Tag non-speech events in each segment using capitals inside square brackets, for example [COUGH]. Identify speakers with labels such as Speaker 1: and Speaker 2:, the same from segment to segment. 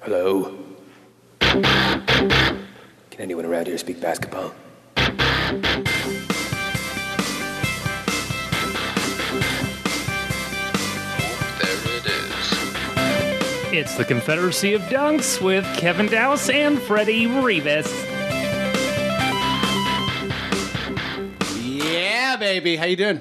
Speaker 1: Hello? Can anyone around here speak basketball?
Speaker 2: There it is.
Speaker 3: It's the Confederacy of Dunks with Kevin Dowse and Freddie Rivas.
Speaker 4: Yeah, baby. How you doing?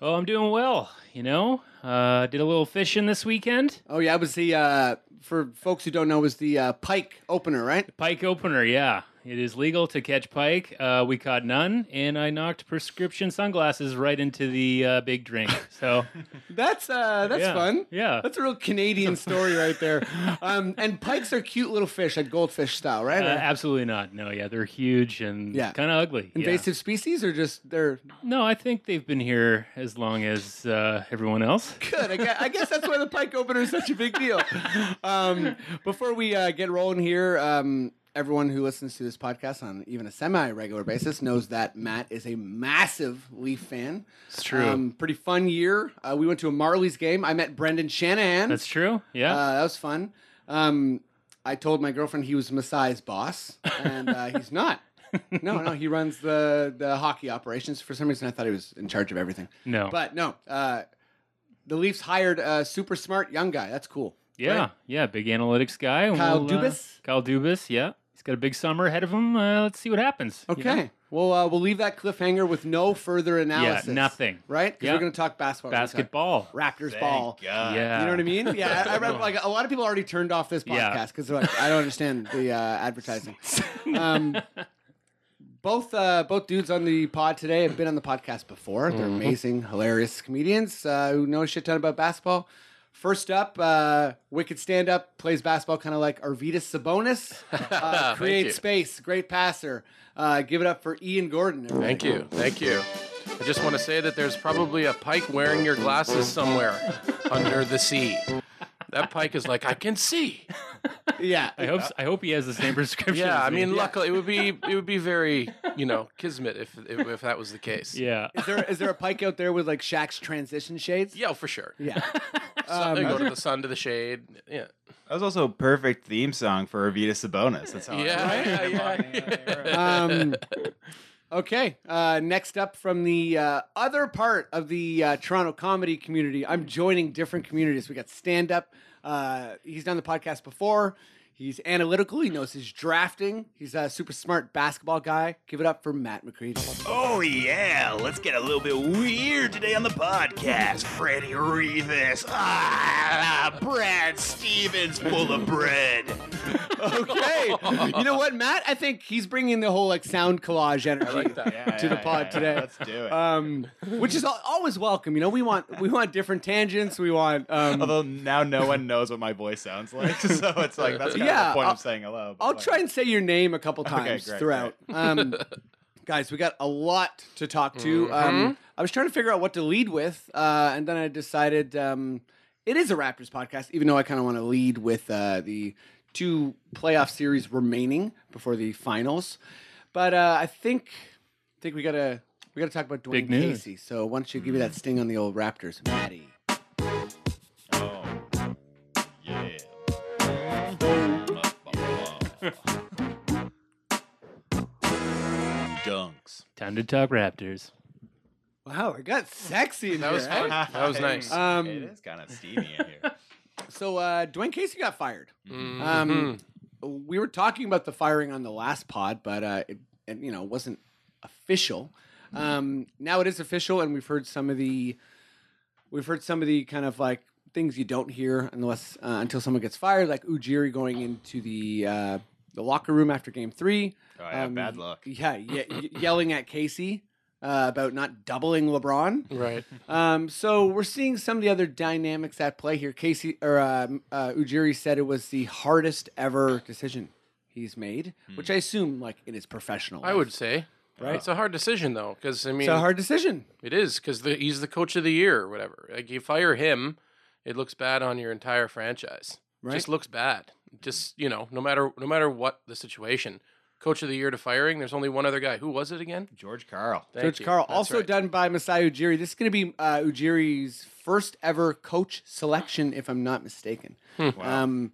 Speaker 3: Oh, I'm doing well. You know, uh, did a little fishing this weekend.
Speaker 4: Oh yeah, it was the uh, for folks who don't know, it was the uh, Pike opener, right?
Speaker 3: Pike opener, yeah. It is legal to catch pike. Uh, we caught none, and I knocked prescription sunglasses right into the uh, big drink. So
Speaker 4: That's uh, that's
Speaker 3: Yeah,
Speaker 4: fun.
Speaker 3: yeah.
Speaker 4: that's a real Canadian story right there. [LAUGHS] Um, and pikes are cute little fish, like goldfish style,
Speaker 3: uh,
Speaker 4: [LAUGHS] right? Or
Speaker 3: absolutely not. No, yeah, they're huge and
Speaker 4: Yeah.
Speaker 3: kind of ugly. Yeah.
Speaker 4: invasive species, or just they're
Speaker 3: No, I think they've been here as long as uh, everyone else.
Speaker 4: good. I guess, I guess that's why the pike opener is such a big deal. Um, before we uh, get rolling here, um, everyone who listens to this podcast on even a semi-regular basis knows that Matt is a massive Leaf fan. Um,
Speaker 3: It's true.
Speaker 4: pretty fun year. Uh, we went to a Marley's game. I met Brendan Shanahan.
Speaker 3: That's true. Yeah.
Speaker 4: Uh, that was fun. Um, I told my girlfriend he was Masai's boss, and uh,
Speaker 3: [LAUGHS]
Speaker 4: he's not. No, no, he runs the the hockey operations. For some reason, I thought he was in charge of everything.
Speaker 3: no.
Speaker 4: But no, uh, the Leafs hired a super smart young guy. That's cool.
Speaker 3: Yeah,
Speaker 4: Right?
Speaker 3: yeah, big analytics guy. and
Speaker 4: Kyle
Speaker 3: uh,
Speaker 4: Dubas?
Speaker 3: Kyle Dubas, yeah. He's got a big summer ahead of him. Uh, let's see what happens. you
Speaker 4: Okay.
Speaker 3: know?
Speaker 4: Well, uh, we'll leave that cliffhanger with no further analysis.
Speaker 3: nothing.
Speaker 4: Right? Because
Speaker 3: Yeah.
Speaker 4: we're going to talk basketball. We're gonna talk
Speaker 3: Basketball.
Speaker 4: Raptors ball.
Speaker 3: Yeah.
Speaker 4: You know what I mean? Yeah, I, I read like a lot of people already turned off this
Speaker 3: Yeah.
Speaker 4: podcast because like, I don't understand the uh, advertising. Um, both uh, both dudes on the pod today have been on the podcast before. They're amazing, hilarious comedians uh, who know a shit ton about basketball. First up, uh, wicked stand up plays basketball kind of like Arvidas Sabonis. Uh,
Speaker 2: Thank
Speaker 4: create
Speaker 2: you.
Speaker 4: space, great passer. Uh, give it up for Ian Gordon. everybody.
Speaker 2: Thank you. Thank you. I just want to say that there's probably a pike wearing your glasses somewhere under the sea. That pike is like, I can see.
Speaker 4: Yeah,
Speaker 3: I hope s- I hope he has the same [LAUGHS] prescription.
Speaker 2: Yeah,
Speaker 3: as
Speaker 2: I
Speaker 3: me.
Speaker 2: mean, luckily it would be it would be very you know kismet if if, if that was the case.
Speaker 3: yeah.
Speaker 4: is there is there a pike out there with like Shaq's transition shades?
Speaker 2: Yeah, for sure.
Speaker 4: Yeah.
Speaker 2: Sun,
Speaker 4: Um, [LAUGHS]
Speaker 2: go to the sun to the shade. Yeah.
Speaker 5: That was also a perfect theme song for Evita Sabonis. That's how I-
Speaker 2: Oh, Yeah, yeah, [LAUGHS]
Speaker 5: [LAUGHS]
Speaker 4: um, okay. Uh, next up from the uh, other part of the uh, Toronto comedy community, I'm joining different communities. We got stand up. Uh, he's done the podcast before. He's analytical. He knows his drafting. He's a super smart basketball guy. Give it up for Matt McCready.
Speaker 6: Oh, yeah, let's get a little bit weird today on the podcast. Freddie Revis, ah, Brad Stevens, full of bread.
Speaker 4: Okay. you know what, Matt? I think he's bringing the whole like sound collage energy.
Speaker 5: Yeah,
Speaker 4: To the
Speaker 5: yeah,
Speaker 4: pod
Speaker 5: yeah,
Speaker 4: today.
Speaker 5: Let's do it.
Speaker 4: Um, which is al- always welcome. You know, we want we want different tangents. We want um,
Speaker 5: Although now no one knows what my voice sounds like, [LAUGHS] so it's like that's kind of
Speaker 4: Yeah,
Speaker 5: the point
Speaker 4: I'll-
Speaker 5: of saying hello. but
Speaker 4: I'll
Speaker 5: like-
Speaker 4: try and say your name a couple times
Speaker 5: great,
Speaker 4: throughout. [LAUGHS] Um, guys, we got a lot to talk to. Um, I was trying to figure out what to lead with, uh, and then I decided um, it is a Raptors podcast, even though I kind of want to lead with uh, the two playoff series remaining before the finals. But uh, I think I think we gotta we gotta talk about Dwayne
Speaker 3: Big news.
Speaker 4: Casey. So why don't you give me that sting on the old Raptors, Maddie?
Speaker 5: Oh. Yeah. Dunks.
Speaker 3: Time to talk Raptors.
Speaker 4: Wow, it got sexy in
Speaker 2: That
Speaker 4: here.
Speaker 2: was
Speaker 4: eh?
Speaker 5: [LAUGHS]
Speaker 2: fun. That was nice.
Speaker 4: Um,
Speaker 5: it is kind of steamy in here. Oh,
Speaker 4: So uh, Dwayne Casey got fired.
Speaker 2: Mhm.
Speaker 4: Um, we were talking about the firing on the last pod, but uh, it, it you know wasn't official. Um, now it is official, and we've heard some of the we've heard some of the kind of like things you don't hear unless uh, until someone gets fired, like Ujiri going into the uh, the locker room after Game Three.
Speaker 5: Oh, yeah,
Speaker 4: um,
Speaker 5: bad luck.
Speaker 4: Yeah, ye- ye- yelling at Casey uh, about not doubling LeBron.
Speaker 2: Right.
Speaker 4: Um, so we're seeing some of the other dynamics at play here. Casey or um, uh, Ujiri said it was the hardest ever decision he's made, which I assume, like in his professional,
Speaker 2: Hmm. I
Speaker 4: life.
Speaker 2: would say.
Speaker 4: Right.
Speaker 2: It's a hard decision though, because I mean,
Speaker 4: It's a hard decision.
Speaker 2: It is because he's the coach of the year or whatever. Like you fire him, it looks bad on your entire franchise.
Speaker 4: Right.
Speaker 2: Just looks bad. Just you know, no matter no matter what the situation, Coach of the Year to firing. There's only one other guy. Who was it again?
Speaker 5: George Carl.
Speaker 2: Thank
Speaker 4: George
Speaker 2: you.
Speaker 4: Carl,
Speaker 2: That's
Speaker 4: also
Speaker 2: right.
Speaker 4: done by Masai Ujiri. This is going to be uh, Ujiri's first ever coach selection, if I'm not mistaken.
Speaker 2: Hmm.
Speaker 4: Um,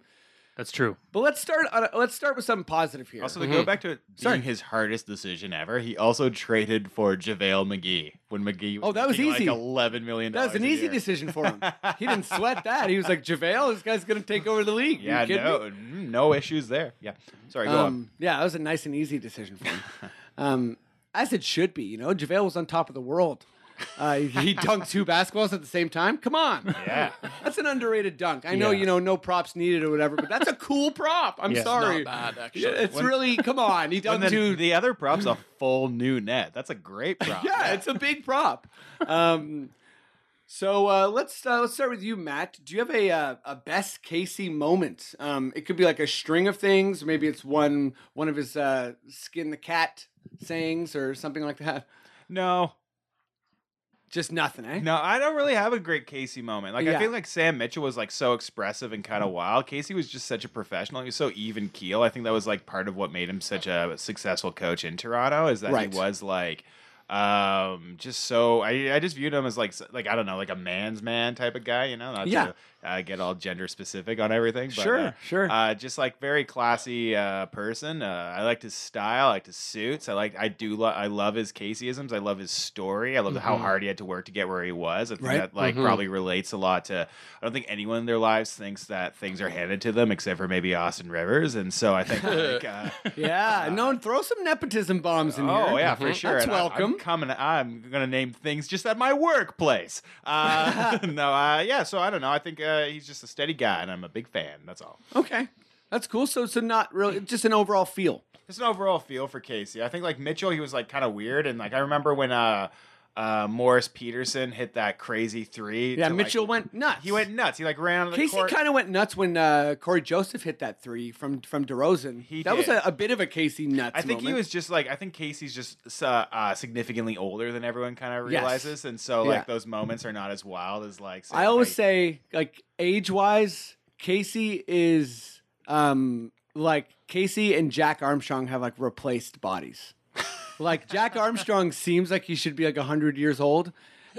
Speaker 3: That's true.
Speaker 4: but let's start. On a, let's start with something positive here.
Speaker 5: Also, to go back to it being his hardest decision ever, he also traded for JaVale McGee when McGee was
Speaker 4: Oh, that was
Speaker 5: making,
Speaker 4: easy.
Speaker 5: like eleven million.
Speaker 4: that was an
Speaker 5: a
Speaker 4: easy
Speaker 5: year.
Speaker 4: decision for him. he
Speaker 2: [LAUGHS]
Speaker 4: didn't sweat that. He was like, "JaVale, this guy's going to take over the league." Are you
Speaker 5: Yeah,
Speaker 4: kidding me?
Speaker 5: no, mm, no issues there. Yeah, sorry, go on.
Speaker 4: Um, yeah, that was a nice and easy decision for him. um, as it should be, you know. JaVale was on top of the world. Uh, he dunked two basketballs at the same time. Come on, [LAUGHS]
Speaker 5: Yeah,
Speaker 4: that's an underrated dunk. I know
Speaker 3: Yeah.
Speaker 4: you know no props needed or whatever, but that's a cool prop. I'm
Speaker 3: Yeah. It's
Speaker 2: Not
Speaker 4: sorry,
Speaker 2: bad, actually.
Speaker 4: Yeah, it's really come on. He
Speaker 5: and
Speaker 4: dunked
Speaker 5: then
Speaker 4: two.
Speaker 5: the other
Speaker 4: [CLEARS THROAT]
Speaker 5: prop's a full new net. That's a great prop.
Speaker 4: yeah, it's a big prop. Um, so uh, let's uh, let's start with you, Matt. Do you have a uh, a best Casey moment? Um, it could be like a string of things. Maybe it's one one of his uh, skin the cat sayings or something like that.
Speaker 5: No,
Speaker 4: Just nothing,
Speaker 5: [LAUGHS]
Speaker 4: eh?
Speaker 5: No, I don't really have a great Casey moment. Like
Speaker 4: Yeah. Mm-hmm.
Speaker 5: I feel like Sam Mitchell was like so expressive and kind of wild. Casey was just such a professional. He was so even keel. I think that was like part of what made him such a successful coach in Toronto is that
Speaker 4: Right.
Speaker 5: he was like um just so I, I just viewed him as like s- like I don't know like a man's man type of guy you know not
Speaker 4: Yeah.
Speaker 5: to uh, get all gender specific on everything but,
Speaker 4: Sure,
Speaker 5: uh,
Speaker 4: sure.
Speaker 5: uh, just like very classy uh, person. Uh, I liked his style. I liked his suits. I like. I do. Lo- I love his Caseyisms. I love his story. I love how hard he had to work to get where he was. I think
Speaker 4: Mm-hmm. Right.
Speaker 5: that like probably relates a lot to. I don't think anyone in their lives thinks that things are handed to them except for maybe Austin Rivers. And so I think. Like, uh,
Speaker 4: Yeah, no, and throw some nepotism bombs in here. Mm-hmm. Uh-huh.
Speaker 5: Oh yeah, for sure.
Speaker 4: That's
Speaker 5: And I-
Speaker 4: welcome.
Speaker 5: I'm coming. I'm gonna name things just at my workplace. Uh, [LAUGHS] no, uh, yeah. So I don't know. I think uh, he's just a steady guy, and I'm a big fan. That's all.
Speaker 4: Okay, that's cool. So so not really, just an overall feel.
Speaker 5: just an overall feel for Casey. I think like Mitchell, he was like kind of weird, and like I remember when uh, uh, Morris Peterson hit that crazy three.
Speaker 4: Yeah,
Speaker 5: to, like-
Speaker 4: Mitchell went nuts.
Speaker 5: He went nuts. He like ran on the
Speaker 4: Casey
Speaker 5: court.
Speaker 4: kind of went nuts when uh, Corey Joseph hit that three from from DeRozan.
Speaker 5: He
Speaker 4: that was
Speaker 5: did.
Speaker 4: a, a bit of a Casey nuts.
Speaker 5: I think he
Speaker 4: moment.
Speaker 5: was just like I think Casey's just uh, uh, significantly older than everyone kind of realizes, and so like
Speaker 4: Yeah.
Speaker 5: those moments are not as wild as like. say,
Speaker 4: I always
Speaker 5: like-
Speaker 4: say, like age wise, Casey is um like Casey and Jack Armstrong have like replaced
Speaker 5: [LAUGHS]
Speaker 4: bodies. like Jack Armstrong seems like he should be like hundred years old,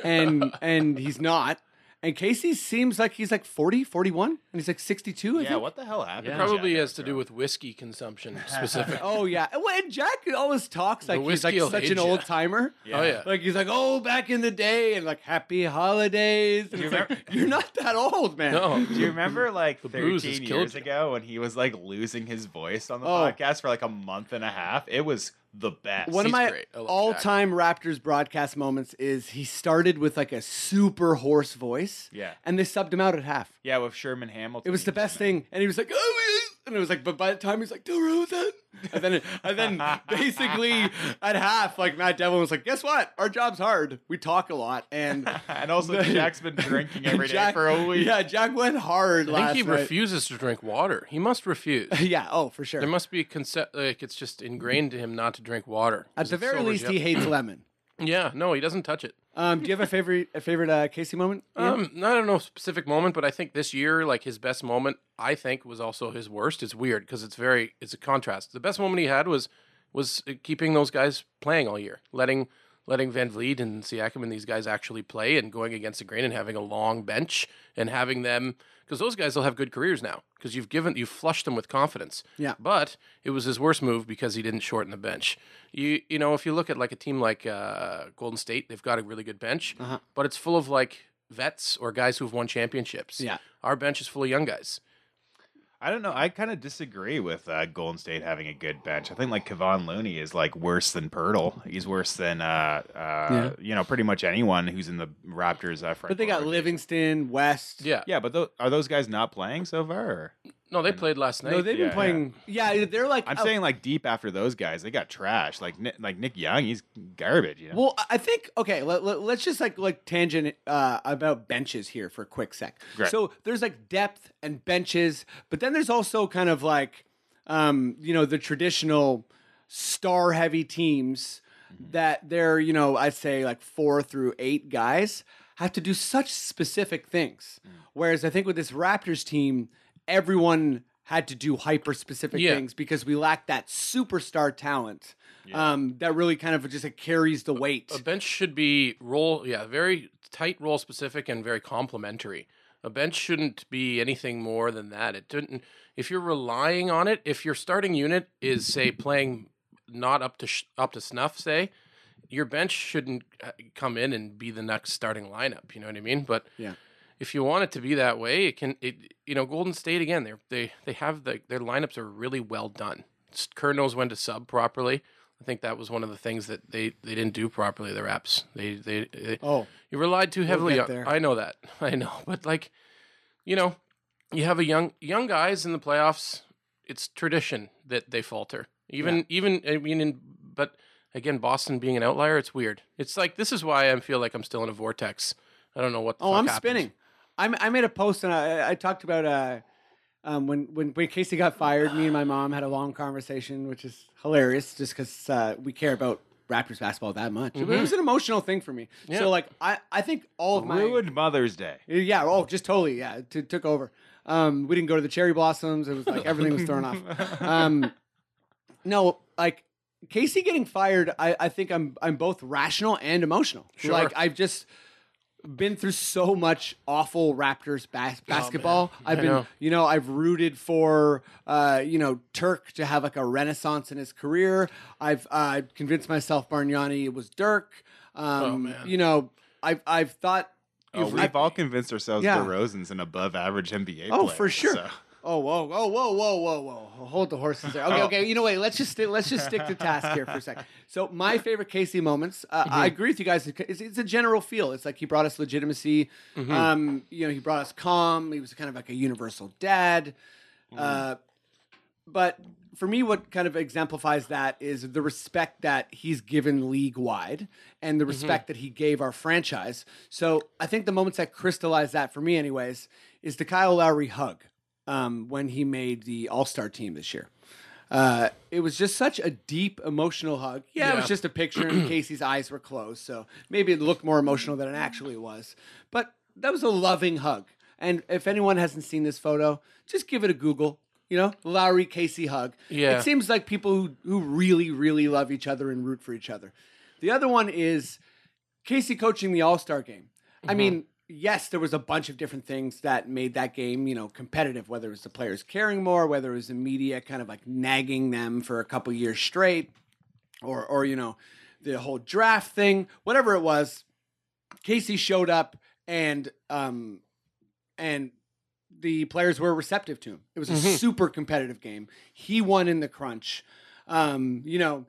Speaker 4: and and he's not. And Casey seems like he's like 40, 41, and he's like 62, I
Speaker 5: yeah,
Speaker 4: think.
Speaker 5: what the hell happened?
Speaker 3: Yeah.
Speaker 5: to
Speaker 2: Probably
Speaker 5: Jack
Speaker 2: has to
Speaker 5: Armstrong?
Speaker 2: do with whiskey consumption
Speaker 4: [LAUGHS]
Speaker 2: specifically.
Speaker 4: Oh, yeah. Well, and Jack always talks like he's like
Speaker 2: whiskey'll
Speaker 4: such
Speaker 2: age
Speaker 4: an
Speaker 2: ya.
Speaker 4: old timer.
Speaker 2: Oh yeah.
Speaker 4: Like he's like, oh, back in the day, and like happy holidays. And
Speaker 5: You
Speaker 4: it's like,
Speaker 5: remember-
Speaker 4: you're not that old, man.
Speaker 2: No.
Speaker 5: Do you remember like
Speaker 2: booze has
Speaker 5: 13
Speaker 2: killed
Speaker 5: years
Speaker 2: you.
Speaker 5: ago when he was like losing his voice on the
Speaker 4: Oh.
Speaker 5: podcast for like a month and a half? It was the best.
Speaker 4: One of
Speaker 2: He's
Speaker 4: my
Speaker 2: great. I love Jack.
Speaker 4: all-time Raptors broadcast moments is he started with like a super hoarse voice,
Speaker 5: Yeah.
Speaker 4: and they subbed him out at half.
Speaker 5: Yeah, with Sherman Hamilton.
Speaker 4: It was the best thing, and he was like, "Oh," yes," and it was like, but by the time he's like, "DeRozan," and then and
Speaker 2: [LAUGHS]
Speaker 4: then basically at half, like Matt Devlin was like, "Guess what? Our job's hard. We talk a lot."
Speaker 2: [LAUGHS]
Speaker 4: And
Speaker 5: [LAUGHS]
Speaker 4: [LAUGHS]
Speaker 5: and also, Jack's been drinking every day
Speaker 4: Jack-
Speaker 5: for a week.
Speaker 4: Yeah, Jack went hard [LAUGHS]
Speaker 2: I
Speaker 4: last
Speaker 2: think he
Speaker 4: night.
Speaker 2: refuses to drink water. He must refuse.
Speaker 4: [LAUGHS] Yeah, oh for sure.
Speaker 2: There must be a concept like it's just ingrained to him not to drink water.
Speaker 4: At
Speaker 2: 'cause
Speaker 4: the
Speaker 2: it
Speaker 4: very
Speaker 2: sobers
Speaker 4: least,
Speaker 2: you up.
Speaker 4: he hates lemon.
Speaker 2: Yeah, no, he doesn't touch it.
Speaker 4: Um, do you have a favorite a favorite uh, Casey moment? Ian?
Speaker 2: Um, I don't know a specific moment, but I think this year, like his best moment, I think was also his worst. It's weird because it's very it's a contrast. The best moment he had was was uh, keeping those guys playing all year, letting letting Van Vliet and Siakam and these guys actually play and going against the grain and having a long bench and having them because those guys will have good careers now because you've given you've flushed them with confidence.
Speaker 4: Yeah.
Speaker 2: But it was his worst move because he didn't shorten the bench. You you know if you look at like a team like uh, Golden State, they've got a really good bench, but it's full of like vets or guys who've won championships.
Speaker 4: Yeah.
Speaker 2: Our bench is full of young guys.
Speaker 5: I don't know. I kind of disagree with uh, Golden State having a good bench. I think like Kevon Looney is like worse than Pirtle. He's worse than uh, uh, you know pretty much anyone who's in the Raptors. Uh, front
Speaker 4: But they got
Speaker 5: court.
Speaker 4: Livingston, West.
Speaker 2: Yeah.
Speaker 5: Yeah, but tho- are those guys not playing so far? or-
Speaker 2: No, they played last night.
Speaker 4: No, they've
Speaker 5: Yeah.
Speaker 4: been playing. Yeah. they're like.
Speaker 5: I'm
Speaker 4: uh,
Speaker 5: saying like deep after those guys, they got trash. Like Ni- like Nick Young, he's garbage. You know?
Speaker 4: Well, I- I think okay. Let, let, us just like like tangent uh, about benches here for a quick sec.
Speaker 5: Great.
Speaker 4: So there's like depth and benches, but then there's also kind of like, um, you know, the traditional star heavy teams that they're you know I'd say like four through eight guys have to do such specific things. Whereas I think with this Raptors team, everyone had to do hyper specific
Speaker 2: Yeah.
Speaker 4: things because we lacked that superstar talent um, that really kind of just like, carries the weight.
Speaker 2: A bench should be role, yeah, very tight role specific and very complementary. A bench shouldn't be anything more than that. It didn't. If you're relying on it, if your starting unit is say playing not up to sh- up to snuff, say your bench shouldn't uh, come in and be the next starting lineup. You know what I mean? But
Speaker 4: Yeah.
Speaker 2: if you want it to be that way, it can. It you know Golden State again. They they they have the their lineups are really well done. S- Kerr knows when to sub properly. I think that was one of the things that they, they didn't do properly. The reps they they, they
Speaker 4: oh,
Speaker 2: you relied too heavily
Speaker 4: get
Speaker 2: on.
Speaker 4: there.
Speaker 2: I know that. [LAUGHS] I know, but like, you know, you have a young young guys in the playoffs. It's tradition that they falter. Even even I mean, in, but again, Boston being an outlier, it's weird. It's like this is why I feel like I'm still in a vortex. I don't know what. The
Speaker 4: oh,
Speaker 2: fuck
Speaker 4: I'm
Speaker 2: happens.
Speaker 4: spinning. I'm, I made a post and I, I talked about uh, um, when, when when Casey got fired. Me and my mom had a long conversation, which is hilarious, just because uh, we care about Raptors basketball that much. But It was an emotional thing for me.
Speaker 2: Mm-hmm. Yeah.
Speaker 4: So like, I, I think all of Oh my
Speaker 5: Ruined Mother's Day.
Speaker 4: Yeah. Oh, just totally. Yeah. It t- took over. Um, we didn't go to the cherry blossoms. It was like everything was thrown
Speaker 2: [LAUGHS]
Speaker 4: off. Um, no, like Casey getting fired. I, I think I'm I'm both rational and emotional.
Speaker 2: Sure.
Speaker 4: Like I've just been through so much awful Raptors bas- basketball. I've
Speaker 2: Oh, I
Speaker 4: been,
Speaker 2: know.
Speaker 4: you know, I've rooted for, uh, you know, Turk to have like a renaissance in his career. I've uh, convinced myself Bargnani it was Dirk. Um,
Speaker 2: Oh, man.
Speaker 4: You know, I've I've thought.
Speaker 5: Oh,
Speaker 4: you've-
Speaker 5: we've
Speaker 4: I've-
Speaker 5: all convinced ourselves
Speaker 4: Yeah.
Speaker 5: DeRozan's an above-average NBA.
Speaker 4: Oh,
Speaker 5: player,
Speaker 4: for sure.
Speaker 5: so-
Speaker 4: Oh, whoa, whoa, whoa, whoa, whoa, whoa! Hold the horses there. Okay, okay. You know, wait. Let's just sti- let's just stick to task here for a second. So, my favorite Casey moments. Uh, I agree with you guys. It's, it's a general feel. It's like he brought us legitimacy. Um, you know, he brought us calm. He was kind of like a universal dad. Uh, but for me, what kind of exemplifies that is the respect that he's given league wide and the respect that he gave our franchise. So I think the moments that crystallize that for me, anyways, is the Kyle Lowry hug um, when he made the All Star team this year. Uh, it was just such a deep emotional hug. Yeah, it
Speaker 2: Yeah.
Speaker 4: was just a picture, and Casey's eyes were closed, so maybe it looked more emotional than it actually was. But that was a loving hug. And if anyone hasn't seen this photo, just give it a Google. You know, Lowry Casey hug.
Speaker 2: Yeah.
Speaker 4: it seems like people who who really really love each other and root for each other. The other one is Casey coaching the All Star game. I mean, yes, there was a bunch of different things that made that game, you know, competitive. Whether it was the players caring more, whether it was the media kind of like nagging them for a couple years straight, or or you know, the whole draft thing, whatever it was. Casey showed up and um and the players were receptive to him. It was a super competitive game. He won in the crunch. Um, you know,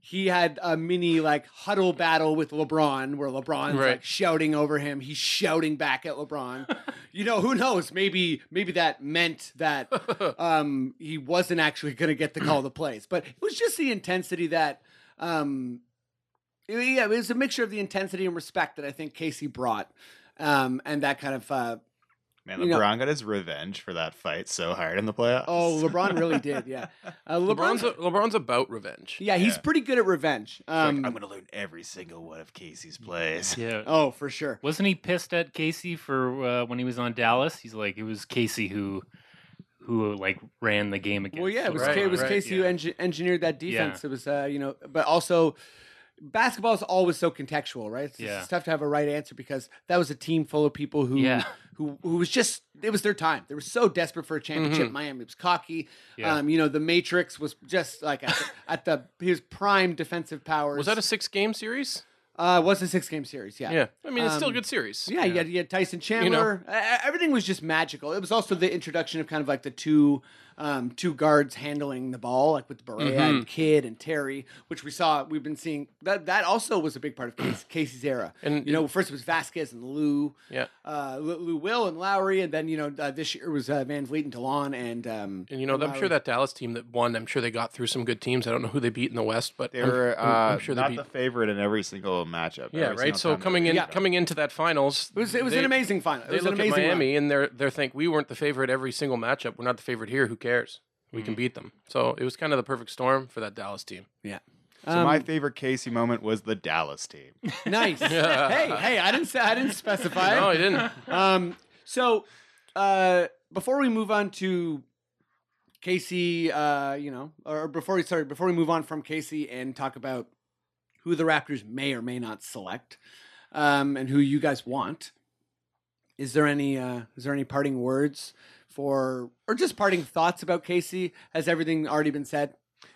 Speaker 4: he had a mini like huddle battle with LeBron where LeBron's like
Speaker 2: Right.
Speaker 4: shouting over him. He's shouting back at LeBron. you know, who knows? Maybe maybe that meant that um he wasn't actually gonna get to call the plays. But it was just the intensity that um yeah, it was a mixture of the intensity and respect that I think Casey brought. Um, and that kind of uh,
Speaker 5: Man,
Speaker 4: You know-
Speaker 5: LeBron got his revenge for that fight so hard in the playoffs.
Speaker 4: Oh, LeBron really did. Yeah,
Speaker 5: [LAUGHS]
Speaker 4: uh, LeBron's.
Speaker 2: [LAUGHS] LeBron's a, LeBron's about revenge.
Speaker 4: yeah, he's
Speaker 5: Yeah.
Speaker 4: pretty good at revenge.
Speaker 5: Like,
Speaker 4: Um,
Speaker 5: I'm gonna learn every single one of Casey's plays.
Speaker 3: Yeah.
Speaker 4: oh, for sure.
Speaker 3: Wasn't he pissed at Casey for uh, when he was on Dallas? He's like, it was Casey who, who like ran the game against.
Speaker 4: Well, yeah, it was
Speaker 2: Right,
Speaker 4: it was
Speaker 2: right,
Speaker 4: Casey who
Speaker 3: yeah.
Speaker 4: engi- engineered that defense. It was uh, you know, but also basketball is always so contextual, right? It's,
Speaker 3: Yeah.
Speaker 4: it's tough to have a right answer because that was a team full of people who
Speaker 3: Yeah.
Speaker 4: who who was just it was their time. They were so desperate for a championship. Miami was cocky.
Speaker 3: Yeah.
Speaker 4: Um, you know, the Matrix was just like at, the- at the his prime defensive powers.
Speaker 2: Was that a six game series?
Speaker 4: uh, it was a six game series?
Speaker 2: Yeah. I mean, it's still a
Speaker 4: Um,
Speaker 2: good series.
Speaker 4: Yeah, you had, you had Tyson
Speaker 2: know?
Speaker 4: Chandler. E- e- Everything was just magical. It was also the introduction of kind of like the two um, two guards handling the ball, like with Barea
Speaker 2: Mm-hmm.
Speaker 4: and Kidd and Terry, which we saw. We've been seeing that. That also was a big part of
Speaker 2: [CLEARS THROAT]
Speaker 4: Case, Casey's era.
Speaker 2: And-
Speaker 4: you know, first it was Vasquez and Lou,
Speaker 2: Yeah.
Speaker 4: uh, Lou, Lou Will and Lowry, and then you know uh, this year was uh, Van Vliet and Delon and um,
Speaker 2: And you know, I'm
Speaker 4: Lowry.
Speaker 2: sure that Dallas team that won, I'm sure they got through some good teams. I don't know who they beat in the West, but
Speaker 5: They
Speaker 2: I'm-
Speaker 5: were uh,
Speaker 2: I'm, I'm sure they
Speaker 5: [LAUGHS] not
Speaker 2: beat.
Speaker 5: the favorite in every single matchup.
Speaker 2: yeah,
Speaker 5: every
Speaker 2: right.
Speaker 5: single
Speaker 2: So
Speaker 5: time they
Speaker 2: coming in,
Speaker 5: played.
Speaker 2: coming into that finals,
Speaker 4: it was it was an amazing final. It
Speaker 2: They
Speaker 4: was
Speaker 2: look
Speaker 4: an
Speaker 2: at
Speaker 4: amazing run.
Speaker 2: Miami and they're they are think we weren't the favorite every single matchup. We're not the favorite here. Who cares? We
Speaker 4: Mm-hmm.
Speaker 2: can beat them. So it was kind of the perfect storm for that
Speaker 4: [LAUGHS]
Speaker 2: Dallas team.
Speaker 4: Yeah.
Speaker 5: So my
Speaker 4: um,
Speaker 5: favorite Casey moment was the Dallas team.
Speaker 2: [LAUGHS]
Speaker 4: Nice. hey, hey! I didn't say I didn't specify.
Speaker 2: No, I
Speaker 4: [LAUGHS]
Speaker 2: didn't.
Speaker 4: Um, so uh, before we move on to Casey, uh, you know, or before we sorry, before we move on from Casey and talk about who the Raptors may or may not select, um, and who you guys want, is there any uh, is there any parting words for or just parting thoughts about Casey? Has everything already been said?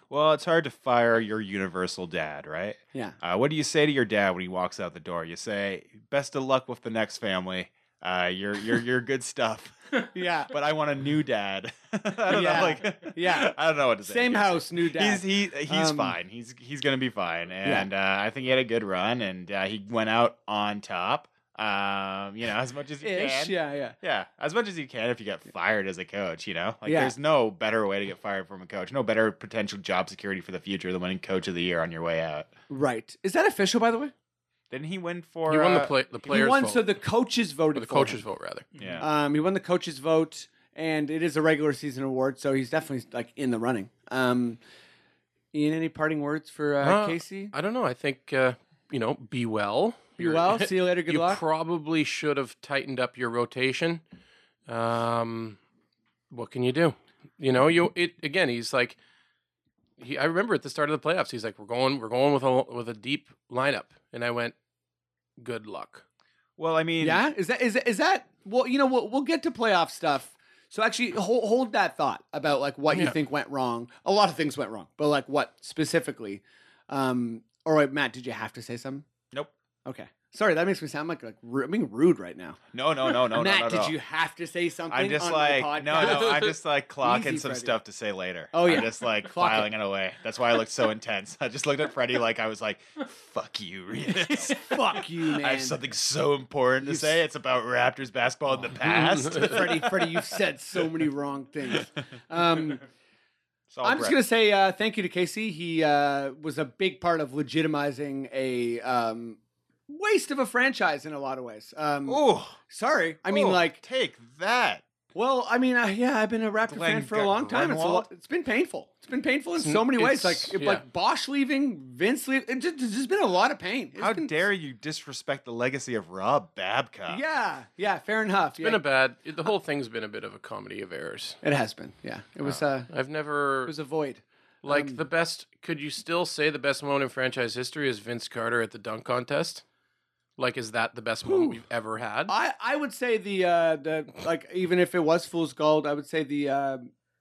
Speaker 5: Well, it's hard to fire your universal dad, right?
Speaker 4: Yeah.
Speaker 5: Uh, what do you say to your dad when he walks out the door? You say, "Best of luck with the next family. Uh, you're you're you're good stuff."
Speaker 4: Yeah.
Speaker 5: But I want a new dad. [LAUGHS] I don't
Speaker 4: Yeah.
Speaker 5: know, like,
Speaker 4: Yeah.
Speaker 5: [LAUGHS] I don't know what to say.
Speaker 4: Same
Speaker 5: Yeah.
Speaker 4: house, new dad.
Speaker 5: He's he he's
Speaker 4: Um,
Speaker 5: fine. He's he's gonna be fine, and uh, I think he had a good run, and uh, he went out on top. Um, you know, as much as you
Speaker 4: Ish.
Speaker 5: can.
Speaker 4: Yeah, yeah.
Speaker 5: Yeah, as much as you can if you get fired as a coach, you know? Like,
Speaker 4: Yeah.
Speaker 5: there's no better way to get fired from a coach, no better potential job security for the future than winning coach of the year on your way out.
Speaker 4: Right. Is that official, by the way?
Speaker 5: Didn't he win for.
Speaker 2: he won the
Speaker 5: uh,
Speaker 2: play,
Speaker 4: He
Speaker 2: the players
Speaker 4: won,
Speaker 2: vote,
Speaker 4: so the coaches
Speaker 2: or
Speaker 4: voted.
Speaker 2: the
Speaker 4: for
Speaker 2: coaches
Speaker 4: him.
Speaker 2: vote rather.
Speaker 5: Yeah.
Speaker 4: Um, he won the coaches vote, and it is a regular season award, so he's definitely like in the running. Um, Ian, any parting words for uh,
Speaker 2: Uh,
Speaker 4: Casey?
Speaker 2: I don't know. I think uh, you know. Be well.
Speaker 4: Be
Speaker 2: You're- [LAUGHS]
Speaker 4: well. [LAUGHS] See you later. Good
Speaker 2: you
Speaker 4: luck.
Speaker 2: probably should have tightened up your rotation. Um, what can you do? You know, you it again. He's like, he. I remember at the start of the playoffs, he's like, "We're going, we're going with a with a deep lineup," and I went, "Good luck."
Speaker 5: Well, I mean.
Speaker 4: yeah. Is that is that, is that well? You know, we'll, we'll get to playoff stuff. So actually, hold, hold that thought about like what you
Speaker 2: Yeah.
Speaker 4: think went wrong. A lot of things went wrong, but like what specifically? Um, all right, Matt, did you have to say something?
Speaker 5: Nope.
Speaker 4: Okay. Sorry, that makes me sound like like ru- I'm being rude right now.
Speaker 5: No, no, no, no,
Speaker 4: Matt,
Speaker 5: no, no. no.
Speaker 4: did you have to say something?
Speaker 5: I'm just
Speaker 4: on
Speaker 5: like,
Speaker 4: my
Speaker 5: no,
Speaker 4: podcast?
Speaker 5: no, I'm
Speaker 4: [LAUGHS]
Speaker 5: just like clocking
Speaker 4: Easy,
Speaker 5: some
Speaker 4: Freddie.
Speaker 5: stuff to say later.
Speaker 4: Oh, yeah.
Speaker 5: I'm just like
Speaker 4: Clock it.
Speaker 5: filing it. away. That's why I looked so intense. I just looked at Freddie like I was like, fuck you,
Speaker 4: [LAUGHS]
Speaker 5: Reeves.
Speaker 4: Fuck you, man.
Speaker 5: I have something so important to
Speaker 4: You've-
Speaker 5: say. It's about Raptors basketball in the
Speaker 4: [LAUGHS]
Speaker 5: past.
Speaker 4: Freddie,
Speaker 5: [LAUGHS]
Speaker 4: Freddie, [LAUGHS] you've said so many wrong things. Um,
Speaker 5: It's all
Speaker 4: I'm just
Speaker 5: Brett.
Speaker 4: going to say uh, thank you to Casey. He uh, was a big part of legitimizing a um, waste of a franchise in a lot of ways. Um,
Speaker 5: Ooh,
Speaker 4: sorry. I mean,
Speaker 5: ooh,
Speaker 4: like,
Speaker 5: take that.
Speaker 4: well, I mean, uh, yeah, I've been a Raptor fan
Speaker 5: Glenn
Speaker 4: for a long time. It's, a
Speaker 5: Grunwald?
Speaker 4: lot, it's been painful. It's been painful in
Speaker 2: It's-
Speaker 4: so many ways. Like,
Speaker 2: it's- yeah.
Speaker 4: like Bosch leaving, Vince leaving. It just, it's just been a lot of pain. It's
Speaker 5: How
Speaker 4: been-
Speaker 5: dare you disrespect the legacy of Rob Babcock?
Speaker 4: Yeah, yeah, fair enough.
Speaker 2: It's been a bad. The whole thing's been a bit of a comedy of errors.
Speaker 4: it has been. Yeah, it was. Uh,
Speaker 2: I've never
Speaker 4: it was a void.
Speaker 2: like
Speaker 4: um,
Speaker 2: the best. Could you still say the best moment in franchise history is Vince Carter at the dunk contest? Like, is that the best moment we've ever had?
Speaker 4: I, I would say the uh, the like even if it was fool's gold, I would say the uh,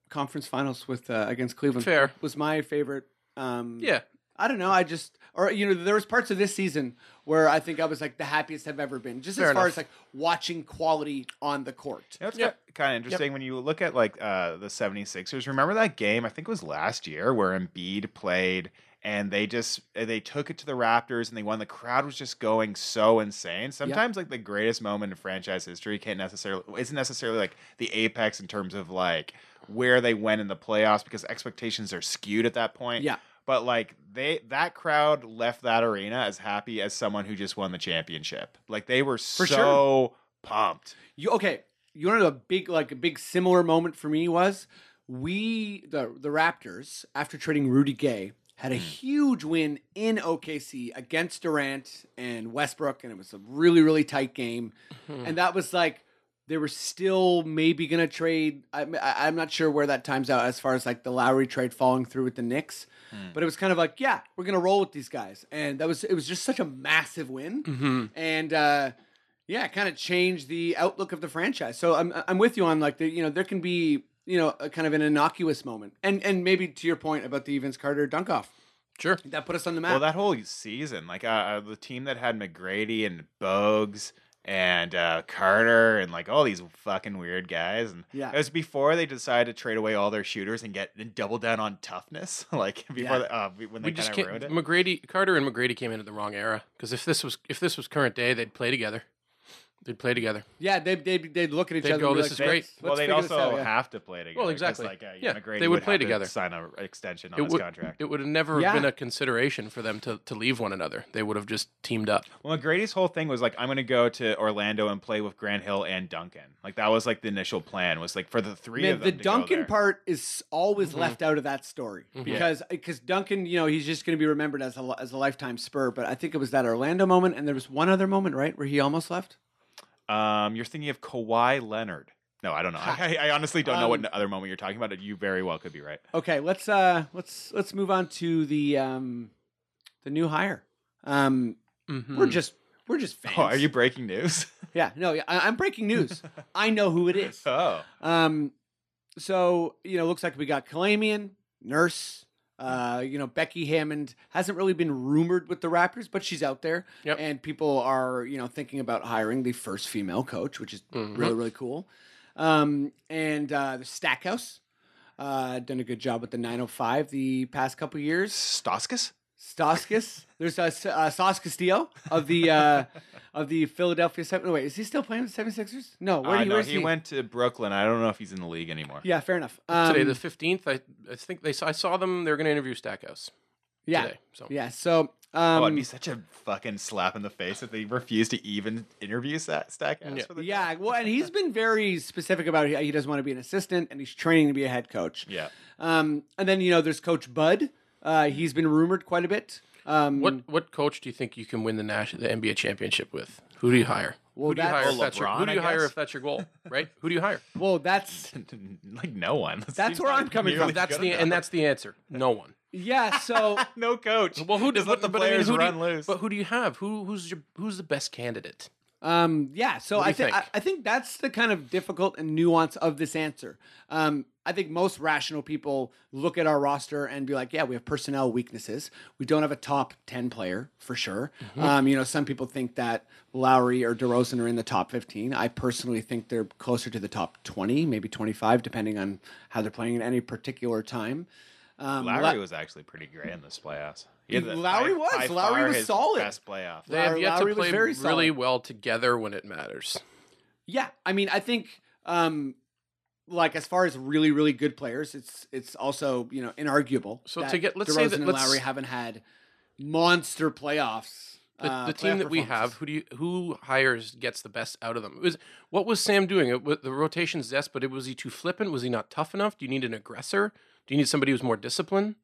Speaker 4: conference finals with uh, against Cleveland
Speaker 2: Fair.
Speaker 4: was my favorite. Um,
Speaker 2: Yeah.
Speaker 4: I don't know. I just or you know there was parts of this season where I think I was like the happiest I've ever been, just
Speaker 2: Fair
Speaker 4: as far
Speaker 2: enough.
Speaker 4: as like watching quality on the court.
Speaker 5: You know, it's
Speaker 2: Yeah.
Speaker 5: kind of interesting when you look at like uh, the 76ers. Remember that game? I think it was last year where Embiid played and they just eh, they took it to the Raptors and they won. The crowd was just going so insane. Sometimes like the greatest moment in franchise history can't necessarily isn't necessarily like the apex in terms of like where they went in the playoffs because expectations are skewed at that point.
Speaker 4: Yeah.
Speaker 5: But like they that crowd left that arena as happy as someone who just won the championship. Like they were so pumped.
Speaker 4: You okay? You want to know a big like a big similar moment for me was we the the Raptors after trading Rudy Gay had a huge win in OKC against Durant and Westbrook, and it was a really really tight game, and that was like. They were still maybe gonna trade. I'm, I- I'm not sure where that times out as far as like the Lowry trade falling through with the Knicks, but it was kind of like, yeah, we're gonna roll with these guys, and that was it was just such a massive win,
Speaker 2: Mm-hmm.
Speaker 4: and uh, yeah, kind of change the outlook of the franchise. So I'm I'm with you on like the you know there can be you know a kind of an innocuous moment, and and maybe to your point about the Vince Carter dunk off
Speaker 2: Sure.
Speaker 4: that put us on the map.
Speaker 5: Well, that whole season, like uh, uh, the team that had McGrady and Bogues and uh, Carter and like all these fucking weird guys, and
Speaker 4: Yeah.
Speaker 5: it was before they decided to trade away all their shooters and get and double down on toughness. [LAUGHS] like before
Speaker 4: Yeah.
Speaker 5: the, uh, when they
Speaker 2: we just
Speaker 5: kind of
Speaker 2: can't.
Speaker 5: ruined it.
Speaker 2: McGrady, Carter, and McGrady came in at the wrong era because if this was if this was current day, they'd play together. They'd play together.
Speaker 4: yeah, they they they'd look at each
Speaker 2: They'd
Speaker 4: other.
Speaker 2: go,
Speaker 4: and be like,
Speaker 2: "This is
Speaker 5: They-
Speaker 2: great."
Speaker 4: "Let's
Speaker 5: Well, they'd
Speaker 4: figure this
Speaker 5: also
Speaker 4: out," yeah.
Speaker 5: have to play together. 'cause,
Speaker 2: exactly.
Speaker 5: Like, uh,
Speaker 2: Yeah,
Speaker 5: McGrady
Speaker 2: they would play
Speaker 5: have to
Speaker 2: together.
Speaker 5: Sign an extension on
Speaker 2: It
Speaker 5: his
Speaker 2: would,
Speaker 5: contract.
Speaker 2: it would have never
Speaker 4: Yeah.
Speaker 2: been a consideration for them to, to leave one another. They would have just teamed up.
Speaker 5: Well, McGrady's whole thing was like, I'm going to go to Orlando and play with Grant Hill and Duncan. Like that was like the initial plan was like for the three
Speaker 4: Man,
Speaker 5: of them.
Speaker 4: the
Speaker 5: to go
Speaker 4: Duncan
Speaker 5: there. Mm-hmm.
Speaker 4: part is always left out of that story because because Duncan, you know, he's just going to be remembered as a li- as a lifetime Spur. But I think it was that Orlando moment, and there was one other moment, right, where he almost left.
Speaker 5: Um, you're thinking of Kawhi Leonard. No, I don't know. I, I honestly don't know
Speaker 4: Um,
Speaker 5: what other moment you're talking about. You very well could be right. [LAUGHS]
Speaker 4: Okay, let's uh let's let's move on to the um the new hire. Um
Speaker 5: Mm-hmm.
Speaker 4: we're just we're just fans.
Speaker 5: Hmm. Oh, are you breaking news? [LAUGHS]
Speaker 4: Yeah, no, yeah, I, I'm breaking news. I know who it is.
Speaker 5: Oh,
Speaker 4: Um so, you know, looks like we got Kalamian, Nurse, uh, you know, Becky Hammond hasn't really been rumored with the Raptors, but she's out there.
Speaker 2: Yep.
Speaker 4: And people are, you know, thinking about hiring the first female coach, which is
Speaker 2: Mhm.
Speaker 4: really, really cool. Um, and uh, the Stackhouse uh, done a good job with the 905 the past couple years.
Speaker 5: Stoskis?
Speaker 4: Staskis, [LAUGHS] there's uh, S- uh, Sas Castillo of the uh, of the Philadelphia Seven. oh, Wait, is he still playing with the 76ers? No, where
Speaker 5: I
Speaker 4: do you
Speaker 5: know
Speaker 4: where's
Speaker 5: Uh, he, went to Brooklyn. I don't know if he's in the league anymore.
Speaker 4: Yeah, fair enough.
Speaker 2: Today,
Speaker 4: Um,
Speaker 2: the fifteenth, I, I think they saw, I saw them. They're going to interview Stackhouse
Speaker 4: Um, yeah,
Speaker 2: today. So
Speaker 4: yeah. So,
Speaker 5: Oh,
Speaker 4: um,
Speaker 5: it'd be such a fucking slap in the face if they refuse to even interview Sta- Stackhouse.
Speaker 2: Yeah.
Speaker 5: For the
Speaker 4: yeah. Well, and he's been very specific about he, he doesn't want to be an assistant, and he's training to be a head coach.
Speaker 5: yeah. [LAUGHS]
Speaker 4: Um, and then you know, there's Coach Bud. Uh, he's been rumored quite a bit. Um,
Speaker 2: What what coach do you think you can win the Nash the NBA championship with? Who do you hire?
Speaker 4: Well,
Speaker 2: who do you
Speaker 4: that's-
Speaker 2: hire?
Speaker 4: Well,
Speaker 2: if that's your,
Speaker 5: LeBron,
Speaker 2: who do you
Speaker 5: I
Speaker 2: hire
Speaker 5: guess.
Speaker 2: if that's your goal?
Speaker 5: [LAUGHS]
Speaker 2: Right? Who do you hire?
Speaker 4: Well, that's
Speaker 5: like no one. [LAUGHS] That
Speaker 4: That's
Speaker 5: seems
Speaker 4: where
Speaker 5: like
Speaker 4: I'm coming
Speaker 5: nearly
Speaker 4: from.
Speaker 2: That's
Speaker 5: good
Speaker 2: the
Speaker 5: enough.
Speaker 2: and that's the answer. No one.
Speaker 4: yeah. So
Speaker 5: [LAUGHS] no coach.
Speaker 2: Well, who does
Speaker 5: Just let the
Speaker 2: but I mean,
Speaker 5: players
Speaker 2: who do you-
Speaker 5: run loose?
Speaker 2: But who do you have? Who who's your who's the best candidate?
Speaker 4: Um, yeah, so
Speaker 2: do
Speaker 4: I
Speaker 2: you
Speaker 4: think, I,
Speaker 2: think?
Speaker 4: I think that's the kind of difficult and nuance of this answer. Um, I think most rational people look at our roster and be like, yeah, we have personnel weaknesses. We don't have a top 10 player for sure. Um, you know, some people think that Lowry or DeRozan are in the top 15. I personally think they're closer to the top 20, maybe 25, depending on how they're playing at any particular time. Um,
Speaker 5: Lowry
Speaker 4: La-
Speaker 5: was actually pretty great in this playoffs.
Speaker 4: Lowry was. Lowry was solid.
Speaker 5: Best playoff.
Speaker 2: They
Speaker 4: Lowry-
Speaker 2: have yet
Speaker 4: Lowry
Speaker 2: to
Speaker 4: was
Speaker 2: play
Speaker 4: very
Speaker 2: really
Speaker 4: solid.
Speaker 2: well together when it matters.
Speaker 4: Yeah, I mean, I think um like as far as really really good players, it's it's also you know inarguable.
Speaker 2: So
Speaker 4: that
Speaker 2: to get- let's say
Speaker 4: DeRozan
Speaker 2: that-
Speaker 4: and
Speaker 2: let's-
Speaker 4: Lowry haven't had monster playoffs.
Speaker 2: The,
Speaker 4: uh,
Speaker 2: the
Speaker 4: playoff
Speaker 2: team that we have,
Speaker 4: performances.
Speaker 2: who do you, who hires gets the best out of them? It was what was Sam doing? It was, the rotation's zest, but it, was he too flippant? Was he not tough enough? Do you need an aggressor? Do you need somebody who's more disciplined?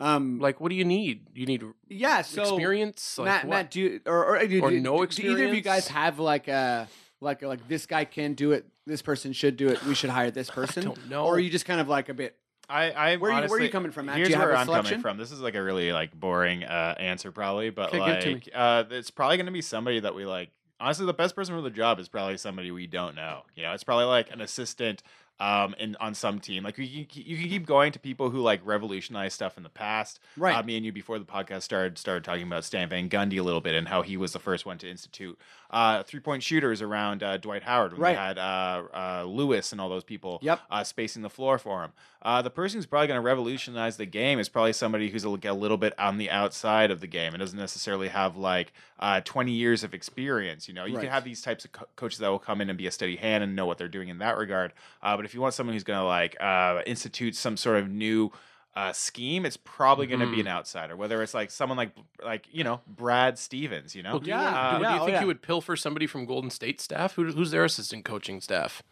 Speaker 4: um
Speaker 2: Like, what do you need? You need
Speaker 4: yeah. So
Speaker 2: experience. Like,
Speaker 4: Matt,
Speaker 2: what?
Speaker 4: Matt, do you, or, or, do,
Speaker 2: Or
Speaker 4: do-
Speaker 2: no
Speaker 4: do either of you guys
Speaker 2: experience?
Speaker 4: have like a like like this guy can do it, this person should do it, we should hire this person?
Speaker 2: don't know.
Speaker 4: Or are you just kind of like a bit?
Speaker 5: I, I
Speaker 4: Where you- where you
Speaker 5: honestly,
Speaker 4: coming from, Matt? Do
Speaker 5: Here's
Speaker 4: you have
Speaker 5: where
Speaker 4: a
Speaker 5: I'm
Speaker 4: selection?
Speaker 5: coming from. This is like a really like boring uh, answer, probably, but
Speaker 4: Okay, give it to me.
Speaker 5: like uh, it's probably going to be somebody that we like. Honestly, the best person for the job is probably somebody we don't know. You know, it's probably like an assistant um in on some team. Like you, can- you can keep going to people who like revolutionized stuff in the past.
Speaker 4: Right.
Speaker 5: Uh, me and you before the podcast started started talking about Stan Van Gundy a little bit and how he was the first one to institute uh three point shooters around uh, Dwight Howard when
Speaker 4: Right.
Speaker 5: they had uh, uh Lewis and all those people
Speaker 4: Yep.
Speaker 5: uh, spacing the floor for him. Uh, the person who's probably going to revolutionize the game is probably somebody who's a, li- a little bit on the outside of the game and doesn't necessarily have like uh, 20 years of experience. You know, you
Speaker 4: Right.
Speaker 5: can have these types of co- coaches that will come in and be a steady hand and know what they're doing in that regard. Uh, but if you want someone who's going to like uh, institute some sort of new uh, scheme, it's probably going to
Speaker 4: Mm-hmm.
Speaker 5: be an outsider. Whether it's like someone like like you know Brad Stevens, you know, Uh,
Speaker 2: Well, do you,
Speaker 4: Yeah,
Speaker 2: want- do-
Speaker 4: yeah,
Speaker 2: do you
Speaker 4: oh,
Speaker 2: think
Speaker 4: yeah.
Speaker 2: you would pilfer somebody from Golden State staff? Who, who's their assistant coaching staff?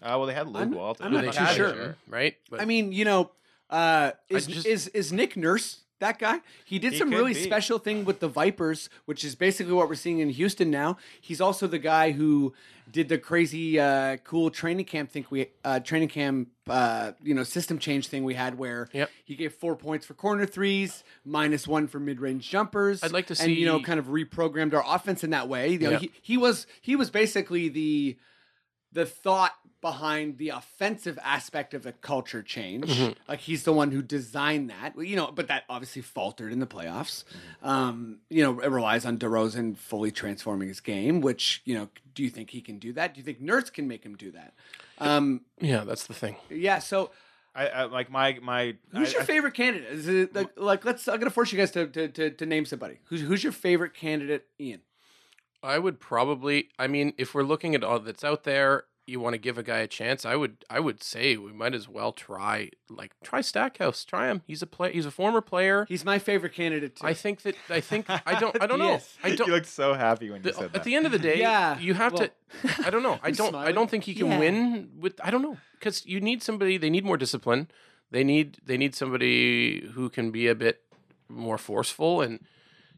Speaker 5: uh, well they had Luke
Speaker 4: I'm-
Speaker 5: Walton.
Speaker 4: I'm not
Speaker 2: They
Speaker 4: too
Speaker 2: had
Speaker 4: sure.
Speaker 2: him, right? But
Speaker 4: I mean, you know, uh, is,
Speaker 2: just-
Speaker 4: is is Nick Nurse that guy? He did
Speaker 5: He
Speaker 4: some
Speaker 5: could
Speaker 4: really
Speaker 5: be.
Speaker 4: special thing with the Vipers, which is basically what we're seeing in Houston now. He's also the guy who did the crazy, uh, cool training camp thing we uh, training camp uh, you know system change thing we had where
Speaker 2: Yep.
Speaker 4: he gave four points for corner threes, minus one for mid range jumpers.
Speaker 2: I'd like to
Speaker 4: and, you know
Speaker 2: see-
Speaker 4: kind of reprogrammed our offense in that way. You know,
Speaker 2: Yeah.
Speaker 4: he, he was he was basically the the thought behind the offensive aspect of the culture change.
Speaker 2: Mm-hmm.
Speaker 4: Like he's the one who designed that, Well, you know, but that obviously faltered in the playoffs.
Speaker 2: Mm-hmm.
Speaker 4: Um, you know, it relies on DeRozan fully transforming his game, which, you know, do you think he can do that? Do you think Nurse can make him do that? Um,
Speaker 2: yeah, that's the thing.
Speaker 4: yeah, so
Speaker 5: I, I like my my.
Speaker 4: who's
Speaker 5: I-
Speaker 4: your
Speaker 5: I-
Speaker 4: favorite candidate? Is it like, like let's I'm gonna force you guys to to, to, to name somebody. Who's who's your favorite candidate, Ian?
Speaker 2: I would probably. I mean, if we're looking at all that's out there, you want to give a guy a chance. I would. I would say we might as well try. Like try Stackhouse. Try him. He's a play. He's a former player.
Speaker 4: He's my favorite candidate too.
Speaker 2: I think that. I
Speaker 5: [LAUGHS]
Speaker 2: think. I don't. I don't know.
Speaker 4: Yes.
Speaker 2: I don't.
Speaker 5: you looked so happy when you
Speaker 2: the-
Speaker 5: said that.
Speaker 2: at the end of the day,
Speaker 4: Yeah,
Speaker 2: you have to. I don't know. I
Speaker 4: You
Speaker 2: don't. I
Speaker 4: smiling?
Speaker 2: don't think he can
Speaker 4: Yeah.
Speaker 2: win with. I don't know because you need somebody. They need more discipline. They need. They need somebody who can be a bit more forceful and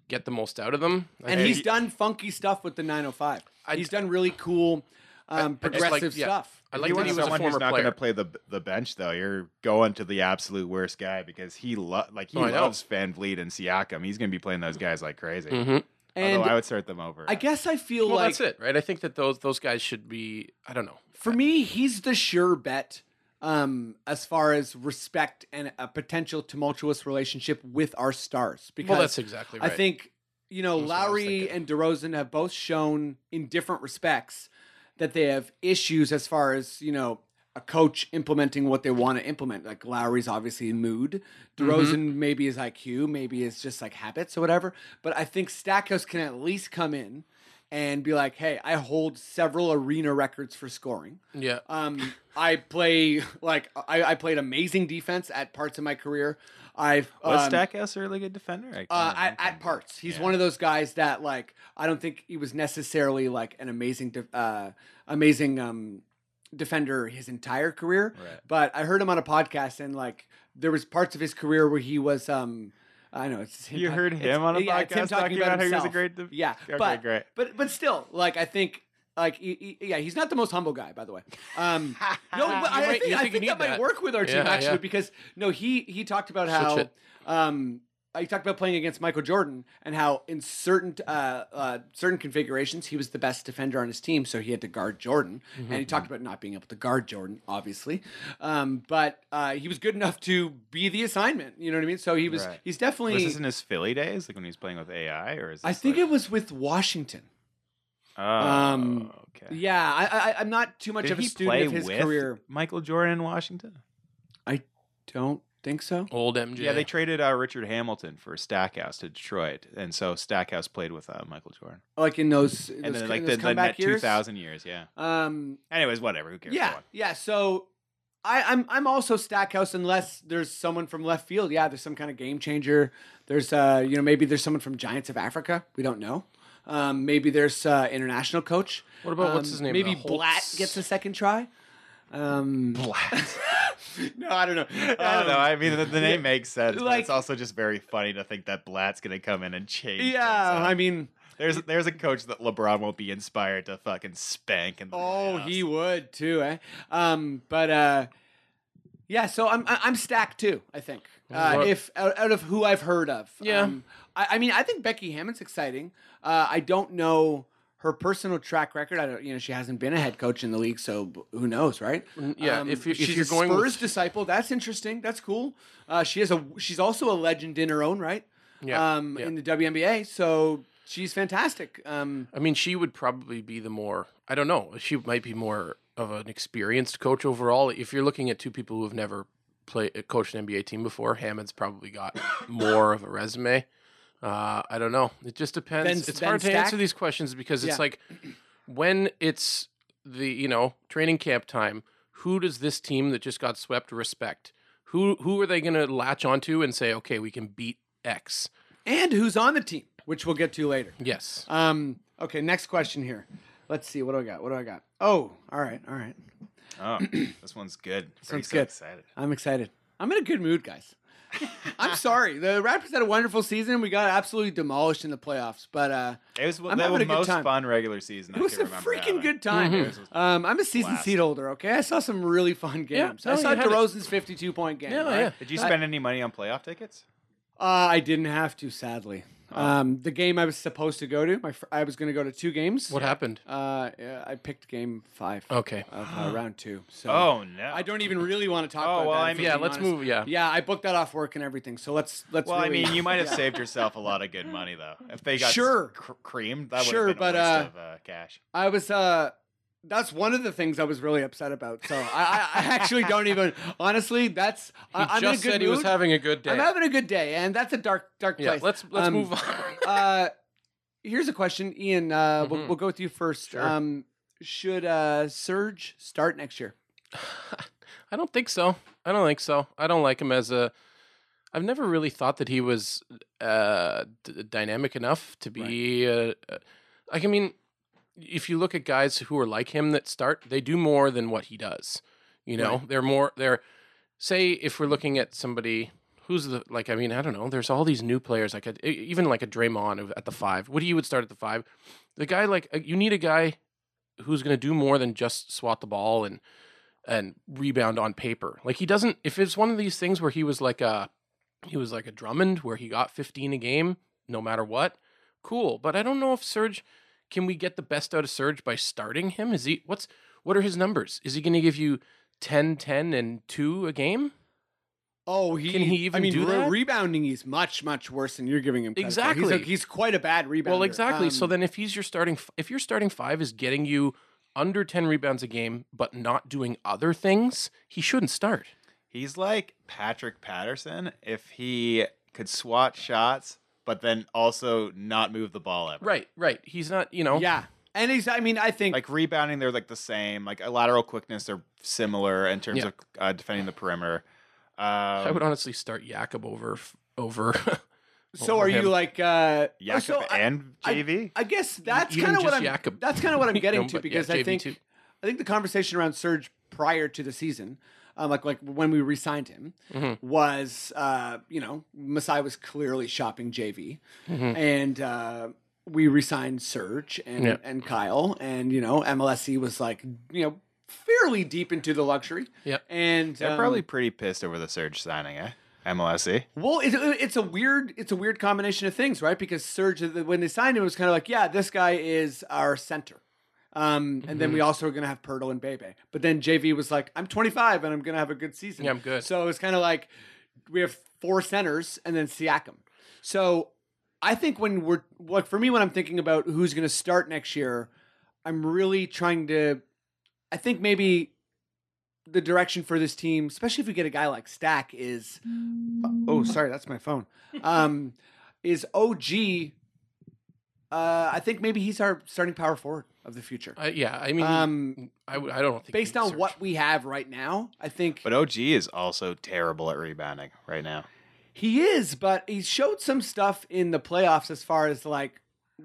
Speaker 2: get the most out of them.
Speaker 4: [LAUGHS]
Speaker 2: I
Speaker 4: and
Speaker 2: think-
Speaker 4: he's done funky stuff with the 905.
Speaker 2: I-
Speaker 4: he's done really cool, um,
Speaker 2: I just like-
Speaker 4: progressive
Speaker 2: yeah.
Speaker 4: stuff.
Speaker 2: I
Speaker 5: If
Speaker 2: like
Speaker 5: you
Speaker 2: that
Speaker 5: want
Speaker 2: he was a
Speaker 5: someone who's
Speaker 2: former
Speaker 5: not going
Speaker 2: player.
Speaker 5: to play the the bench though. You're going to the absolute worst guy because he lo- like he
Speaker 2: Oh, I know.
Speaker 5: loves Van Vliet and Siakam. He's going to be playing those guys like crazy.
Speaker 2: Mhm.
Speaker 4: And
Speaker 5: Although I
Speaker 4: I,
Speaker 5: would start them over.
Speaker 4: guess I feel
Speaker 2: Well,
Speaker 4: like
Speaker 2: that's it, right? I think that those those guys should be. I don't know.
Speaker 4: for me, he's the sure bet um, as far as respect and a potential tumultuous relationship with our stars. Because
Speaker 2: Well, that's exactly right.
Speaker 4: I think you know
Speaker 2: That's what I was
Speaker 4: Lowry
Speaker 2: thinking.
Speaker 4: and DeRozan have both shown in different respects that they have issues as far as you know a coach implementing what they want to implement. Like Lowry's obviously in mood.
Speaker 2: Mm-hmm.
Speaker 4: DeRozan maybe his IQ, maybe it's just like habits or whatever. But I think Stackhouse can at least come in and be like, "Hey, I hold several arena records for scoring."
Speaker 2: Yeah. [LAUGHS]
Speaker 4: Um, I play like I, I played amazing defense at parts of my career. I've
Speaker 5: was
Speaker 4: um,
Speaker 5: Stackhouse a really good defender? I can't
Speaker 4: uh, at,
Speaker 5: remember.
Speaker 4: at parts. He's
Speaker 5: Yeah.
Speaker 4: one of those guys that like I don't think he was necessarily like an amazing def- uh amazing um defender his entire career,
Speaker 5: Right.
Speaker 4: but I heard him on a podcast and like there was parts of his career where he was um I know it's him
Speaker 5: You
Speaker 4: talk-
Speaker 5: heard
Speaker 4: it's-
Speaker 5: him on a
Speaker 4: yeah, it's him
Speaker 5: podcast talking about how he was a
Speaker 4: himself.
Speaker 5: great def-
Speaker 4: yeah,
Speaker 5: Okay,
Speaker 4: but
Speaker 5: great.
Speaker 4: but but still like I think like he, he- yeah he's not the most humble guy by the way.
Speaker 5: [LAUGHS]
Speaker 4: Um [LAUGHS] no, but I,
Speaker 2: You're right,
Speaker 4: I think,
Speaker 2: you
Speaker 4: I
Speaker 2: think
Speaker 4: think
Speaker 2: you
Speaker 4: that,
Speaker 2: need
Speaker 4: might
Speaker 2: that.
Speaker 4: work with our team
Speaker 2: Yeah,
Speaker 4: actually
Speaker 2: yeah.
Speaker 4: because no he he talked about
Speaker 2: Switch
Speaker 4: how
Speaker 2: it.
Speaker 4: um he talked about playing against Michael Jordan and how in certain uh, uh, certain configurations he was the best defender on his team, so he had to guard Jordan. And he talked about not being able to guard Jordan, obviously, um, but uh, he was good enough to be the assignment. You know what I mean? So he was
Speaker 5: Right.
Speaker 4: he's definitely.
Speaker 5: Was this in his Philly days, like when he was playing with AI, or is this
Speaker 4: I think
Speaker 5: like,
Speaker 4: it was with Washington.
Speaker 5: Oh,
Speaker 4: um,
Speaker 5: okay.
Speaker 4: Yeah, I, I, I'm not too much
Speaker 5: Did
Speaker 4: of a
Speaker 5: he
Speaker 4: student
Speaker 5: play
Speaker 4: of his
Speaker 5: with
Speaker 4: career.
Speaker 5: Michael Jordan in Washington?
Speaker 4: Don't think so.
Speaker 2: Old MJ.
Speaker 5: Yeah, they traded uh, Richard Hamilton for Stackhouse to Detroit, and so Stackhouse played with uh, Michael Jordan,
Speaker 4: Like in those, in
Speaker 5: and
Speaker 4: those,
Speaker 5: then
Speaker 4: co- in
Speaker 5: like
Speaker 4: those
Speaker 5: the, the
Speaker 4: comeback
Speaker 5: net two
Speaker 4: years.
Speaker 5: thousand years. Yeah.
Speaker 4: Um,
Speaker 5: Anyways, whatever. Who cares?
Speaker 4: Yeah, [LAUGHS]
Speaker 5: Go on.
Speaker 4: yeah. So I, I'm I'm also Stackhouse unless there's someone from left field. Yeah, there's some kind of game changer. There's uh, you know, maybe there's someone from Giants of Africa. We don't know. Um, maybe there's uh, international coach.
Speaker 2: What about what's
Speaker 4: Um,
Speaker 2: his name?
Speaker 4: Maybe
Speaker 2: The Holtz-
Speaker 4: Blatt gets a second try. Um, [LAUGHS] no, I don't know.
Speaker 5: [LAUGHS] I don't know.
Speaker 4: Um,
Speaker 5: I mean, the, the name makes sense. but
Speaker 4: like-
Speaker 5: it's also just very funny to think that Blatt's going to come in and change. things
Speaker 4: yeah,
Speaker 5: up.
Speaker 4: I mean,
Speaker 5: there's there's a coach that LeBron won't be inspired to fucking spank. In the
Speaker 4: Oh,
Speaker 5: playoffs.
Speaker 4: he would too, eh? Um, but uh, yeah. So I'm I- I'm stacked too. I think uh,
Speaker 2: What-
Speaker 4: if out, out of who I've heard of,
Speaker 2: Yeah.
Speaker 4: Um, I, I mean, I think Becky Hammond's exciting. Uh, I don't know her personal track record. I don't, you know, she hasn't been a head coach in the league, so b- who knows, right?
Speaker 2: Mm,
Speaker 4: Um,
Speaker 2: yeah, if you- if
Speaker 4: she's
Speaker 2: you're
Speaker 4: a
Speaker 2: going
Speaker 4: Spurs
Speaker 2: with-
Speaker 4: disciple, that's interesting. That's cool. Uh, she has a she's also a legend in her own right.
Speaker 2: Yeah,
Speaker 4: um,
Speaker 2: yeah.
Speaker 4: in the WNBA, so she's fantastic. Um,
Speaker 2: I mean, she would probably be the more. I don't know. She might be more of an experienced coach overall. If you're looking at two people who have never played coached an NBA team before, Hammond's probably got more of a resume. Uh, I don't know. It just depends.
Speaker 4: Ben-
Speaker 2: it's
Speaker 4: Ben
Speaker 2: hard to
Speaker 4: Stack?
Speaker 2: answer these questions because
Speaker 4: Yeah.
Speaker 2: it's like when it's the you know training camp time. Who does this team that just got swept respect? Who who are they going to latch onto and say, okay, we can beat X?
Speaker 4: and who's on the team, which we'll get to later.
Speaker 2: Yes.
Speaker 4: Um. Okay. Next question here. Let's see. What do I got? What do I got? Oh. All right. All right. [CLEARS THROAT]
Speaker 5: Oh, this one's good. This
Speaker 4: one's good.
Speaker 5: Excited.
Speaker 4: I'm excited. I'm in a good mood, guys. [LAUGHS] I'm sorry. The Raptors had a wonderful season. We got absolutely demolished in the playoffs, but uh,
Speaker 5: It was
Speaker 4: I'm
Speaker 5: the
Speaker 4: having a
Speaker 5: most
Speaker 4: good time.
Speaker 5: fun regular season.
Speaker 4: it was
Speaker 5: I
Speaker 4: a
Speaker 5: can remember
Speaker 4: freaking
Speaker 5: having.
Speaker 4: good time.
Speaker 5: It was-
Speaker 2: Mm-hmm.
Speaker 4: Um, I'm a season
Speaker 5: Blast.
Speaker 4: seat holder. Okay, I saw some really fun games. I
Speaker 2: no,
Speaker 4: saw
Speaker 2: you had it.
Speaker 4: DeRozan's 52 point game.
Speaker 2: Yeah,
Speaker 4: right?
Speaker 2: yeah.
Speaker 5: Did you spend any money on playoff tickets?
Speaker 4: Uh, I didn't have to, sadly.
Speaker 5: Oh.
Speaker 4: Um, the game I was supposed to go to, my fr- I was going to go to two games.
Speaker 2: What happened?
Speaker 4: Uh, yeah, I picked game five
Speaker 2: Okay.
Speaker 4: of uh, round two. So
Speaker 5: Oh no!
Speaker 4: I don't even really want to talk
Speaker 5: Oh,
Speaker 4: about
Speaker 5: well,
Speaker 4: that.
Speaker 5: I
Speaker 4: if
Speaker 5: mean-
Speaker 4: I'm
Speaker 2: Yeah,
Speaker 4: being
Speaker 2: let's
Speaker 4: honest.
Speaker 2: move. Yeah.
Speaker 4: Yeah, I booked that off work and everything. So let's let's.
Speaker 5: Well,
Speaker 4: really- [LAUGHS]
Speaker 5: I mean, you might have saved yourself a lot of good money though. If they got
Speaker 4: Sure.
Speaker 5: cr- creamed, that would
Speaker 4: Sure,
Speaker 5: have been
Speaker 4: but,
Speaker 5: a
Speaker 4: uh,
Speaker 5: waste of uh, cash.
Speaker 4: I was uh that's one of the things I was really upset about. So I, I, I actually don't even honestly. That's I,
Speaker 2: He
Speaker 4: I'm
Speaker 2: just
Speaker 4: in a good
Speaker 2: said he was
Speaker 4: mood.
Speaker 2: having a good day.
Speaker 4: I'm having a good day, and that's a dark dark
Speaker 2: yeah,
Speaker 4: place.
Speaker 2: let's let's
Speaker 4: Um,
Speaker 2: move on. [LAUGHS]
Speaker 4: uh, here's a question, Ian. Uh, we'll,
Speaker 2: Mhm.
Speaker 4: we'll go with you first.
Speaker 2: Sure.
Speaker 4: Um, should uh, Surge start next year?
Speaker 2: I don't think so. I don't think so. I don't like him as a. I've never really thought that he was uh, d- dynamic enough to be. Uh, uh, like, I mean, if you look at guys who are like him that start, they do more than what he does. You know, they're more. They're say if we're looking at somebody who's the like. I mean, I don't know. There's all these new players. Like a, e- even like a Draymond of- at the five. What he would start at the five. The guy like uh, you need a guy who's going to do more than just swat the ball and and rebound on paper. Like he doesn't. If it's one of these things where he was like a he was like a Drummond where he got 15 a game no matter what, cool. But I don't know if Serge can we get the best out of Serge by starting him? Is he what's what are his numbers? Is he going to give you 10, 10, and two a game?
Speaker 4: Oh, he
Speaker 2: Can he even
Speaker 4: I mean,
Speaker 2: do that?
Speaker 4: rebounding is much much worse than you're giving him. credit for. He's
Speaker 2: Exactly.
Speaker 4: a- He's, quite a bad rebounder.
Speaker 2: Well, exactly.
Speaker 4: Um,
Speaker 2: so then, if he's your starting, f- if your starting five is getting you under ten rebounds a game, but not doing other things, he shouldn't start.
Speaker 5: He's like Patrick Patterson if he could swat shots, but then also not move the ball ever.
Speaker 2: Right, right. He's not. You know.
Speaker 4: yeah, and he's. I mean, I think
Speaker 5: Like rebounding, they're like the same. Like a lateral quickness, they're similar in terms
Speaker 2: Yeah.
Speaker 5: of uh, defending the perimeter. Um,
Speaker 2: I would honestly start Jakob over f- over. [LAUGHS]
Speaker 4: so.
Speaker 2: over
Speaker 4: Are
Speaker 2: him.
Speaker 4: you like? uh
Speaker 5: Jakob
Speaker 4: so I-
Speaker 5: and
Speaker 4: I-
Speaker 5: JV.
Speaker 4: I guess that's
Speaker 2: Even
Speaker 4: kind of what
Speaker 2: just
Speaker 4: I'm.
Speaker 2: Jakob.
Speaker 4: That's kind of what
Speaker 2: [LAUGHS]
Speaker 4: I'm
Speaker 2: You
Speaker 4: getting
Speaker 2: know,
Speaker 4: to
Speaker 2: but yeah,
Speaker 4: because I
Speaker 2: JV
Speaker 4: think
Speaker 2: too.
Speaker 4: I think the conversation around Serge prior to the season, um, like like when we re-signed him,
Speaker 2: Mm-hmm.
Speaker 4: was uh, you know Masai was clearly shopping JV,
Speaker 5: Mm-hmm.
Speaker 4: and uh, we re-signed Serge and
Speaker 2: Mm. Yeah.
Speaker 4: and Kyle, and you know MLSC was like you know fairly deep into the luxury.
Speaker 2: Yep.
Speaker 4: and
Speaker 5: They're
Speaker 4: um,
Speaker 5: probably pretty pissed over the Surge signing, eh? MLSE.
Speaker 4: well, it's, it's a weird, it's a weird combination of things, right? Because Serge, when they signed him, it was kind of like, yeah, this guy is our center, um, and then
Speaker 2: Mm-hmm.
Speaker 4: we also are going to have Pirtle and Bebe. But then JV was like, I'm 25 and I'm going to have a good season.
Speaker 2: Yeah, I'm good.
Speaker 4: So it's kind of like we have four centers and then Siakam. So I think when we're like for me, when I'm thinking about who's going to start next year, I'm really trying to. I think maybe the direction for this team, especially if we get a guy like Stack, is oh sorry, that's my phone. Um, [LAUGHS] is OG. Uh, I think maybe he's our starting power forward of the future.
Speaker 2: I, yeah. I mean,
Speaker 4: Um,
Speaker 2: I w- I don't think
Speaker 4: based
Speaker 2: he'd
Speaker 4: on
Speaker 2: Serge.
Speaker 4: what we have right now, I think
Speaker 2: uh,
Speaker 5: But OG is also terrible at rebounding right now.
Speaker 4: He is, but he showed some stuff in the playoffs as far as like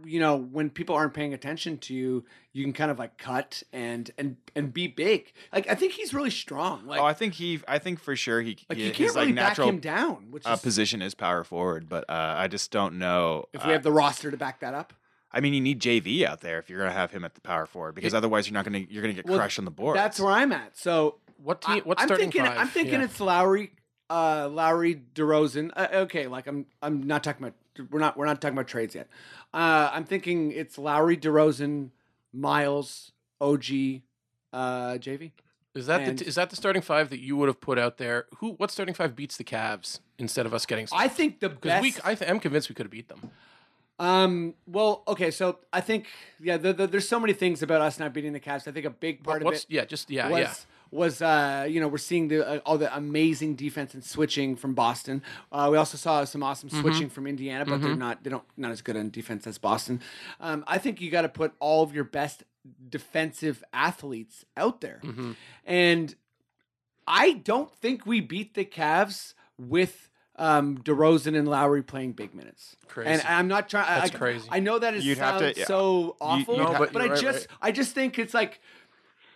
Speaker 4: you know when people aren't paying attention to you, you can kind of like cut and and and be big. Like I think he's really strong. Like
Speaker 5: oh, I think he. I think for sure he.
Speaker 4: like
Speaker 5: he-
Speaker 4: you
Speaker 5: his
Speaker 4: can't really
Speaker 5: like
Speaker 4: back
Speaker 5: natural
Speaker 4: him down, which
Speaker 5: uh,
Speaker 4: is
Speaker 5: position is power forward, but uh, I just don't know.
Speaker 4: if
Speaker 5: uh,
Speaker 4: we have the roster to back that up.
Speaker 5: I mean, you need JV out there if you're going to have him at the power forward, because otherwise you're not going to you're going to get
Speaker 4: Well,
Speaker 5: crushed on the board.
Speaker 4: That's where I'm at. So
Speaker 2: What team?
Speaker 4: I-
Speaker 2: what
Speaker 4: I'm
Speaker 2: starting
Speaker 4: thinking.
Speaker 2: five?
Speaker 4: I'm thinking
Speaker 2: Yeah.
Speaker 4: it's Lowry, uh, Lowry, DeRozan. Uh, okay, like I'm. I'm not talking about. We're not. We're not talking about trades yet. Uh, I'm thinking it's Lowry, DeRozan, Miles, OG, uh, JV.
Speaker 2: Is that the
Speaker 4: and-
Speaker 2: t- is that the starting five that you would have put out there? Who? What starting five beats the Cavs instead of us getting?
Speaker 4: I think the best.
Speaker 2: because we, I th- I'm convinced we could have beat them.
Speaker 4: um. Well. Okay. So I think. Yeah. The, the, there's so many things about us not beating the Cavs. I think a big part of
Speaker 2: What's
Speaker 4: it.
Speaker 2: yeah? Just yeah,
Speaker 4: was
Speaker 2: yeah.
Speaker 4: was uh, you know we're seeing the uh, all the amazing defense and switching from Boston. Uh, we also saw some awesome
Speaker 2: Mm-hmm.
Speaker 4: switching from Indiana, but they're not they don't not as good on defense as Boston. Um, I think you got to put all of your best defensive athletes out there,
Speaker 2: Mm-hmm.
Speaker 4: and I don't think we beat the Cavs with. Um, DeRozan and Lowry playing big minutes,
Speaker 2: Crazy.
Speaker 4: and I'm not trying.
Speaker 2: That's
Speaker 4: I,
Speaker 2: crazy.
Speaker 4: I know that it
Speaker 5: You'd have
Speaker 4: sounds
Speaker 5: to- yeah.
Speaker 4: so awful,
Speaker 5: you'd
Speaker 2: ha-
Speaker 4: but,
Speaker 2: No, but
Speaker 4: I
Speaker 2: you're right,
Speaker 4: just I just think it's like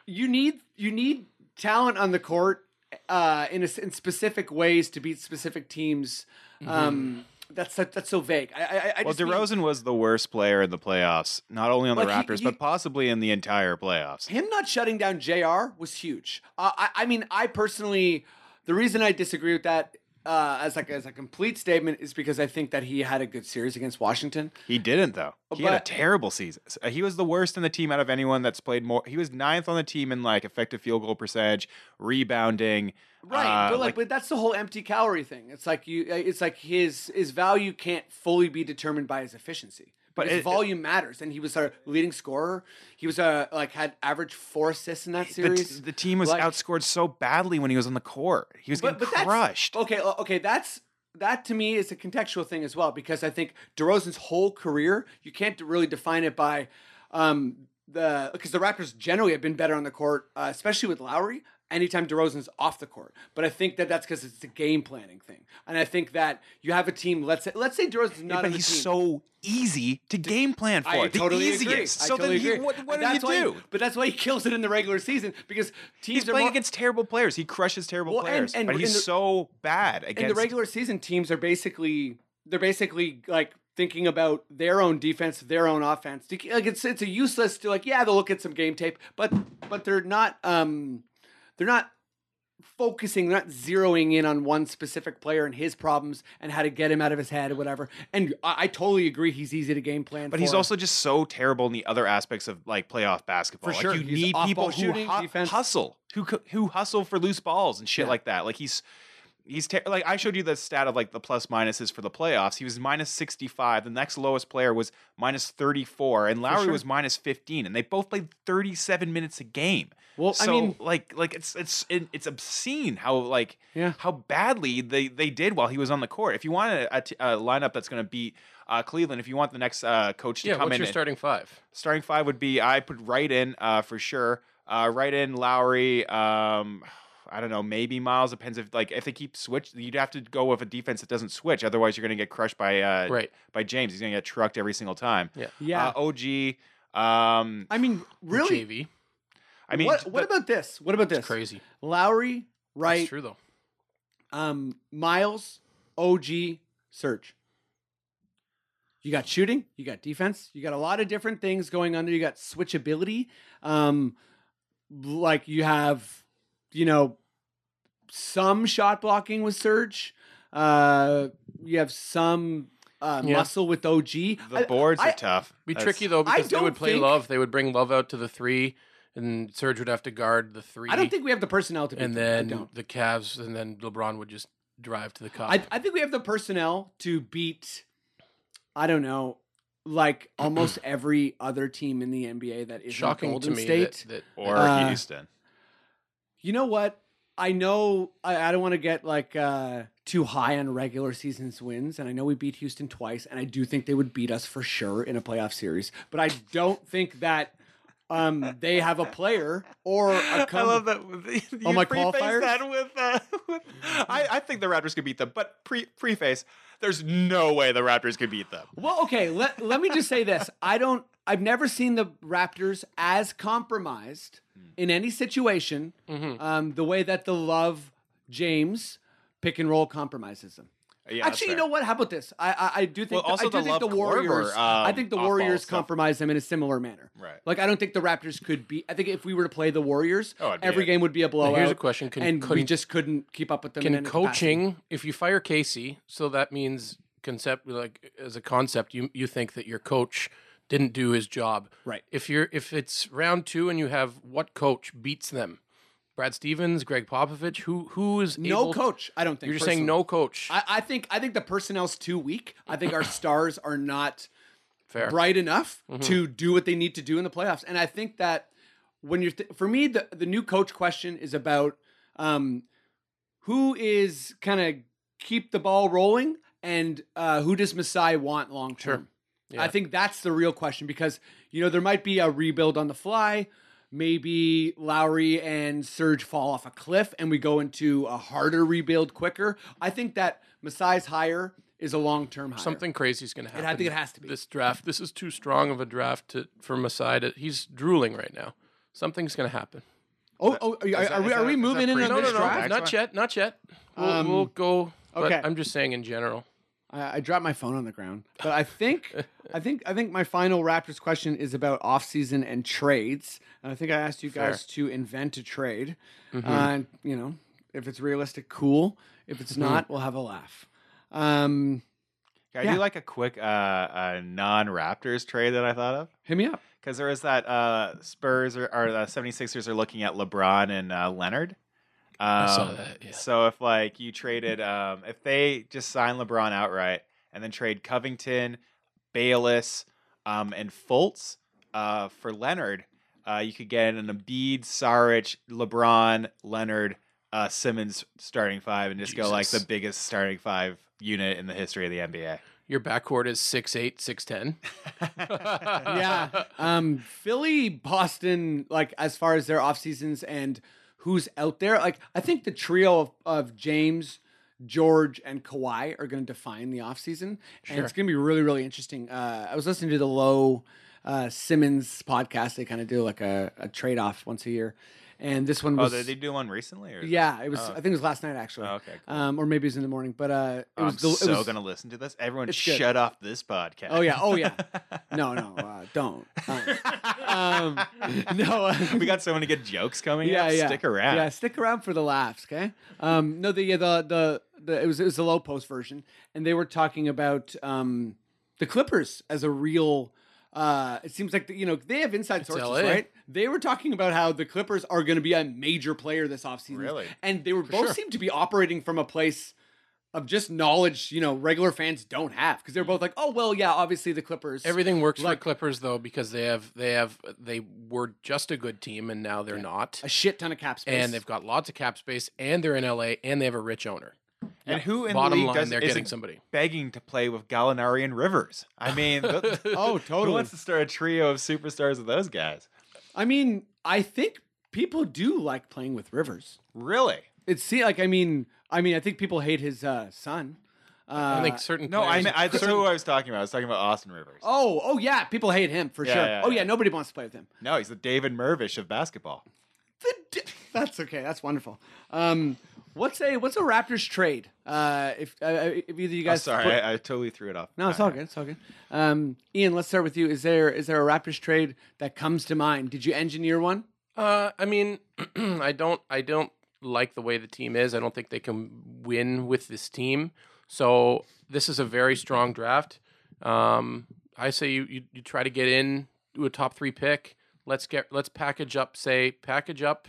Speaker 4: you need you need talent on the court uh, in a s in specific ways to beat specific teams. Um, that's that, that's so vague. I, I, I
Speaker 5: Mm-hmm. well,
Speaker 4: just mean-
Speaker 5: DeRozan was the worst player in the playoffs, not only on the
Speaker 4: Like, he-
Speaker 5: Raptors,
Speaker 4: he-
Speaker 5: but possibly in the entire playoffs.
Speaker 4: him not shutting down Jr. was huge. Uh, I, I mean, I personally, the reason I disagree with that uh, as like as a complete statement is because I think that he had a good series against Washington.
Speaker 5: He didn't though. He had a
Speaker 4: But-
Speaker 5: terrible season. S- uh, He was the worst in the team out of anyone that's played more. He was ninth on the team in like effective field goal percentage, rebounding.
Speaker 4: Right,
Speaker 5: uh,
Speaker 4: but like, but that's the whole empty calorie thing. It's like you, uh, it's like his his value can't fully be determined by his efficiency, but his
Speaker 5: it-
Speaker 4: volume matters. And he was our leading scorer. He was uh like had average four assists in that
Speaker 5: the,
Speaker 4: series.
Speaker 5: t- the team was
Speaker 4: Like-
Speaker 5: outscored so badly when he was on the court. He was getting
Speaker 4: that's-
Speaker 5: crushed.
Speaker 4: Okay, o- okay, that's that to me is a contextual thing as well because I think DeRozan's whole career you can't really define it by um, the because the Raptors generally have been better on the court, uh, especially with Lowry. Anytime DeRozan's off the court, but I think that that's because it's a game planning thing, and I think that you have a team. Let's say, let's say DeRozan's
Speaker 5: Yeah,
Speaker 4: not on
Speaker 5: but
Speaker 4: the
Speaker 5: he's
Speaker 4: team.
Speaker 5: so easy to game plan for.
Speaker 4: I
Speaker 5: the
Speaker 4: totally agree. I
Speaker 5: easiest. So
Speaker 4: totally
Speaker 5: then, he,
Speaker 4: agree.
Speaker 5: what, what
Speaker 4: And
Speaker 5: did he
Speaker 4: that's why
Speaker 5: do?
Speaker 4: but that's why he kills it in the regular season because teams
Speaker 5: He's
Speaker 4: are
Speaker 5: playing
Speaker 4: more-
Speaker 5: against terrible players. He crushes terrible
Speaker 4: Well, and-
Speaker 5: players,
Speaker 4: and
Speaker 5: but
Speaker 4: in
Speaker 5: he's
Speaker 4: the-
Speaker 5: so bad against
Speaker 4: in the regular season teams are basically they're basically like thinking about their own defense, their own offense. Like it's it's a useless to like yeah they'll look at some game tape, but but they're not um they're not focusing, they're not zeroing in on one specific player and his problems and how to get him out of his head or whatever. And I, I totally agree, he's easy to game plan.
Speaker 5: But he's
Speaker 4: for.
Speaker 5: also just so terrible in the other aspects of like playoff basketball.
Speaker 4: For
Speaker 5: like
Speaker 4: sure.
Speaker 5: you
Speaker 4: He's
Speaker 5: need
Speaker 4: off-ball
Speaker 5: people
Speaker 4: shooting,
Speaker 5: who hu-
Speaker 4: defense.
Speaker 5: hustle, who c- who hustle for loose balls and shit
Speaker 4: Yeah.
Speaker 5: like that. Like he's he's ter- like I showed you the stat of like the plus minuses for the playoffs. He was minus 65. The next lowest player was minus 34 and Lowry
Speaker 4: sure.
Speaker 5: was minus 15 and they both played 37 minutes a game.
Speaker 4: Well, I
Speaker 5: So,
Speaker 4: mean-
Speaker 5: like like it's it's it, it's obscene how like
Speaker 4: Yeah.
Speaker 5: how badly they they did while he was on the court. If you want a, a, t- a lineup that's going to beat uh, Cleveland, if you want the next uh, coach to
Speaker 2: Yeah,
Speaker 5: come
Speaker 2: what's
Speaker 5: in,
Speaker 2: your
Speaker 5: and-
Speaker 2: starting five?
Speaker 5: starting five would be I put right in uh, for sure. Uh, right in Lowry. Um, [SIGHS] I don't know, maybe Miles depends if like if they keep switch, you'd have to go with a defense that doesn't switch. Otherwise, you're going to get crushed by uh,
Speaker 2: Right.
Speaker 5: by James. He's going to get trucked every single time.
Speaker 2: Yeah.
Speaker 4: Yeah.
Speaker 5: Uh, OG. Um,
Speaker 4: I mean, really,
Speaker 2: JV.
Speaker 5: I mean,
Speaker 4: what, what
Speaker 5: the-
Speaker 4: about this? What about this?
Speaker 2: It's crazy.
Speaker 4: Lowry,
Speaker 2: That's
Speaker 4: Wright,
Speaker 2: true though.
Speaker 4: um, Miles, OG, Serge. You got shooting, you got defense, you got a lot of different things going on there. You got switchability. Um, like you have, you know, some shot blocking with Serge. Uh, you have some uh,
Speaker 2: Yeah.
Speaker 4: muscle with OG.
Speaker 5: the boards
Speaker 4: I-
Speaker 5: are tough.
Speaker 2: Be
Speaker 5: That's-
Speaker 2: tricky though
Speaker 4: I
Speaker 2: because they
Speaker 4: don't
Speaker 2: would play
Speaker 4: think-
Speaker 2: love. They would bring love out to the three, and Serge would have to guard the three.
Speaker 4: I, I don't think we have the personnel to beat
Speaker 2: And
Speaker 4: them. I
Speaker 2: then
Speaker 4: don't.
Speaker 2: the Cavs, and then LeBron would just drive to the cup.
Speaker 4: I, I think we have the personnel to beat, I don't know,
Speaker 5: [CLEARS THROAT]
Speaker 4: like almost every other team in the NBA that is
Speaker 2: Shocking to
Speaker 4: Golden
Speaker 2: me that,
Speaker 4: State.
Speaker 2: that
Speaker 5: Or
Speaker 4: Uh,
Speaker 5: Houston.
Speaker 4: You know what? I know I, I don't want to get like uh, too high on regular season's wins, and I know we beat Houston twice, and I do think they would beat us for sure in a playoff series. But I don't think that um, they have a player or a.
Speaker 5: [LAUGHS] I
Speaker 4: com-
Speaker 5: love that. You
Speaker 4: Oh, my
Speaker 5: preface
Speaker 4: qualifiers?
Speaker 5: that with, uh, [LAUGHS] with I, I think the Raptors could beat them, but pre preface, there's no way the Raptors could beat them.
Speaker 4: Well, okay, let, let me just say this. I don't I've never seen the Raptors as compromised
Speaker 5: Hmm.
Speaker 4: in any situation
Speaker 5: Mm-hmm.
Speaker 4: um, the way that the love James pick and roll compromises them.
Speaker 5: Yeah, that's
Speaker 4: Actually, you know
Speaker 5: fair.
Speaker 4: what? How about this? I I, I do think
Speaker 5: Well, also
Speaker 4: I do
Speaker 5: the
Speaker 4: think the
Speaker 5: Love Corver,
Speaker 4: Warriors. I
Speaker 5: um,
Speaker 4: think the
Speaker 5: off-ball
Speaker 4: Warriors
Speaker 5: stuff.
Speaker 4: compromise them in a similar manner.
Speaker 5: Right.
Speaker 4: Like I don't think the Raptors could be. I think if we were to play the Warriors,
Speaker 5: Oh, it'd be
Speaker 4: every
Speaker 5: a-
Speaker 4: game would be a blowout.
Speaker 2: here's a question. Can-
Speaker 4: and we
Speaker 2: couldn't-
Speaker 4: just couldn't keep up with them. in
Speaker 2: can
Speaker 4: any capacity.
Speaker 2: coaching if you fire Casey, so that means concept like as a concept, you you think that your coach didn't do his job.
Speaker 4: Right.
Speaker 2: If you're if it's round two and you have what coach beats them? Brad Stevens, Greg Popovich, who who is
Speaker 4: No
Speaker 2: able to-
Speaker 4: coach. I don't think
Speaker 2: you're just
Speaker 4: personally.
Speaker 2: saying no coach.
Speaker 4: I, I think I think the personnel's too weak. I think our stars are not
Speaker 2: Fair.
Speaker 4: bright enough to do what they need to do in the playoffs. And I think that when you're th- for me, the the new coach question is about um, who is kind of keep the ball rolling and uh, who does Masai want long term. I think that's the real question because you know there might be a rebuild on the fly. Maybe Lowry and Serge fall off a cliff and we go into a harder rebuild quicker. I think that Masai's hire is a long term hire.
Speaker 2: Something crazy is going to
Speaker 4: I
Speaker 2: happen.
Speaker 4: think it has to be.
Speaker 2: This draft, this is too strong of a draft to, for Masai. To, he's drooling right now. Something's going to happen.
Speaker 4: Oh, oh are,
Speaker 5: that-
Speaker 4: are we,
Speaker 5: is
Speaker 4: are
Speaker 5: that-
Speaker 4: we
Speaker 5: is that
Speaker 4: moving in
Speaker 5: pretty-
Speaker 4: on
Speaker 5: No,
Speaker 2: No,
Speaker 4: this
Speaker 2: no, no,
Speaker 4: draft?
Speaker 5: Next
Speaker 2: not
Speaker 5: one.
Speaker 2: yet, not yet. We'll,
Speaker 4: Um,
Speaker 2: we'll go. but
Speaker 4: okay.
Speaker 2: I'm just saying in general.
Speaker 4: I, I dropped my phone on the ground, but I think, I think, I think my final Raptors question is about offseason and trades. And I think I asked you guys to invent a trade. Uh, you know, if it's realistic, cool. If it's not, we'll have a laugh. Um,
Speaker 5: Can I
Speaker 4: Yeah.
Speaker 5: do like a quick uh, uh, non Raptors trade that I thought of?
Speaker 4: hit me up.
Speaker 5: Because there was that uh, Spurs or, or the 76ers are looking at LeBron and uh, Leonard. Um,
Speaker 2: saw that, yeah.
Speaker 5: So if like you traded, um, if they just sign LeBron outright and then trade Covington, Bayless, um, and Fultz uh, for Leonard, uh, you could get an Embiid, Saric, LeBron, Leonard, uh, Simmons starting five, and just go like the
Speaker 2: Jesus.
Speaker 5: biggest starting five unit in the history of the NBA.
Speaker 2: Your backcourt is six eight, six
Speaker 5: [LAUGHS]
Speaker 2: ten.
Speaker 4: Yeah. um, Philly, Boston, like as far as their off seasons and who's out there, like I think the trio of, of James, George, and Kawhi are going to define the off season, and it's going to be really, really interesting. Uh, I was listening to the Low uh, Simmons podcast; they kind of do like a, a trade off once a year, and this one
Speaker 5: Oh,
Speaker 4: was
Speaker 5: did they do one recently? Or
Speaker 4: yeah, it was.
Speaker 5: Oh,
Speaker 4: I think it was last night actually,
Speaker 5: Oh, okay. cool. Oh,
Speaker 4: um, or maybe it was in the morning. But uh, it was.
Speaker 5: I'm
Speaker 4: del- it
Speaker 5: so
Speaker 4: was-
Speaker 5: gonna listen to this. Everyone,
Speaker 4: It's good.
Speaker 5: shut off this podcast.
Speaker 4: Oh yeah! Oh yeah! No, no, uh, don't. Uh, um, [LAUGHS] no, uh,
Speaker 5: [LAUGHS] [LAUGHS] we got so many good jokes coming.
Speaker 4: yeah,
Speaker 5: up.
Speaker 4: yeah.
Speaker 5: Stick around.
Speaker 4: Yeah, stick around for the laughs, okay? Um, no, the yeah, the the the it was it was the low post version, and they were talking about um the Clippers as a real. Uh, it seems like the, you know they have inside sources,
Speaker 2: LA.
Speaker 4: right? They were talking about how the Clippers are going to be a major player this offseason.
Speaker 5: Really?
Speaker 4: and they were both
Speaker 2: sure.
Speaker 4: seemed to be operating from a place of just knowledge, you know, regular fans don't have because
Speaker 5: Mm.
Speaker 4: they're both like, oh well, yeah, obviously the Clippers.
Speaker 2: Everything works
Speaker 4: Look-
Speaker 2: for Clippers though because they have they have they were just a good team and now they're not.
Speaker 4: a shit ton of cap space,
Speaker 2: And they've got lots of cap space and they're in LA and they have a rich owner.
Speaker 5: And who in
Speaker 2: Bottom
Speaker 5: the league
Speaker 2: line,
Speaker 5: does,
Speaker 2: they're
Speaker 5: isn't
Speaker 2: getting somebody.
Speaker 5: begging to play with Gallinari and Rivers? I mean, th-
Speaker 4: [LAUGHS] Oh,
Speaker 5: [LAUGHS] Who
Speaker 4: totally.
Speaker 5: wants to start a trio of superstars with those guys?
Speaker 4: I mean, I think people do like playing with Rivers.
Speaker 5: Really?
Speaker 4: It's see, like I mean, I mean, I think people hate his uh, son. Uh,
Speaker 2: I think certain
Speaker 5: No, I,
Speaker 2: players-
Speaker 5: mean, I that's who I was talking about. I was talking about Austin Rivers.
Speaker 4: Oh, oh yeah, people hate him for
Speaker 5: Yeah,
Speaker 4: sure.
Speaker 5: yeah,
Speaker 4: oh yeah,
Speaker 5: yeah.
Speaker 4: nobody wants to play with him.
Speaker 5: No, he's the David Mervish of basketball.
Speaker 4: The d- [LAUGHS] That's okay. That's wonderful. Um, what's a what's a Raptors trade? Uh, if uh, if either you
Speaker 5: I'm
Speaker 4: guys,
Speaker 5: sorry,
Speaker 4: put-
Speaker 5: I, I totally threw it off.
Speaker 4: no, it's all good. It's all good. Um, Ian, let's start with you. Is there is there a Raptors trade that comes to mind? Did you engineer one?
Speaker 2: Uh, I mean, [CLEARS THROAT] I don't, I don't like the way the team is. I don't think they can win with this team. So this is a very strong draft. Um, I say you, you, you try to get in to a top three pick. Let's get, let's package up. Say package up.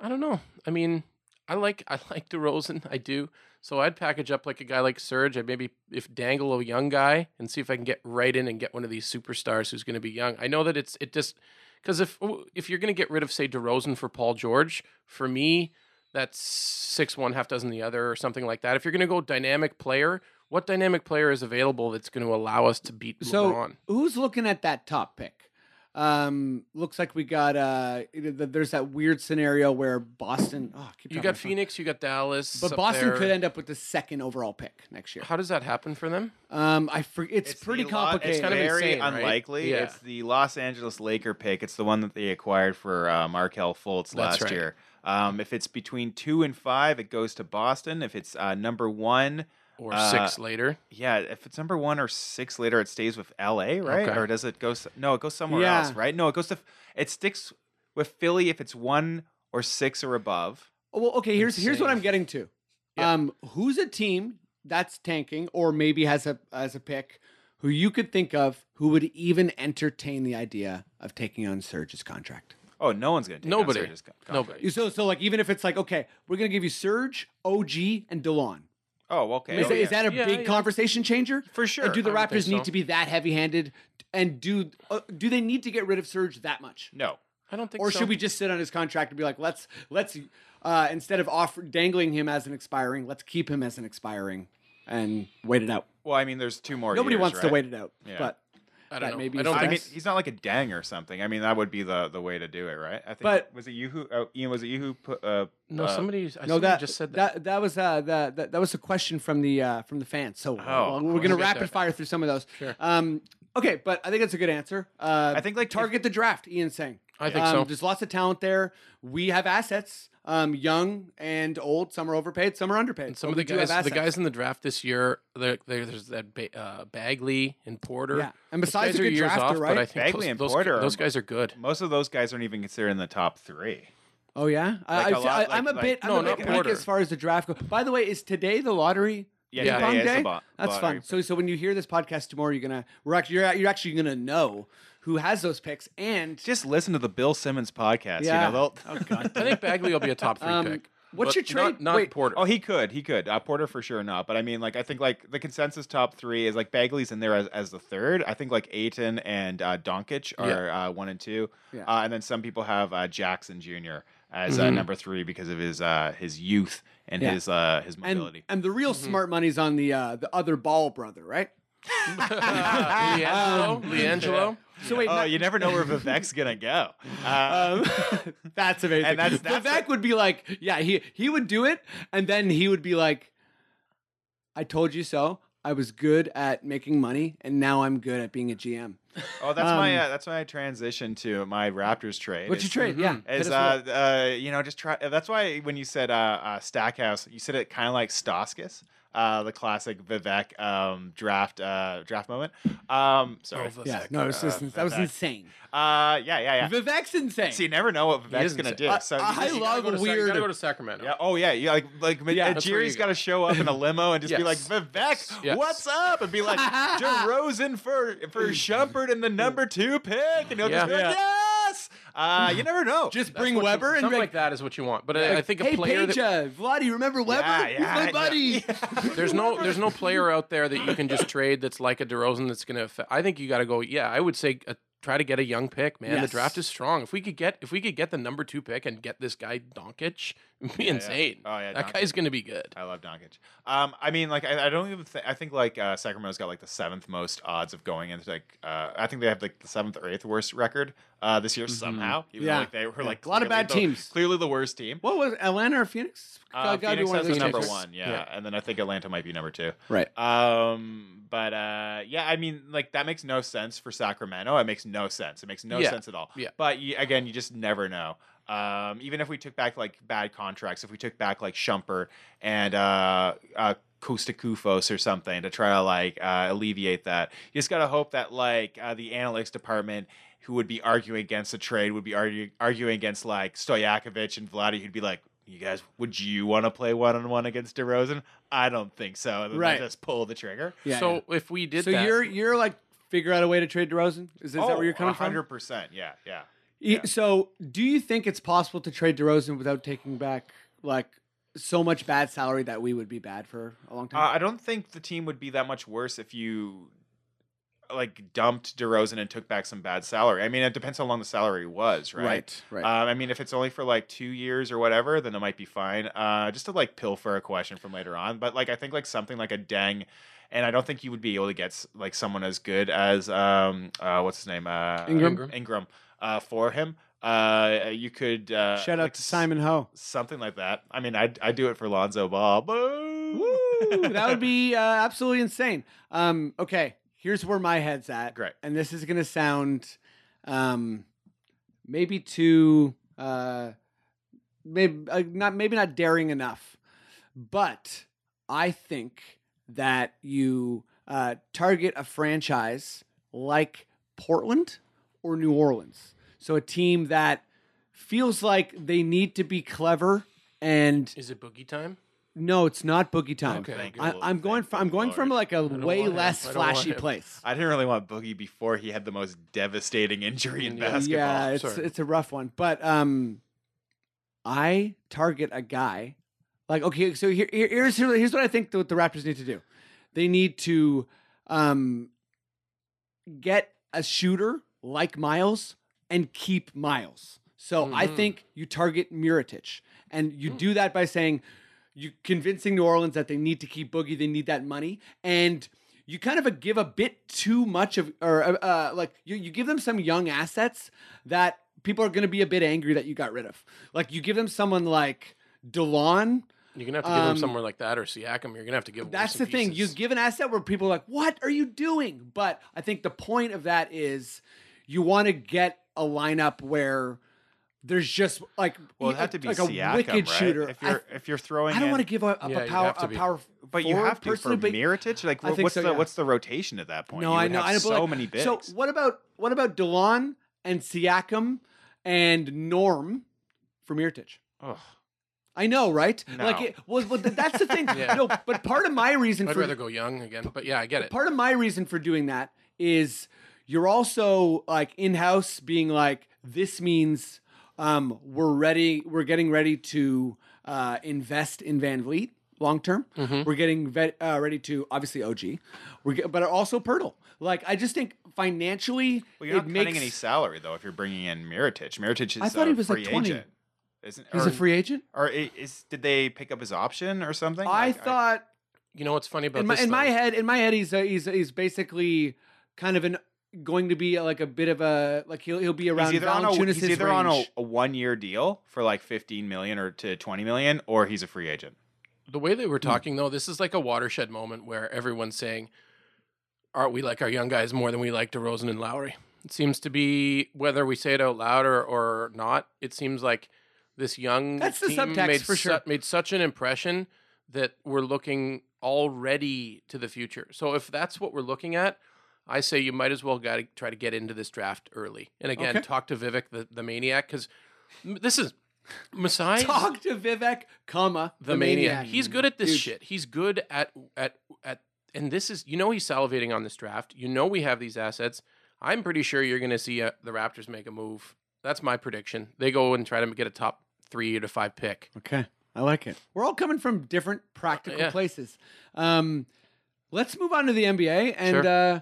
Speaker 2: I don't know. I mean, I like, [LAUGHS] I like DeRozan. I do. So I'd package up like a guy like Serge. I'd maybe if dangle a young guy and see if I can get right in and get one of these superstars who's going to be young. I know that it's it just because if oh, if you're going to get rid of say DeRozan for Paul George, for me that's six one half dozen the other or something like that. If you're going to go dynamic player, what dynamic player is available that's going to allow us to beat
Speaker 4: So
Speaker 2: LeBron?
Speaker 4: who's looking at that top pick? Um, looks like we got uh, th- th- there's that weird scenario where Boston. Oh, I keep talking
Speaker 2: You got
Speaker 4: about Boston.
Speaker 2: Phoenix, you got Dallas,
Speaker 4: but
Speaker 2: up
Speaker 4: Boston
Speaker 2: there.
Speaker 4: could end up with the second overall pick next year.
Speaker 2: How does that happen for them?
Speaker 4: Um, I for, it's, pretty
Speaker 5: the Lo-
Speaker 4: complicated.
Speaker 5: It's kind of
Speaker 2: It's
Speaker 5: very
Speaker 2: insane, right?
Speaker 5: unlikely.
Speaker 2: Yeah.
Speaker 5: It's the Los Angeles Laker pick. It's the one that they acquired for uh, Markel Fultz last
Speaker 2: right.
Speaker 5: year. Um, if it's between two and five, it goes to Boston. If it's uh, number one,
Speaker 2: Or
Speaker 5: Uh,
Speaker 2: six later?
Speaker 5: yeah, if it's number one or six later, it stays with LA, right?
Speaker 2: Okay.
Speaker 5: Or does it go? s- No, it goes somewhere
Speaker 4: Yeah.
Speaker 5: else, right? No, it goes to. It sticks with Philly if it's one or six or above.
Speaker 4: Oh, well, okay. Here's here's what
Speaker 2: Insane.
Speaker 4: I'm getting to.
Speaker 5: Yeah.
Speaker 4: Um, who's a team that's tanking or maybe has a as a pick who you could think of who would even entertain the idea of taking on Serge's contract?
Speaker 5: Oh, no one's gonna. Take
Speaker 2: Nobody.
Speaker 5: Serge's con- contract.
Speaker 2: Nobody.
Speaker 4: So so like even if it's like okay, we're gonna give you Serge, OG, and DeLon.
Speaker 5: Oh, okay.
Speaker 4: Is,
Speaker 5: Oh,
Speaker 4: that-
Speaker 5: yeah.
Speaker 4: is that a
Speaker 2: Yeah,
Speaker 4: big
Speaker 2: yeah.
Speaker 4: conversation changer?
Speaker 5: for
Speaker 4: And
Speaker 5: sure?
Speaker 4: do the
Speaker 2: I would
Speaker 4: Raptors
Speaker 2: think
Speaker 4: need
Speaker 2: so.
Speaker 4: to be that heavy-handed? And do uh, do they need to get rid of Serge that much,
Speaker 5: no.
Speaker 2: I don't think
Speaker 4: or
Speaker 2: so.
Speaker 4: should we just sit on his contract and be like, let's let's uh, instead of offer dangling him as an expiring, let's keep him as an expiring and wait it out.
Speaker 5: Well, I mean, there's two more.
Speaker 4: Nobody
Speaker 5: years,
Speaker 4: wants to
Speaker 5: right?
Speaker 4: wait it out,
Speaker 5: Yeah.
Speaker 4: but
Speaker 2: I
Speaker 4: that
Speaker 2: don't know.
Speaker 4: maybe
Speaker 2: I don't
Speaker 4: is
Speaker 5: I
Speaker 2: think
Speaker 5: mean,
Speaker 4: Yes.
Speaker 5: he's not like a dang or something. I mean, that would be the, the way to do it, right? I think.
Speaker 4: But-
Speaker 5: was it you who oh, Ian? Was it you who put? Uh,
Speaker 2: no.
Speaker 5: uh,
Speaker 2: Somebody, I
Speaker 4: no,
Speaker 2: somebody
Speaker 4: that
Speaker 2: just said that.
Speaker 4: that that was uh, that, that that was a question from the uh, from the fans. So well, we're
Speaker 5: we'll
Speaker 4: gonna
Speaker 2: Oh, get
Speaker 4: rapid
Speaker 2: there.
Speaker 4: fire through some of those.
Speaker 2: Sure.
Speaker 4: Um, okay, but I think that's a good answer. Uh,
Speaker 5: I think, like, if-
Speaker 4: target the draft. Ian's saying.
Speaker 2: I think
Speaker 4: um,
Speaker 2: so.
Speaker 4: There's lots of talent there. We have assets, um, young and old. Some are overpaid, some are underpaid.
Speaker 2: And some
Speaker 4: but
Speaker 2: of the
Speaker 4: we do have
Speaker 2: guys, the
Speaker 4: assets.
Speaker 2: guys in the draft this year, there, there- there's that ba- uh, Bagley and Porter.
Speaker 4: Yeah. And
Speaker 2: Those
Speaker 4: besides
Speaker 2: guys
Speaker 4: a
Speaker 2: are
Speaker 4: good
Speaker 2: years
Speaker 4: drafter,
Speaker 2: off,
Speaker 4: right?
Speaker 2: But I think
Speaker 5: Bagley
Speaker 2: those,
Speaker 5: and
Speaker 2: those,
Speaker 5: Porter are-
Speaker 2: those guys are good.
Speaker 5: most of those guys aren't even considered in the top three.
Speaker 4: Oh yeah, I-
Speaker 5: Like
Speaker 4: I,
Speaker 5: a lot-
Speaker 4: I, am a
Speaker 5: like-
Speaker 4: bit.
Speaker 5: like-
Speaker 4: I'm
Speaker 2: No,
Speaker 4: a
Speaker 2: not
Speaker 4: bit weak
Speaker 2: Porter.
Speaker 4: as far as the draft goes. By the way, is today the lottery?
Speaker 5: Yeah,
Speaker 2: Yeah.
Speaker 5: today
Speaker 4: Ping
Speaker 5: is the
Speaker 4: pong
Speaker 5: bo-
Speaker 4: That's
Speaker 5: lottery.
Speaker 4: fun. So, so when you hear this podcast tomorrow, you're gonna we're actually you're, you're actually gonna know who has those picks and
Speaker 5: Just listen to the Bill Simmons podcast.
Speaker 4: Yeah. Oh,
Speaker 5: You know, they'll-
Speaker 2: I think Bagley will be a top three
Speaker 4: Um,
Speaker 2: pick.
Speaker 4: what's
Speaker 2: But
Speaker 4: your
Speaker 2: not-
Speaker 4: trade-
Speaker 2: Not,
Speaker 4: wait.
Speaker 2: Porter.
Speaker 5: [LAUGHS]
Speaker 2: [LAUGHS]
Speaker 5: Oh, he could, he could. Uh, Porter for sure not, but I mean, like, I think like the consensus top three is like Bagley's in there as, as the third. I think like Aiton and uh, Doncic are uh, one and two,
Speaker 4: Yeah. Mm-hmm.
Speaker 5: uh, and then some people have uh, Jackson Jr. as uh, number three because of his uh, his youth and
Speaker 4: Yeah.
Speaker 5: his uh, his
Speaker 4: and
Speaker 5: mobility.
Speaker 4: and the real
Speaker 2: Mm-hmm.
Speaker 4: smart money's on the uh, the other ball brother, right?
Speaker 2: uh, Leangelo. Leangelo.
Speaker 4: So wait,
Speaker 5: oh,
Speaker 4: not-
Speaker 5: you never know where [LAUGHS] Vivek's gonna go. Uh,
Speaker 4: Um, [LAUGHS] that's amazing.
Speaker 5: And that's- that's-
Speaker 4: Vivek would be like, yeah, he he would do it, and then he would be like, I told you so. I was good at making money, and now I'm good at being a GM.
Speaker 5: [LAUGHS] Oh, that's my uh, that's my transition to my Raptors trade.
Speaker 4: What you
Speaker 5: is-
Speaker 4: trade? Yeah. hit
Speaker 5: Is
Speaker 4: us with it.
Speaker 5: uh, uh you know just try. That's why when you said uh, uh Stackhouse, you said it kind of like Stoskis, uh the classic Vivek um draft uh draft moment. Um, sorry.
Speaker 2: Oh,
Speaker 4: yeah. No, it was just, that was
Speaker 5: Vivek.
Speaker 4: insane.
Speaker 5: Uh, yeah, yeah, yeah.
Speaker 4: Vivek's insane.
Speaker 5: So you never know what Vivek's
Speaker 2: is
Speaker 5: gonna
Speaker 2: insane.
Speaker 5: do.
Speaker 4: I-
Speaker 5: so you
Speaker 4: I
Speaker 5: just- you
Speaker 4: love
Speaker 5: gotta go to Sa-
Speaker 2: You
Speaker 4: weird-
Speaker 2: gotta go to Sacramento.
Speaker 5: Yeah. Oh yeah. Yeah. Like like
Speaker 2: Yeah,
Speaker 5: yeah,
Speaker 2: that's where
Speaker 5: Jerry's
Speaker 2: you
Speaker 5: got to show up in a limo and just be like
Speaker 2: Yes.
Speaker 5: Vivek,
Speaker 2: Yes.
Speaker 5: what's up? And be like DeRozan for for Shumpert in the number two pick, and he'll just be
Speaker 2: Yeah.
Speaker 5: like yes. Uh, you never know.
Speaker 4: [LAUGHS] Just
Speaker 2: That's
Speaker 4: bring
Speaker 2: what you-
Speaker 4: Weber and
Speaker 2: something
Speaker 4: make-
Speaker 2: like that is what you want. But I, I think a
Speaker 4: hey,
Speaker 2: player
Speaker 4: Paige,
Speaker 2: that,
Speaker 4: uh, Vladi, remember Weber?
Speaker 5: Yeah,
Speaker 4: He's
Speaker 5: yeah,
Speaker 4: my
Speaker 5: [LAUGHS] yeah.
Speaker 4: buddy.
Speaker 2: there's no there's no player out there that you can just trade that's like a DeRozan that's gonna. Affect. I think you got to go. Yeah, I would say uh try to get a young pick, man.
Speaker 4: Yes.
Speaker 2: The draft is strong. If we could get if we could get the number two pick and get this guy Doncic, [LAUGHS] it'd be insane.
Speaker 5: Oh, yeah,
Speaker 2: that
Speaker 5: Doncic.
Speaker 2: guy's gonna be good.
Speaker 5: I love Doncic. Um, I mean, like, I, I don't even. think I think like uh, Sacramento's got like the seventh most odds of going into like. Uh, I think they have like the seventh or eighth worst record uh, this year somehow. Even
Speaker 4: Yeah.
Speaker 5: though, like they were
Speaker 4: Yeah.
Speaker 5: like
Speaker 4: A lot of
Speaker 5: clearly
Speaker 4: bad
Speaker 5: the-
Speaker 4: teams.
Speaker 5: Clearly the worst team.
Speaker 4: What was it, Atlanta or Phoenix?
Speaker 5: Uh,
Speaker 4: Gotta be
Speaker 5: Phoenix
Speaker 4: one of
Speaker 5: has
Speaker 4: those
Speaker 5: the number
Speaker 4: teams.
Speaker 5: one, yeah. and then I think Atlanta might be number two.
Speaker 4: Right.
Speaker 5: Um, but uh, yeah, I mean, like that makes no sense for Sacramento. It makes no sense. It makes no
Speaker 2: Yeah.
Speaker 5: sense at all.
Speaker 2: Yeah.
Speaker 5: But you, again, you just never know. Um, even if we took back like bad contracts, if we took back like Shumper and uh, uh, Costa Kufos or something to try to like uh, alleviate that, you just gotta hope that like uh, the analytics department. Who would be arguing against the trade? Would be argue, arguing against like Stoyakovich and Vladi. Who'd be like, "You guys, would you want to play one on one against DeRozan? I don't think so." And then
Speaker 4: Right.
Speaker 5: Just pull the trigger.
Speaker 4: Yeah,
Speaker 2: so
Speaker 4: yeah.
Speaker 2: if we did
Speaker 4: so
Speaker 2: that,
Speaker 4: you're you're like figure out a way to trade DeRozan. Is, is that where you're coming
Speaker 5: Oh, Hundred
Speaker 4: from?
Speaker 5: percent. Yeah, yeah.
Speaker 4: E- So do you think it's possible to trade DeRozan without taking back like so much bad salary that we would be bad for a long
Speaker 5: Uh,
Speaker 4: time?
Speaker 5: I don't think the team would be that much worse if you like dumped DeRozan and took back some bad salary. I mean, it depends how long the salary was, right?
Speaker 4: right.
Speaker 5: Um, I mean, if it's only for like two years or whatever, then it might be fine. Uh, just to like pilfer a question from later on, but like I think like something like a dang, and I don't think you would be able to get s- like someone as good as um uh what's his name uh
Speaker 4: Ingram.
Speaker 5: Ingram uh for him. Uh, you could uh,
Speaker 4: Shout out
Speaker 5: like
Speaker 4: to
Speaker 5: s-
Speaker 4: Simon Ho.
Speaker 5: something like that. I mean, I I do it for Lonzo Ball. Boo!
Speaker 4: Woo, that
Speaker 5: [LAUGHS]
Speaker 4: would be uh, absolutely insane. Um, okay, here's where my head's at.
Speaker 5: Great.
Speaker 4: And this is going to sound um, maybe too, uh, maybe, uh, not, maybe not daring enough, but I think that you uh, target a franchise like Portland or New Orleans. So a team that feels like they need to be clever and
Speaker 2: is it boogie time?
Speaker 4: no, it's not boogie time.
Speaker 2: Okay. Thank
Speaker 4: I,
Speaker 5: you,
Speaker 4: I'm
Speaker 5: Lord.
Speaker 4: going
Speaker 5: Thank
Speaker 4: from I'm
Speaker 5: you,
Speaker 4: going from
Speaker 5: Lord.
Speaker 4: like a way
Speaker 2: want him.
Speaker 4: less
Speaker 2: [LAUGHS] I don't want
Speaker 4: flashy
Speaker 2: him.
Speaker 4: place.
Speaker 5: I didn't really want Boogie before he had the most devastating injury in
Speaker 2: Yeah.
Speaker 5: basketball.
Speaker 4: yeah, it's
Speaker 2: sorry.
Speaker 4: it's a rough one, but um, I target a guy like okay. So here, here- here's here- here's what I think that the Raptors need to do. They need to um get a shooter like Miles and keep Miles. So I
Speaker 2: Mhm.
Speaker 4: think you target Miritich, and you do that by saying you convincing New Orleans that they need to keep Boogie, they need that money, and you kind of uh, give a bit too much of, or uh, uh, like you, you give them some young assets that people are going to be a bit angry that you got rid of. Like you give them someone like DeLon.
Speaker 2: You're gonna have to give
Speaker 4: Um,
Speaker 2: him somewhere like that or Siakam. You're gonna have to give. away
Speaker 4: That's the
Speaker 2: some
Speaker 4: thing. You
Speaker 2: pieces.
Speaker 4: give an asset where people are like, "What are you doing?" But I think the point of that is you want to get a lineup where there's just like
Speaker 5: Well,
Speaker 4: e-
Speaker 5: it'd have to be
Speaker 4: like
Speaker 5: Siakam,
Speaker 4: a wicked
Speaker 5: right?
Speaker 4: shooter.
Speaker 5: If
Speaker 4: I-
Speaker 5: you're if you're throwing,
Speaker 4: I don't
Speaker 5: in-
Speaker 4: want to give up
Speaker 2: Yeah,
Speaker 4: a
Speaker 2: you'd
Speaker 4: power
Speaker 2: have to
Speaker 4: a
Speaker 2: be.
Speaker 4: power
Speaker 5: But you
Speaker 4: forward
Speaker 5: have to for
Speaker 4: personally, but-
Speaker 5: Miritich. Like,
Speaker 4: I think
Speaker 5: what's
Speaker 4: so,
Speaker 5: the
Speaker 4: yeah.
Speaker 5: what's the rotation at that point?
Speaker 4: No,
Speaker 5: You
Speaker 4: I
Speaker 5: would
Speaker 4: know.
Speaker 5: have
Speaker 4: I know. but
Speaker 5: so
Speaker 4: like-
Speaker 5: many bigs.
Speaker 4: So what about what about Delon and Siakam and Norm from Irtich?
Speaker 5: Ugh.
Speaker 4: I know, right?
Speaker 5: No.
Speaker 4: Like it was. Well, th- that's the thing.
Speaker 2: [LAUGHS] Yeah.
Speaker 4: No, but part of my reason
Speaker 2: I'd
Speaker 4: for
Speaker 2: rather go young again, but yeah, I get it.
Speaker 4: part of my reason for doing that is you're also like in house being like this means um, we're ready we're getting ready to uh, invest in Van Vliet long term
Speaker 5: Mm-hmm.
Speaker 2: Mm-hmm.
Speaker 4: we're getting vet, uh, ready to obviously OG we're get, but also Pirtle like I just think financially
Speaker 5: Well, you're
Speaker 4: it
Speaker 5: not
Speaker 4: makes
Speaker 5: cutting any salary though if you're bringing in Miritich. Miritich is
Speaker 4: I thought
Speaker 5: a
Speaker 4: he was, like,
Speaker 5: free
Speaker 4: 20.
Speaker 5: agent. Isn't
Speaker 4: he's
Speaker 5: or-
Speaker 4: a free agent
Speaker 5: or i- is did they pick up his option or something?
Speaker 4: I
Speaker 5: Like,
Speaker 4: thought
Speaker 2: You know what's funny about
Speaker 4: in my
Speaker 2: this?
Speaker 4: in my
Speaker 2: though?
Speaker 4: head in my head he's a, he's a, he's basically kind of an going to be like a bit of a like he'll he'll be around
Speaker 5: he's either on a
Speaker 4: Valanciunas'
Speaker 5: he's either on a,
Speaker 4: range.
Speaker 5: a one year deal for like 15 million or to 20 million, or he's a free agent.
Speaker 4: Hmm.
Speaker 2: the way they were talking though, this is like a watershed moment where everyone's saying are we like our young guys more than we like DeRozan and Lowry. It seems to be whether we say it out loud or, or not. It seems like this young
Speaker 4: That's the
Speaker 2: team
Speaker 4: subtext
Speaker 2: made
Speaker 4: for
Speaker 2: su-
Speaker 4: sure.
Speaker 2: made such an impression that we're looking already to the future. So if that's what we're looking at, I say you might as well got to try to get into this draft early. And again, talk to Vivek the, the maniac because this
Speaker 4: [LAUGHS]
Speaker 2: is Masai
Speaker 4: Talk to Vivek, comma
Speaker 2: the maniac. He's good at this
Speaker 4: Dude.
Speaker 2: shit. He's good at at at and this is you know he's salivating on this draft. You know we have these assets. I'm pretty sure you're going to see uh, the Raptors make a move. That's my prediction. They go and try to get a top 3 to 5 pick.
Speaker 4: Okay, I like it. We're all coming from different practical
Speaker 2: Yeah.
Speaker 4: places. Um, let's move on to the NBA and
Speaker 2: Sure.
Speaker 4: uh,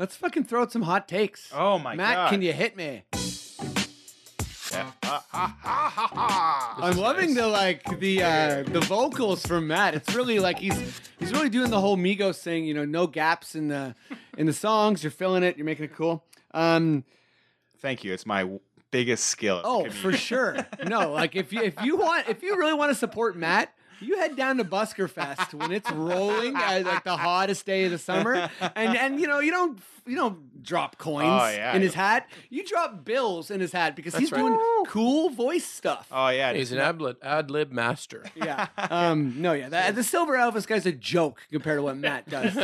Speaker 4: let's fucking throw out some hot takes.
Speaker 5: Oh my
Speaker 4: Matt,
Speaker 5: God.
Speaker 4: can you hit me?
Speaker 2: This
Speaker 4: [LAUGHS] I'm
Speaker 2: is
Speaker 4: loving
Speaker 2: nice.
Speaker 4: the like the uh, the vocals from Matt. It's really like he's he's really doing the whole Migos thing. You know, no gaps in the in the songs. You're filling it. You're making it cool. Um,
Speaker 5: Thank you. It's my w- biggest skill. as a
Speaker 4: oh,
Speaker 5: comedian.
Speaker 4: for sure. No, like if you if you want if you really want to support Matt. You head down to Busker Fest when it's rolling at like the hottest day of the summer, and and you know you don't you don't drop coins
Speaker 5: Oh, yeah.
Speaker 4: in his hat. You drop bills in his hat because he's
Speaker 2: right.
Speaker 4: doing cool voice stuff.
Speaker 5: Oh yeah.
Speaker 2: He's an ad lib, ad lib master.
Speaker 4: Yeah. Um, no, yeah. That, the Silver Elvis guy's a joke compared to what Matt does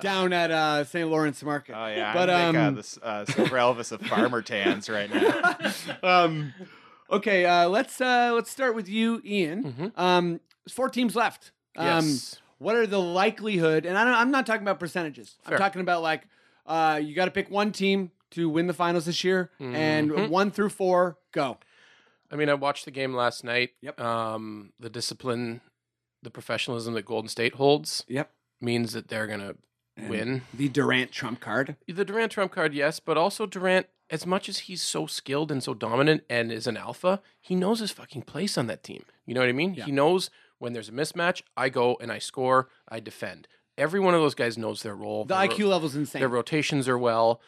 Speaker 4: down at uh, St. Lawrence Market.
Speaker 5: Oh yeah,
Speaker 4: But
Speaker 5: I'm like, uh,
Speaker 4: um,
Speaker 5: this, uh, Silver Elvis of Farmer Tans right now.
Speaker 4: [LAUGHS] um, okay, uh, let's uh, let's start with you, Ian. Um, there's four teams left. Um,
Speaker 2: Mm-hmm. Yes.
Speaker 4: What are the likelihood? And I don't, I'm not talking about percentages.
Speaker 2: Fair.
Speaker 4: I'm talking about like uh, you got to pick one team to win the finals this year, and one through four, go.
Speaker 2: I mean, I watched the game last night.
Speaker 4: Yep.
Speaker 2: Um the discipline, the professionalism that Golden State holds
Speaker 4: Yep.
Speaker 2: means that they're going to win.
Speaker 4: The Durant trump card.
Speaker 2: the Durant trump card, yes, but also Durant, as much as he's so skilled and so dominant and is an alpha, he knows his fucking place on that team. You know what I mean? He knows when there's a mismatch, I go and I score, I defend. Every one of those guys knows their role.
Speaker 4: The
Speaker 2: Their-
Speaker 4: IQ level's insane.
Speaker 2: their rotations are well.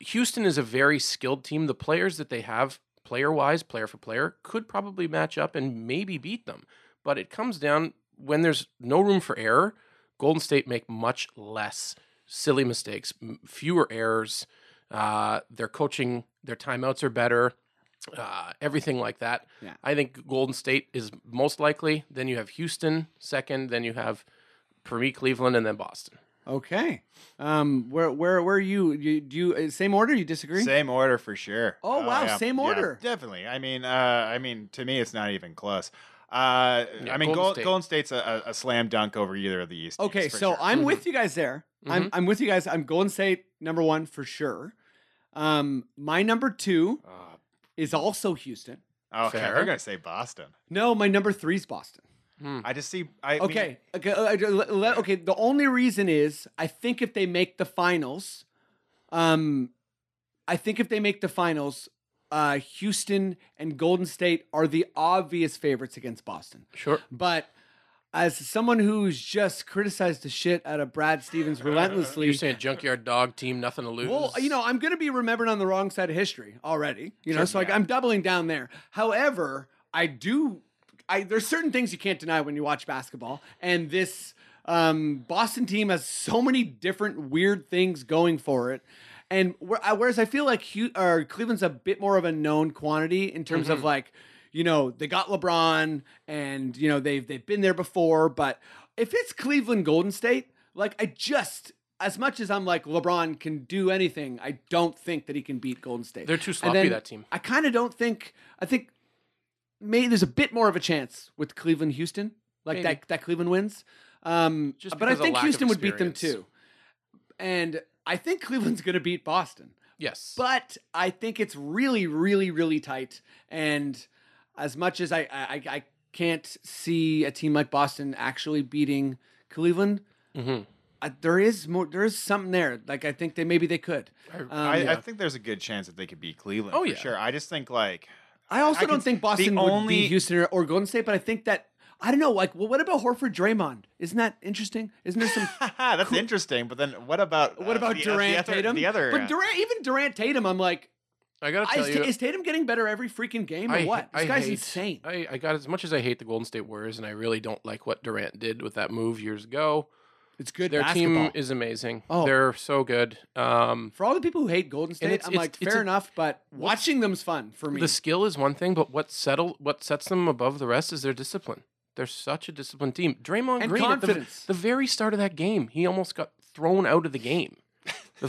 Speaker 2: Houston is a very skilled team. The players that they have, player wise, player for player, could probably match up and maybe beat them. But it comes down when there's no room for error. Golden State make much less silly mistakes, m- fewer errors. Uh, their coaching, their timeouts are better. Uh, everything like that.
Speaker 4: Yeah.
Speaker 2: I think Golden State is most likely. Then you have Houston second. Then you have, for me, Cleveland, and then Boston.
Speaker 4: Okay. Um, where where where are you? you do you uh, same order? You disagree?
Speaker 5: Same order for sure.
Speaker 4: Oh, wow, same
Speaker 5: Yeah,
Speaker 4: order.
Speaker 5: definitely. I mean, uh, I mean, to me, it's not even close. Uh,
Speaker 2: Yeah,
Speaker 5: I
Speaker 2: Golden
Speaker 5: mean, Golden,
Speaker 2: State.
Speaker 5: Golden State's a, a, a slam dunk over either of the East. teams,
Speaker 4: Okay,
Speaker 5: for
Speaker 4: so
Speaker 5: sure.
Speaker 4: I'm with you guys there. I'm I'm with you guys. I'm Golden State number one for sure. Um, my number two
Speaker 5: Oh,
Speaker 4: is also Houston.
Speaker 5: okay,
Speaker 2: Fair.
Speaker 5: I'm gonna say Boston.
Speaker 4: No, my number three is Boston.
Speaker 5: I just see. I mean,
Speaker 4: Okay, okay, uh, uh, le- le- okay. The only reason is I think if they make the finals, um, I think if they make the finals, uh, Houston and Golden State are the obvious favorites against Boston.
Speaker 2: Sure.
Speaker 4: But as someone who's just criticized the shit out of Brad Stevens relentlessly,
Speaker 2: You're saying junkyard dog team, nothing to lose.
Speaker 4: well, you know, I'm going to be remembered on the wrong side of history already. You know, so like, I'm doubling down there. However, I do. I there's certain things you can't deny when you watch basketball, and this um, Boston team has so many different weird things going for it. And where, I- whereas I feel like Hu- or Cleveland's a bit more of a known quantity in terms of like, you know, they got LeBron, and you know they've they've been there before. But if it's Cleveland Golden State, like I just as much as I'm like LeBron can do anything, I don't think that he can beat Golden State.
Speaker 2: They're too
Speaker 4: And
Speaker 2: sloppy,
Speaker 4: then
Speaker 2: that team.
Speaker 4: I kind of don't think. I think maybe there's a bit more of a chance with Cleveland Houston, like
Speaker 2: Maybe.
Speaker 4: that that Cleveland wins. Um,
Speaker 2: Just
Speaker 4: but I
Speaker 2: because of
Speaker 4: think
Speaker 2: lack of
Speaker 4: Houston would beat them
Speaker 2: experience.
Speaker 4: too, and I think Cleveland's going to beat Boston.
Speaker 2: yes.
Speaker 4: But I think it's really, really, really tight. And as much as I, I, I- I can't see a team like Boston actually beating Cleveland.
Speaker 2: Mm-hmm.
Speaker 4: I, there is more. There is something there. Like I think they maybe they could. Um,
Speaker 5: I,
Speaker 4: I,
Speaker 5: I think there's a good chance that they could beat Cleveland.
Speaker 2: Oh,
Speaker 5: for
Speaker 2: yeah.
Speaker 5: sure. I just think like [LAUGHS]
Speaker 4: also
Speaker 5: I can-
Speaker 4: don't think
Speaker 5: the
Speaker 4: Boston would
Speaker 5: only-
Speaker 4: beat Houston or, or Golden State, but I think that I don't know. Like, well, what about Horford Draymond? Isn't that interesting? Isn't there
Speaker 5: [LAUGHS]
Speaker 4: some?
Speaker 5: that's interesting. But then what about
Speaker 4: What
Speaker 5: uh,
Speaker 4: about
Speaker 5: the- uh,
Speaker 4: Durant
Speaker 5: the other,
Speaker 4: Tatum?
Speaker 5: The other uh,
Speaker 4: but Durant, even Durant Tatum, I'm like,
Speaker 2: I gotta
Speaker 4: I-
Speaker 2: tell
Speaker 4: is,
Speaker 2: you,
Speaker 4: is Tatum getting better every freaking game or
Speaker 2: I,
Speaker 4: what? This
Speaker 2: I
Speaker 4: guy's
Speaker 2: hate-
Speaker 4: insane.
Speaker 2: I, I got as much as I hate the Golden State Warriors, and I really don't like what Durant did with that move years ago.
Speaker 4: It's good
Speaker 2: Their
Speaker 4: basketball.
Speaker 2: team is amazing.
Speaker 4: Oh.
Speaker 2: They're so good. Um,
Speaker 4: for all the people who hate Golden State,
Speaker 2: it's-
Speaker 4: I'm
Speaker 2: it's-
Speaker 4: like,
Speaker 2: it's
Speaker 4: fair
Speaker 2: a-
Speaker 4: enough, but watching them's fun for me.
Speaker 2: the skill is one thing, but what settle what sets them above the rest is their discipline. They're such a disciplined team. Draymond
Speaker 4: And
Speaker 2: Green, at the,
Speaker 4: confidence.
Speaker 2: the very start of that game, he almost got thrown out of the game. The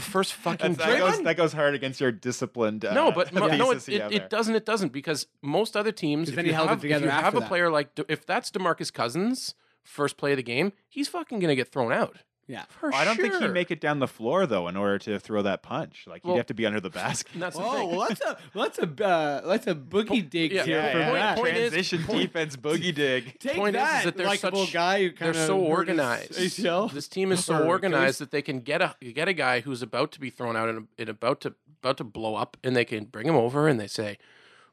Speaker 4: [LAUGHS]
Speaker 2: first fucking
Speaker 5: That's- that, goes,
Speaker 4: Draymond-
Speaker 5: that goes hard against your disciplined. Uh,
Speaker 2: No,
Speaker 5: [LAUGHS]
Speaker 2: but mo- no, it,
Speaker 5: thesis you
Speaker 2: it,
Speaker 5: have
Speaker 2: it
Speaker 5: there.
Speaker 2: doesn't. It doesn't because most other teams,
Speaker 4: 'Cause
Speaker 2: if
Speaker 4: then he
Speaker 2: you
Speaker 4: held it
Speaker 2: have, if
Speaker 4: together
Speaker 2: you
Speaker 4: after
Speaker 2: have a
Speaker 4: that.
Speaker 2: player like, De- if that's Demarcus Cousins' first play of the game, he's fucking gonna get thrown out.
Speaker 4: Yeah.
Speaker 2: for
Speaker 5: I don't think he'd
Speaker 2: sure.
Speaker 5: make it down the floor though in order to throw that punch. Like you'd
Speaker 2: Well-
Speaker 5: have to
Speaker 2: [LAUGHS]
Speaker 5: be under the basket.
Speaker 2: And that's the
Speaker 4: Oh,
Speaker 2: thing.
Speaker 4: well,
Speaker 2: [LAUGHS]
Speaker 4: that's a well, that's a uh, that's a boogie dig
Speaker 2: yeah,
Speaker 4: here
Speaker 2: yeah,
Speaker 4: for
Speaker 2: yeah.
Speaker 4: that.
Speaker 2: Point is-
Speaker 5: Transition
Speaker 2: [LAUGHS]
Speaker 5: defense boogie dig.
Speaker 4: Take
Speaker 2: point is, is
Speaker 4: that,
Speaker 2: that they're
Speaker 4: likable
Speaker 2: such-
Speaker 4: guy who
Speaker 2: They're
Speaker 4: kind of
Speaker 2: so organized.
Speaker 4: ACL.
Speaker 2: This team
Speaker 4: [LAUGHS]
Speaker 2: is so
Speaker 4: Or
Speaker 2: organized
Speaker 4: case.
Speaker 2: that they can get a you get a guy who's about to be thrown out and, and about to about to blow up, and they can bring him over and they say,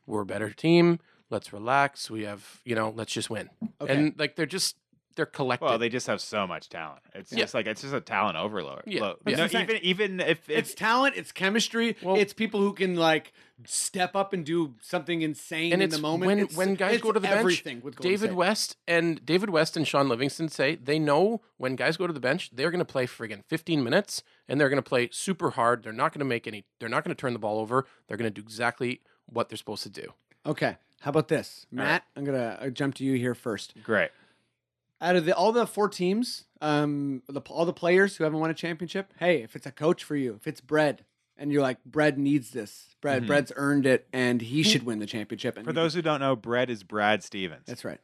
Speaker 2: "We're a better team. Let's relax. We have you know, let's just win."
Speaker 4: Okay.
Speaker 2: And like they're just they're collected.
Speaker 5: Well, they just have so much talent. It's
Speaker 2: Yeah.
Speaker 5: just like it's just a talent overload.
Speaker 2: Yeah.
Speaker 5: Lo-
Speaker 2: Yeah.
Speaker 5: No,
Speaker 4: That's what I'm
Speaker 5: even even if
Speaker 4: It's
Speaker 5: it's
Speaker 4: talent. It's chemistry.
Speaker 2: Well-
Speaker 4: it's people who can like step up and do something insane
Speaker 2: and
Speaker 4: in
Speaker 2: it's
Speaker 4: the moment.
Speaker 2: when
Speaker 4: It's-
Speaker 2: when guys
Speaker 4: it's
Speaker 2: go to the bench,
Speaker 4: everything with Golden
Speaker 2: David
Speaker 4: State.
Speaker 2: West and David West and Sean Livingston say they know when guys go to the bench, they're going to play friggin' 15 minutes and they're going to play super hard. They're not going to make any. They're not going to turn the ball over. They're going to do exactly what they're supposed to do.
Speaker 4: Okay, how about this, Matt? I'm gonna uh, jump to you here first.
Speaker 5: great.
Speaker 4: Out of the all the four teams, um, the, all the players who haven't won a championship. Hey, if it's a coach for you, if it's Bread, and you're like Bread needs this. Bread,
Speaker 2: Mm-hmm.
Speaker 4: Bread's earned it, and
Speaker 2: [LAUGHS]
Speaker 4: he should win the championship. And
Speaker 5: For
Speaker 4: you-
Speaker 5: those who don't know, Brett is Brad Stevens.
Speaker 4: that's right.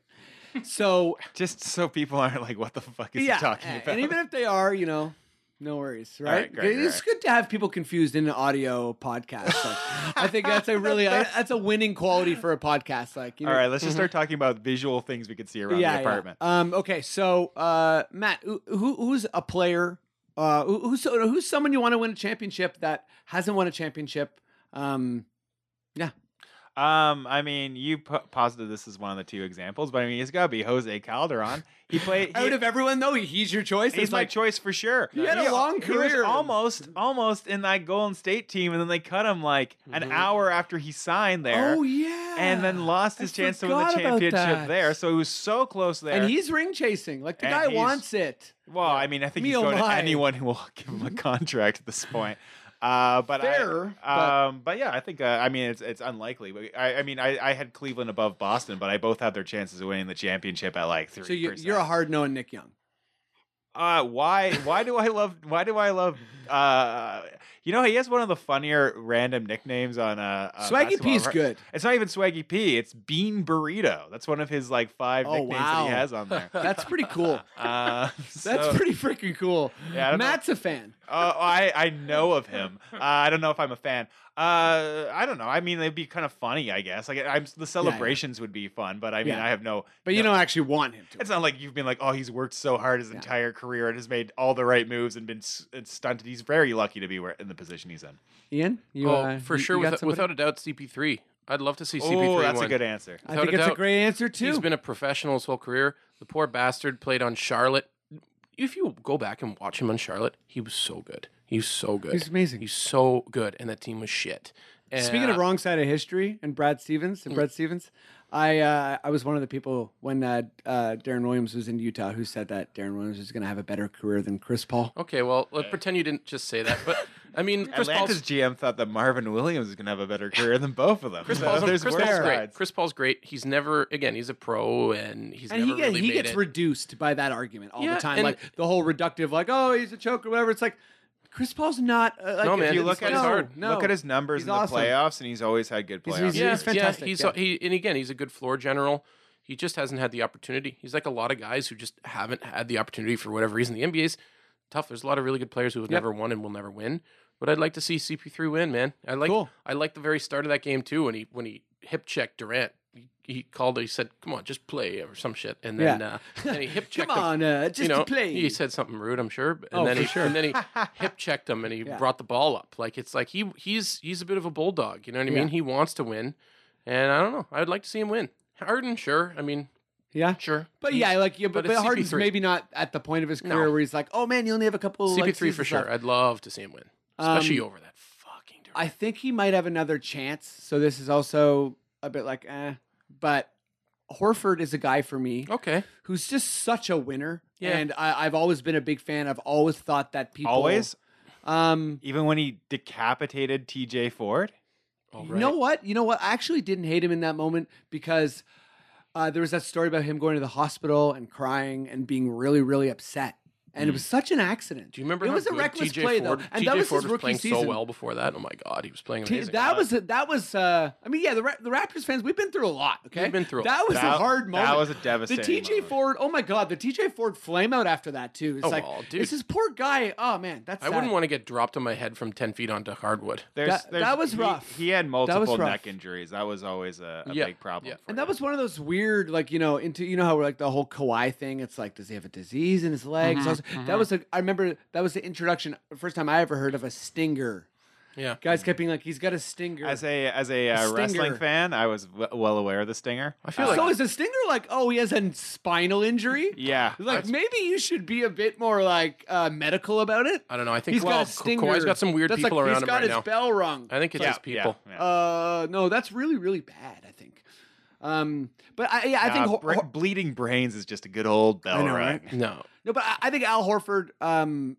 Speaker 4: So
Speaker 5: [LAUGHS] just so people aren't like, what the fuck is he talking
Speaker 4: and-
Speaker 5: about?
Speaker 4: And even if they are, you know, no worries, right?
Speaker 5: right, great,
Speaker 4: it's good to have people confused in an audio podcast. Like, I think that's a
Speaker 5: [LAUGHS]
Speaker 4: really I- that's a winning quality for a podcast. Like, you know,
Speaker 5: All right,
Speaker 2: Mm-hmm.
Speaker 5: let's just start talking about visual things we could see around
Speaker 4: yeah,
Speaker 5: the apartment.
Speaker 4: yeah. Um, okay, so uh, Matt, who, who who's a player? Uh, who, who's who's someone you want to win a championship that hasn't won a championship? Um,
Speaker 5: Um, I mean, you po- posited this as one of the two examples, but I mean, it's got to be Jose Calderon.
Speaker 4: [LAUGHS]
Speaker 5: He played.
Speaker 4: out
Speaker 5: he,
Speaker 4: of everyone though, he's your choice.
Speaker 5: He's
Speaker 4: It's
Speaker 5: my
Speaker 4: like,
Speaker 5: choice for sure.
Speaker 4: He had a long
Speaker 5: he was
Speaker 4: career.
Speaker 5: almost, almost in that Golden State team, and then they cut him like an hour after he signed there,
Speaker 4: Mm-hmm. oh yeah,
Speaker 5: and then lost his
Speaker 4: I
Speaker 5: chance to win the
Speaker 4: forgot about
Speaker 5: championship
Speaker 4: that.
Speaker 5: there. So he was so close there.
Speaker 4: and he's ring chasing. Like the
Speaker 5: And
Speaker 4: guy
Speaker 5: he's-
Speaker 4: wants it.
Speaker 5: well, I mean, I think
Speaker 4: Me,
Speaker 5: he's
Speaker 4: oh
Speaker 5: going
Speaker 4: my.
Speaker 5: to anyone who will [LAUGHS] give him a contract at this point. Uh, but
Speaker 4: Fair,
Speaker 5: I,
Speaker 4: but-
Speaker 5: um, but yeah, I think uh, I mean it's it's unlikely. But I, I mean, I, I had Cleveland above Boston, but I both had their chances of winning the championship at like three.
Speaker 4: So you, you're a hard no and Nick Young.
Speaker 5: uh why why do i love why do i love uh you know he has one of the funnier random nicknames on uh, uh
Speaker 4: Swaggy
Speaker 5: basketball,
Speaker 4: P's
Speaker 5: right?
Speaker 4: good.
Speaker 5: it's not even swaggy p it's bean burrito that's one of his like five
Speaker 4: Oh,
Speaker 5: nicknames that
Speaker 4: wow.
Speaker 5: he has
Speaker 4: [LAUGHS]
Speaker 5: on there
Speaker 4: That's pretty
Speaker 2: [LAUGHS]
Speaker 4: cool.
Speaker 2: Ah,
Speaker 5: uh
Speaker 4: That's
Speaker 5: so-
Speaker 4: pretty freaking cool.
Speaker 5: Yeah, I don't know.
Speaker 4: Matt's a fan.
Speaker 5: uh, I I know of
Speaker 4: [LAUGHS]
Speaker 5: him. Uh, I don't know if I'm a fan. Uh, I don't know. I mean, it'd be kind of funny, I guess. Like, I'm the celebrations would be fun, but I mean,
Speaker 4: Yeah.
Speaker 5: I have no.
Speaker 4: But you
Speaker 5: no-
Speaker 4: don't actually want him to.
Speaker 5: It's not like you've been like, oh, he's worked so hard his entire career and has made all the right moves and been s- and stunted. He's very lucky to be where, in the position he's in.
Speaker 4: Ian, you
Speaker 2: oh,
Speaker 4: uh,
Speaker 2: for
Speaker 4: you-
Speaker 2: sure,
Speaker 4: you got
Speaker 2: without,
Speaker 4: somebody?
Speaker 2: without a doubt, CP3. I'd love to see CP3.
Speaker 5: Oh, that's
Speaker 2: win.
Speaker 5: a good answer.
Speaker 4: I
Speaker 2: without
Speaker 4: think
Speaker 2: a
Speaker 4: it's a
Speaker 2: doubt.
Speaker 4: great answer too.
Speaker 2: He's been a professional his whole career. The poor bastard played on Charlotte. If you go back and watch him on Charlotte, he was so good. He's so good.
Speaker 4: He's amazing.
Speaker 2: He's so good, and that team was shit. And,
Speaker 4: Speaking of wrong side of history and Brad Stevens
Speaker 2: Mm.
Speaker 4: and Brad Stevens, I uh, I was one of the people when uh, uh, Darren Williams was in Utah who said that Darren Williams is going to have a better career than Chris Paul.
Speaker 2: Okay, well, let's pretend you didn't just say that. But I
Speaker 4: [LAUGHS]
Speaker 2: mean, Chris
Speaker 5: Atlanta's
Speaker 2: Paul's
Speaker 5: GM thought that Marvin Williams was going to have a better career than both of
Speaker 4: [LAUGHS]
Speaker 5: them.
Speaker 2: Chris
Speaker 5: So
Speaker 2: Paul's,
Speaker 5: there's
Speaker 2: Chris
Speaker 5: worse
Speaker 2: Paul's great.
Speaker 5: sides.
Speaker 2: Chris Paul's great. He's never again. He's a pro, and he's
Speaker 4: and he,
Speaker 2: never
Speaker 4: get,
Speaker 2: really
Speaker 4: he
Speaker 2: made
Speaker 4: gets
Speaker 2: it.
Speaker 4: reduced by that argument all
Speaker 2: Yeah,
Speaker 4: the time.
Speaker 2: and-
Speaker 4: Like the whole reductive, like oh he's a choker, whatever. It's like Chris Paul's not. Uh, like,
Speaker 2: No, man,
Speaker 5: If you
Speaker 2: It's
Speaker 5: look at
Speaker 2: his- [LAUGHS]
Speaker 5: his,
Speaker 4: no,
Speaker 2: hard.
Speaker 4: no.
Speaker 5: look at his numbers
Speaker 4: He's
Speaker 5: in the
Speaker 4: awesome.
Speaker 5: playoffs, and he's always had good
Speaker 4: He's-
Speaker 5: playoffs.
Speaker 4: he's-
Speaker 2: yeah,
Speaker 4: He's fantastic,
Speaker 2: Yeah, he's
Speaker 4: yeah.
Speaker 2: he and again he's a good floor general. He just hasn't had the opportunity. He's like a lot of guys who just haven't had the opportunity for whatever reason. The NBA's tough. There's a lot of really good players who have never won and will never win. But I'd like to see CP3 win, man. I like
Speaker 4: Cool.
Speaker 2: I like the very start of that game too when he when he hip checked Durant. He, he called. He said, "Come on, just play" or some shit. And then
Speaker 4: Yeah. [LAUGHS]
Speaker 2: uh, then he hip checked.
Speaker 4: Come on, uh, just
Speaker 2: you know,
Speaker 4: to play.
Speaker 2: He said something rude, I'm sure. b- And
Speaker 4: Oh,
Speaker 2: then
Speaker 4: for
Speaker 2: he,
Speaker 4: sure. [LAUGHS]
Speaker 2: And then he hip checked him, and he brought the ball up. Like it's like he he's he's a bit of a bulldog. You know what I mean?
Speaker 4: Yeah.
Speaker 2: He wants to win, and I don't know. I'd like to see him win. Harden, sure. I mean,
Speaker 4: yeah,
Speaker 2: sure.
Speaker 4: But
Speaker 2: He's-
Speaker 4: yeah, like yeah, but,
Speaker 2: but
Speaker 4: but
Speaker 2: it's
Speaker 4: Harden's
Speaker 2: CP3.
Speaker 4: maybe not at the point of his
Speaker 2: No.
Speaker 4: career where he's like, oh man, you only have a couple. like,
Speaker 2: CP3 for
Speaker 4: seasons
Speaker 2: sure.
Speaker 4: left."
Speaker 2: I'd love to see him win,
Speaker 4: Um,
Speaker 2: especially over that fucking. Durant.
Speaker 4: I think he might have another chance. So this is also a bit like, eh. But Horford is a guy for me
Speaker 2: Okay.
Speaker 4: who's just such a winner.
Speaker 2: Oh. Yeah.
Speaker 4: And I, I've always been a big fan. I've always thought that people
Speaker 5: Always,
Speaker 4: Um,
Speaker 5: even when he decapitated T.J. Ford.
Speaker 2: All
Speaker 4: You know what? You know what? I actually didn't hate him in that moment because uh, there was that story about him going to the hospital and crying and being really, really upset. And it was such an accident.
Speaker 2: Mm. Do you remember?
Speaker 4: It
Speaker 2: how
Speaker 4: was a
Speaker 2: good
Speaker 4: reckless
Speaker 2: TJ
Speaker 4: play,
Speaker 2: Ford,
Speaker 4: though, and
Speaker 2: TJ
Speaker 4: that was
Speaker 2: Ford
Speaker 4: his rookie
Speaker 2: playing
Speaker 4: season.
Speaker 2: so well before that. Oh my god, he was playing
Speaker 4: T-
Speaker 2: amazing.
Speaker 4: that was a, that was. Uh, I mean, yeah, the Ra- the Raptors fans. We've been through a lot. Okay,
Speaker 2: We've been through a
Speaker 4: That
Speaker 2: lot.
Speaker 4: was
Speaker 5: That-
Speaker 4: a hard
Speaker 5: that
Speaker 4: moment.
Speaker 5: was a devastating
Speaker 4: The TJ
Speaker 5: moment.
Speaker 4: Ford. Oh my god, the TJ Ford flameout after that too. It's
Speaker 2: Oh,
Speaker 4: like
Speaker 2: well, dude.
Speaker 4: it's this poor guy. Oh man, that's.
Speaker 2: I
Speaker 4: sad.
Speaker 2: wouldn't want to get dropped on my head from ten feet onto hardwood.
Speaker 5: There's,
Speaker 4: That-
Speaker 5: there's,
Speaker 4: that was
Speaker 5: he-
Speaker 4: rough.
Speaker 5: He, had
Speaker 4: was
Speaker 5: multiple
Speaker 4: rough.
Speaker 5: neck injuries. That was always a, a
Speaker 2: Yeah,
Speaker 5: big problem.
Speaker 2: yeah.
Speaker 5: For
Speaker 4: And
Speaker 5: him.
Speaker 4: that was one of those weird, like you know, into you know how we're like the whole Kawhi thing. It's like, does he have a disease in his legs? Also- That was a, I remember that was the introduction, first time I ever heard of a stinger.
Speaker 2: Yeah.
Speaker 4: guys kept being like, he's got a stinger.
Speaker 5: as a as a
Speaker 4: A
Speaker 5: uh, wrestling
Speaker 4: stinger.
Speaker 5: fan, I was w- well aware of the stinger.
Speaker 2: I feel
Speaker 5: Uh,
Speaker 2: like
Speaker 4: so is a stinger like, oh, he has a spinal injury?
Speaker 5: yeah,
Speaker 4: Like maybe you should be a bit more like uh, medical about it.
Speaker 2: I don't know. I think
Speaker 4: He's
Speaker 2: well,
Speaker 4: got a stinger.
Speaker 2: Kawhi's got some weird
Speaker 4: That's
Speaker 2: people
Speaker 4: like,
Speaker 2: around
Speaker 4: He's
Speaker 2: him
Speaker 4: got
Speaker 2: right
Speaker 4: his
Speaker 2: now.
Speaker 4: bell rung.
Speaker 2: I think it's
Speaker 5: yeah,
Speaker 2: his people.
Speaker 5: Yeah, yeah.
Speaker 4: Uh, no, that's really really bad. I think. Um, but I, yeah, I think
Speaker 5: Nah,
Speaker 4: Ho-
Speaker 5: bre-
Speaker 4: Ho-
Speaker 5: Uh, bleeding brains is just a good old bell
Speaker 4: know,
Speaker 5: ring.
Speaker 4: right?
Speaker 2: No.
Speaker 4: No, but I, I think Al Horford, um,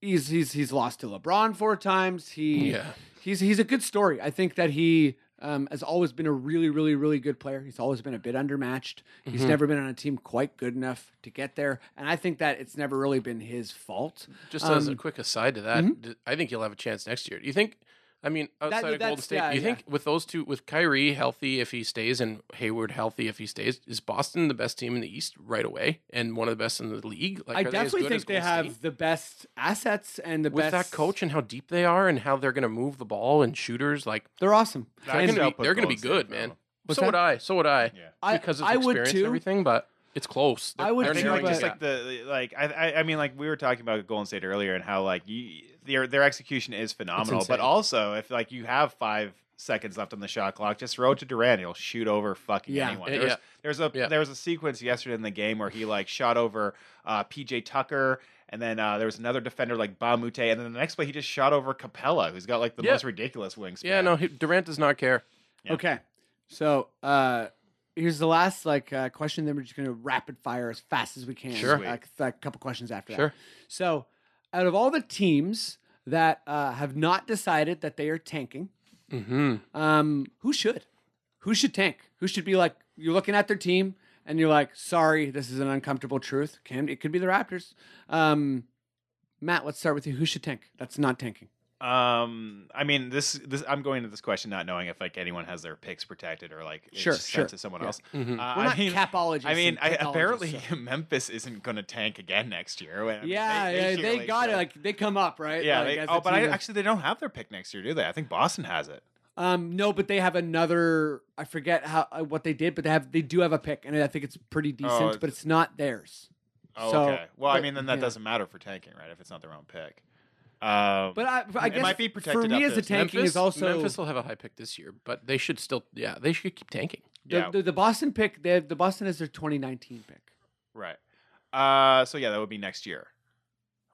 Speaker 4: he's he's he's lost to LeBron four times. He
Speaker 2: Yeah.
Speaker 4: he's he's a good story. I think that he um, has always been a really really really good player. He's always been a bit undermatched.
Speaker 2: Mm-hmm.
Speaker 4: He's never been on a team quite good enough to get there, and I think that it's never really been his fault.
Speaker 2: Just as
Speaker 4: Um,
Speaker 2: a quick aside to that,
Speaker 4: mm-hmm.
Speaker 2: d I I think he'll have a chance next year. Do you think? I mean, outside of Golden
Speaker 4: that's-
Speaker 2: State,
Speaker 4: yeah,
Speaker 2: do you
Speaker 4: yeah.
Speaker 2: think with those two, with Kyrie healthy if he stays and Hayward healthy if he stays, is Boston the best team in the East right away and one of the best in the league? Like,
Speaker 4: I
Speaker 2: are they as
Speaker 4: definitely
Speaker 2: good as
Speaker 4: think they
Speaker 2: Golden
Speaker 4: have
Speaker 2: State?
Speaker 4: the best assets and the
Speaker 2: with
Speaker 4: best
Speaker 2: that coach and how deep they are and how they're going to move the ball and shooters. Like
Speaker 4: They're awesome.
Speaker 2: they're
Speaker 5: can
Speaker 2: going to
Speaker 5: help
Speaker 2: be,
Speaker 5: with
Speaker 2: they're gonna be
Speaker 5: Golden State
Speaker 2: good,
Speaker 5: problem.
Speaker 2: man.
Speaker 4: What's
Speaker 2: so
Speaker 4: that?
Speaker 2: would I. So would I.
Speaker 5: Yeah.
Speaker 4: I-
Speaker 2: because of
Speaker 4: I would
Speaker 2: experience and
Speaker 4: too.
Speaker 2: everything, but it's close.
Speaker 4: I would
Speaker 2: They're
Speaker 4: too,
Speaker 5: I think
Speaker 2: narrowing
Speaker 5: like
Speaker 4: but-
Speaker 2: it
Speaker 5: just
Speaker 2: down.
Speaker 5: like the like I, I I mean like we were talking about Golden State earlier and how like you, their their execution is phenomenal,
Speaker 2: insane.
Speaker 5: but also if like you have five seconds left on the shot clock, just throw it to Durant, he'll shoot over fucking
Speaker 4: Yeah.
Speaker 5: anyone.
Speaker 2: Yeah,
Speaker 5: There's,
Speaker 2: yeah.
Speaker 5: there's a
Speaker 2: Yeah.
Speaker 5: there was a sequence yesterday in the game where he like shot over uh, PJ Tucker. And then uh, there was another defender like Bamute, and then the next play he just shot over Capella, who's got like the
Speaker 2: Yeah.
Speaker 5: most ridiculous wingspan.
Speaker 2: yeah, no, he- Durant does not care.
Speaker 5: Yeah.
Speaker 4: Okay, so uh, here's the last like uh, question. Then we're just gonna rapid fire as fast as we can.
Speaker 2: Sure.
Speaker 4: Like, like, a couple questions after that.
Speaker 2: Sure.
Speaker 4: So, out of all the teams that uh, have not decided that they are tanking,
Speaker 2: Mm-hmm.
Speaker 4: um, who should? Who should tank? Who should be like you're looking at their team and you're like, sorry, this is an uncomfortable truth. Can it could be the Raptors? Um, Matt, let's start with you. Who should tank? That's not tanking.
Speaker 5: Um, I mean, this this I'm going to this question not knowing if like anyone has their picks protected or like it's
Speaker 4: Sure,
Speaker 5: just
Speaker 4: sure.
Speaker 5: sent to someone
Speaker 4: Yeah.
Speaker 5: else.
Speaker 2: Mhm.
Speaker 5: Uh,
Speaker 4: We're
Speaker 5: I
Speaker 4: not
Speaker 5: mean,
Speaker 4: capologists.
Speaker 5: I mean,
Speaker 4: and
Speaker 5: I,
Speaker 4: technologists,
Speaker 5: [LAUGHS] apparently
Speaker 4: so-
Speaker 5: Memphis isn't going to tank again next year. I mean,
Speaker 4: yeah, yeah, they,
Speaker 5: surely
Speaker 4: got it.
Speaker 5: should.
Speaker 4: Like they come up, right?
Speaker 5: yeah.
Speaker 4: Like,
Speaker 5: they-
Speaker 4: as a
Speaker 5: oh, but
Speaker 4: team
Speaker 5: I,
Speaker 4: that-
Speaker 5: actually, they don't have their pick next year, do they? I think Boston has it.
Speaker 4: Um, no, but they have another. I forget how uh, what they did, but they have they do have a pick, and I think it's pretty decent,
Speaker 5: Oh, it's-
Speaker 4: but it's not theirs.
Speaker 5: Oh,
Speaker 4: So,
Speaker 5: okay. Well, I
Speaker 4: but-
Speaker 5: mean, then that
Speaker 4: yeah.
Speaker 5: doesn't matter for tanking, right? If it's not their own pick. Um,
Speaker 4: But I, I
Speaker 5: It
Speaker 4: guess
Speaker 5: might be
Speaker 4: for
Speaker 5: protected
Speaker 4: me
Speaker 5: up
Speaker 4: as the
Speaker 5: there.
Speaker 4: tanking
Speaker 2: Memphis,
Speaker 4: is also
Speaker 2: Memphis will have a high pick this year, but they should still, yeah, they should keep tanking.
Speaker 4: the,
Speaker 5: yeah,
Speaker 4: the, the Boston pick. They have, the Boston is their 2019 pick.
Speaker 5: right. Uh, so yeah, that would be next year.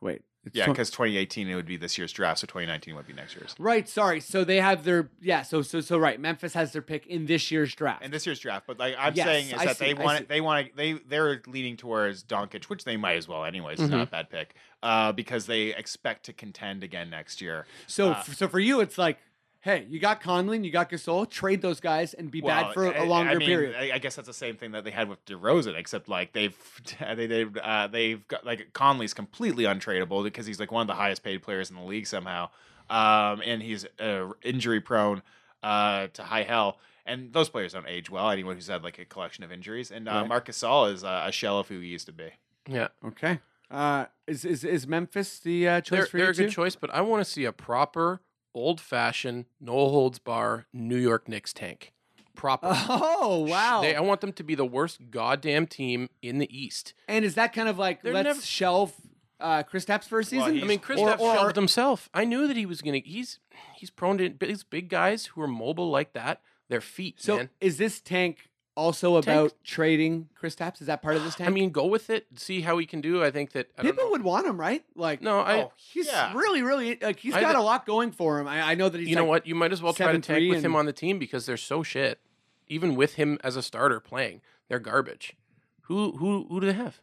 Speaker 4: Wait, it's
Speaker 5: Yeah,
Speaker 4: twen-
Speaker 5: because 2018 it would be this year's draft, so 2019 would be next year's.
Speaker 4: right. Sorry, so they have their yeah. So so so right. Memphis has their pick in this year's draft.
Speaker 5: in this year's draft. But like I'm
Speaker 4: Yes,
Speaker 5: saying is
Speaker 4: I
Speaker 5: that
Speaker 4: see,
Speaker 5: they
Speaker 4: I
Speaker 5: want
Speaker 4: see.
Speaker 5: it, they want to they they're leaning towards Doncic, which they might as well anyways. It's not a
Speaker 4: Mm-hmm.
Speaker 5: bad pick uh, because they expect to contend again next year.
Speaker 4: so
Speaker 5: uh,
Speaker 4: f- so for you, it's like, hey, you got Conley, and you got Gasol. Trade those guys and be
Speaker 5: Well,
Speaker 4: bad for
Speaker 5: I-
Speaker 4: a longer
Speaker 5: I mean,
Speaker 4: period.
Speaker 5: I, I guess that's the same thing that they had with DeRozan, except like they've [LAUGHS] they they've uh, they've got like Conley's completely untradeable because he's like one of the highest paid players in the league somehow, um, and he's uh, injury prone uh, to high hell. And those players don't age well. Anyone who's had like a collection of injuries, and uh,
Speaker 4: Right.
Speaker 5: Marc Gasol is uh, a shell of who he used to be.
Speaker 2: Yeah,
Speaker 4: okay. Uh, is is is Memphis the uh, choice
Speaker 2: they're,
Speaker 4: for
Speaker 2: they're
Speaker 4: you
Speaker 2: a good
Speaker 4: too?
Speaker 2: choice, but I want to see a proper, old fashioned, no holds bar New York Knicks tank. Proper.
Speaker 4: [LAUGHS] Oh wow!
Speaker 2: They, I want them to be the worst goddamn team in the East.
Speaker 4: and is that kind of like
Speaker 2: They're
Speaker 4: let's
Speaker 2: never-
Speaker 4: shelve uh, Chris for a season?
Speaker 5: he's-
Speaker 2: I mean, Chris
Speaker 4: Or- or-
Speaker 2: shelved himself. I knew that he was gonna. He's he's prone to these big guys who are mobile like that. Their feet,
Speaker 4: so
Speaker 2: man.
Speaker 4: is this tank also about trading Chris Is that part of this tank?
Speaker 2: [GASPS] I mean, go with it. See how he can do. I think that I don't
Speaker 4: people
Speaker 2: know.
Speaker 4: would want him, right? Like,
Speaker 2: No, I.
Speaker 5: Oh,
Speaker 4: he's
Speaker 5: yeah.
Speaker 4: really, really like he's
Speaker 2: I
Speaker 4: got
Speaker 2: thi-
Speaker 4: a lot going for him. I, I know that he's
Speaker 2: you know
Speaker 4: like-
Speaker 2: what? You might as well try to
Speaker 4: 7-3
Speaker 2: tank with him
Speaker 4: and-
Speaker 2: on the team because they're so shit. Even with him as a starter playing, They're garbage. Who who who do they have?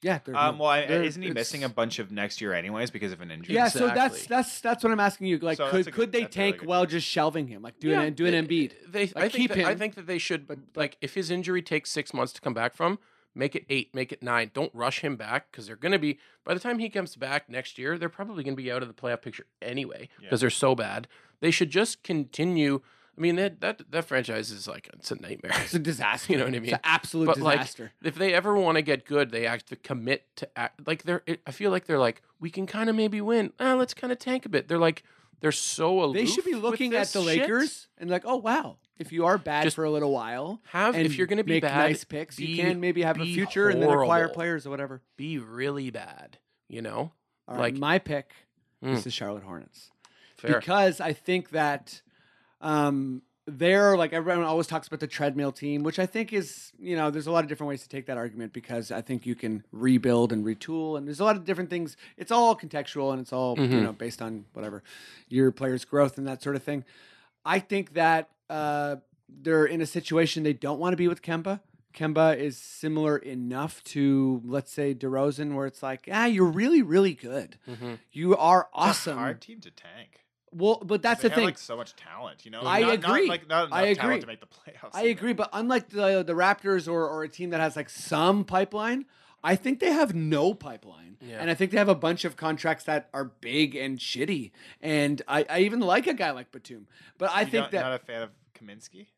Speaker 4: Yeah. they're-
Speaker 5: Um, well, I-
Speaker 4: they're-
Speaker 5: isn't he
Speaker 4: it's-
Speaker 5: missing a bunch of next year anyways because of an injury?
Speaker 4: Yeah, so that's
Speaker 2: Exactly.
Speaker 4: that's that's what I'm asking you. Like,
Speaker 5: So that's
Speaker 4: could
Speaker 5: a good-
Speaker 4: could they
Speaker 5: that's a really
Speaker 4: tank
Speaker 5: good
Speaker 4: well
Speaker 5: point.
Speaker 4: just shelving him, like doing an, doing
Speaker 2: they-
Speaker 4: Embiid?
Speaker 2: They, I think
Speaker 4: keep
Speaker 2: that, I
Speaker 4: him.
Speaker 2: think that they should, like, if his injury takes six months to come back from, make it eight, make it nine. Don't rush him back because they're going to be, by the time he comes back next year, they're probably going to be out of the playoff picture anyway because they're so bad. They should just continue. I mean, that, that, that franchise is like, it's a nightmare. [LAUGHS]
Speaker 4: It's a disaster.
Speaker 2: You know what I
Speaker 4: It's
Speaker 2: mean?
Speaker 4: an absolute
Speaker 2: but
Speaker 4: disaster.
Speaker 2: like, if they ever want to get good, they have to commit to act. Like they're, it, I feel like they're like, we can kind of maybe win. Ah, let's kind of tank a bit. They're like, they're so aloof.
Speaker 4: they should be
Speaker 2: with
Speaker 4: looking at
Speaker 2: this
Speaker 4: the
Speaker 2: shit.
Speaker 4: Lakers and like, oh wow, if you are bad
Speaker 2: Just
Speaker 4: for a little while,
Speaker 2: have- if
Speaker 4: and
Speaker 2: you're gonna be
Speaker 4: make
Speaker 2: bad,
Speaker 4: nice picks,
Speaker 2: be-
Speaker 4: you can maybe have a
Speaker 2: be
Speaker 4: future and then acquire
Speaker 2: horrible.
Speaker 4: players or whatever.
Speaker 2: be really bad. You know,
Speaker 4: All right,
Speaker 2: Like-
Speaker 4: my pick
Speaker 2: Mm.
Speaker 4: is the Charlotte Hornets
Speaker 2: fair.
Speaker 4: because I think that um, they're like everyone always talks about the treadmill team, which I think is you know there's a lot of different ways to take that argument because I think you can rebuild and retool and there's a lot of different things. It's all contextual and it's all you
Speaker 2: Mhm.
Speaker 4: know based on whatever your player's growth and that sort of thing. I think that uh, they're in a situation they don't want to be with Kemba. Kemba is similar enough to, let's say, DeRozan, where it's like, ah, you're really, really good.
Speaker 2: Mhm.
Speaker 4: You are
Speaker 5: It's a
Speaker 4: awesome.
Speaker 5: hard team to tank.
Speaker 4: Well, but that's
Speaker 5: they
Speaker 4: the
Speaker 5: have,
Speaker 4: thing.
Speaker 5: Like so much talent, you know.
Speaker 4: I
Speaker 5: Not-
Speaker 4: agree.
Speaker 5: Not, like not enough
Speaker 4: I agree.
Speaker 5: talent to make the playoffs.
Speaker 4: I
Speaker 5: either.
Speaker 4: agree, but unlike the the Raptors or, or a team that has like some pipeline, I think they have no pipeline,
Speaker 2: Yeah.
Speaker 4: and I think they have a bunch of contracts that are big and shitty. And I, I even like a guy like Batum, but I
Speaker 5: You
Speaker 4: think
Speaker 5: not,
Speaker 4: that
Speaker 5: not a fan of Kaminsky.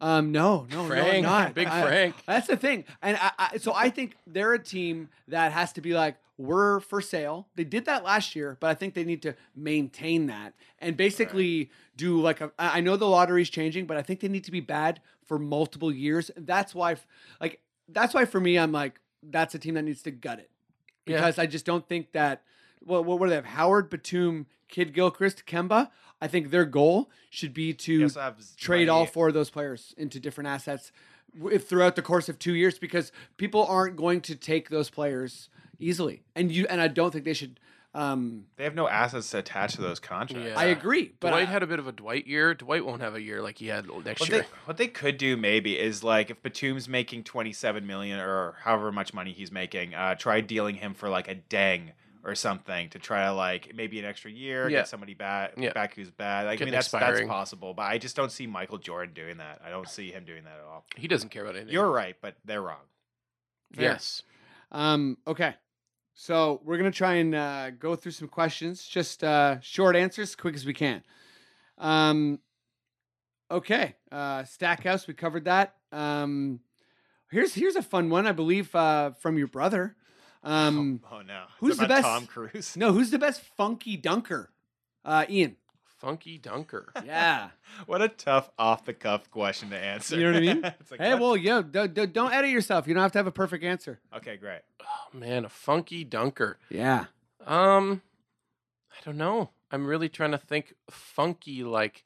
Speaker 4: um, no, no, no, I'm
Speaker 2: Frank,
Speaker 4: not.
Speaker 2: [LAUGHS] big
Speaker 4: I-
Speaker 2: Frank.
Speaker 4: That's the thing, and I, I, so I think they're a team that has to be like we're for sale. They did that last year, but I think they need to maintain that and basically do like a. I I know the lottery's changing, but I think they need to be bad for multiple years. That's why, f- like, that's why for me, I'm like, that's a team that needs to gut it
Speaker 2: Yeah.
Speaker 4: because I just don't think that. Well, what, what do they have? Howard, Batum, Kid Gilchrist, Kemba. I think their goal should be to
Speaker 5: Yes, I have z-
Speaker 4: trade
Speaker 5: money.
Speaker 4: all four of those players into different assets w- if throughout the course of two years because people aren't going to take those players easily and you and i don't think they should um,
Speaker 5: They have no assets attached to those contracts.
Speaker 2: Yeah.
Speaker 4: i agree but
Speaker 2: Dwight
Speaker 4: I-
Speaker 2: had a bit of a Dwight year. Dwight won't have a year like he had next
Speaker 5: What
Speaker 2: year.
Speaker 5: they, what they could do maybe is like if Batum's making 27 million or however much money he's making, uh, try dealing him for like a dang or something to try to like maybe an extra year,
Speaker 2: Yeah.
Speaker 5: get somebody back,
Speaker 2: Yeah.
Speaker 5: back who's bad. Like, I
Speaker 2: Get
Speaker 5: mean,
Speaker 2: an
Speaker 5: that's, that's
Speaker 2: expiring.
Speaker 5: possible, but I just don't see Michael Jordan doing that. I don't see him doing that at all.
Speaker 2: He doesn't care about anything.
Speaker 5: You're right, but they're wrong.
Speaker 2: yes.
Speaker 4: um, okay so we're gonna try and uh, go through some questions just uh, short answers quick as we can um, okay uh, stackhouse we covered that um, here's here's a fun one i believe uh, from your brother um,
Speaker 5: Oh no. Is
Speaker 4: who's
Speaker 5: it
Speaker 4: the
Speaker 5: about
Speaker 4: best-
Speaker 5: Tom Cruise? [LAUGHS]
Speaker 4: No, who's the best funky dunker? Uh, Ian.
Speaker 2: Funky dunker.
Speaker 4: Yeah.
Speaker 5: What a tough off the cuff question to answer.
Speaker 4: You know what I mean?
Speaker 5: [LAUGHS] It's like,
Speaker 4: hey,
Speaker 5: what?
Speaker 4: well, yo, d- d- don't edit yourself. You don't have to have a perfect answer.
Speaker 5: Okay, great.
Speaker 2: Oh man, a funky dunker.
Speaker 4: Yeah.
Speaker 2: Um, I don't know. I'm really trying to think funky like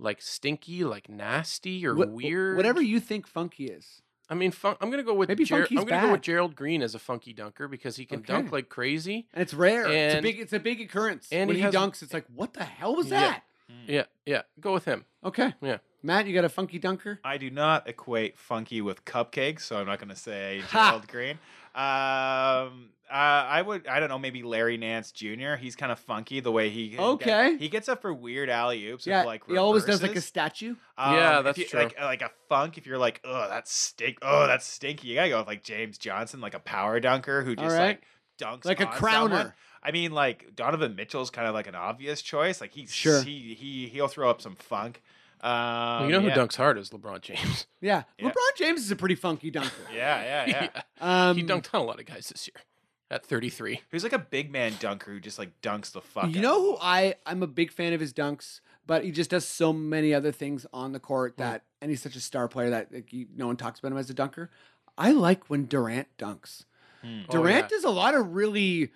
Speaker 2: like stinky, like nasty or weird.
Speaker 4: Whatever you think funky is.
Speaker 2: I mean, fun- I'm gonna go with
Speaker 4: Maybe
Speaker 2: Ger- I'm
Speaker 4: funky's
Speaker 2: gonna go with
Speaker 4: bad.
Speaker 2: Gerald Green as a funky dunker because he can dunk
Speaker 4: Okay.
Speaker 2: like crazy.
Speaker 4: And it's rare. it's a
Speaker 2: And-
Speaker 4: big it's a big occurrence.
Speaker 2: and
Speaker 4: when he,
Speaker 2: he has-
Speaker 4: dunks, it's like, what the hell was
Speaker 2: Yeah.
Speaker 4: that?
Speaker 5: Hmm.
Speaker 2: Yeah, yeah. Go with him.
Speaker 4: Okay.
Speaker 2: Yeah.
Speaker 4: Matt, you got a funky dunker?
Speaker 5: I do not equate funky with cupcakes, so I'm not going to say
Speaker 4: [LAUGHS] Ha!
Speaker 5: Gerald Green. Um, uh, I would, I don't know, maybe Larry Nance Jr. He's kind of funky the way he
Speaker 4: Okay.
Speaker 5: he gets up for weird alley oops.
Speaker 4: yeah.
Speaker 5: like
Speaker 4: he always does like a
Speaker 5: reverses. Um,
Speaker 4: statue.
Speaker 2: Yeah,
Speaker 5: if
Speaker 2: that's
Speaker 5: you-
Speaker 2: true.
Speaker 5: Like, like a funk. If you're like, oh, that's stink. Oh, that's stinky. You gotta go with like James Johnson, like a power dunker who
Speaker 4: All
Speaker 5: just
Speaker 4: right.
Speaker 5: like dunks
Speaker 4: Like a
Speaker 5: on someone.
Speaker 4: crowner.
Speaker 5: I mean, like Donovan Mitchell's kind of like an obvious choice. Like he's
Speaker 4: Sure.
Speaker 5: he he he'll throw up some funk. Um,
Speaker 2: Well, you know
Speaker 5: yeah.
Speaker 2: who dunks hard is LeBron James. [LAUGHS]
Speaker 4: Yeah.
Speaker 5: Yeah.
Speaker 4: LeBron James is a pretty funky dunker.
Speaker 5: [LAUGHS] Yeah, yeah,
Speaker 2: [LAUGHS]
Speaker 5: yeah.
Speaker 4: Um
Speaker 2: he dunked on a lot of guys this year at Oh, 33.
Speaker 5: Who's like a big man dunker who just like dunks the fuck.
Speaker 4: You know who I I'm a big fan of his dunks, but he just does so many other things on the court that, and he's such a star player that like, you, no one talks about him as a dunker. I like when Durant dunks.
Speaker 2: Hmm. Oh,
Speaker 4: Durant does a lot of really.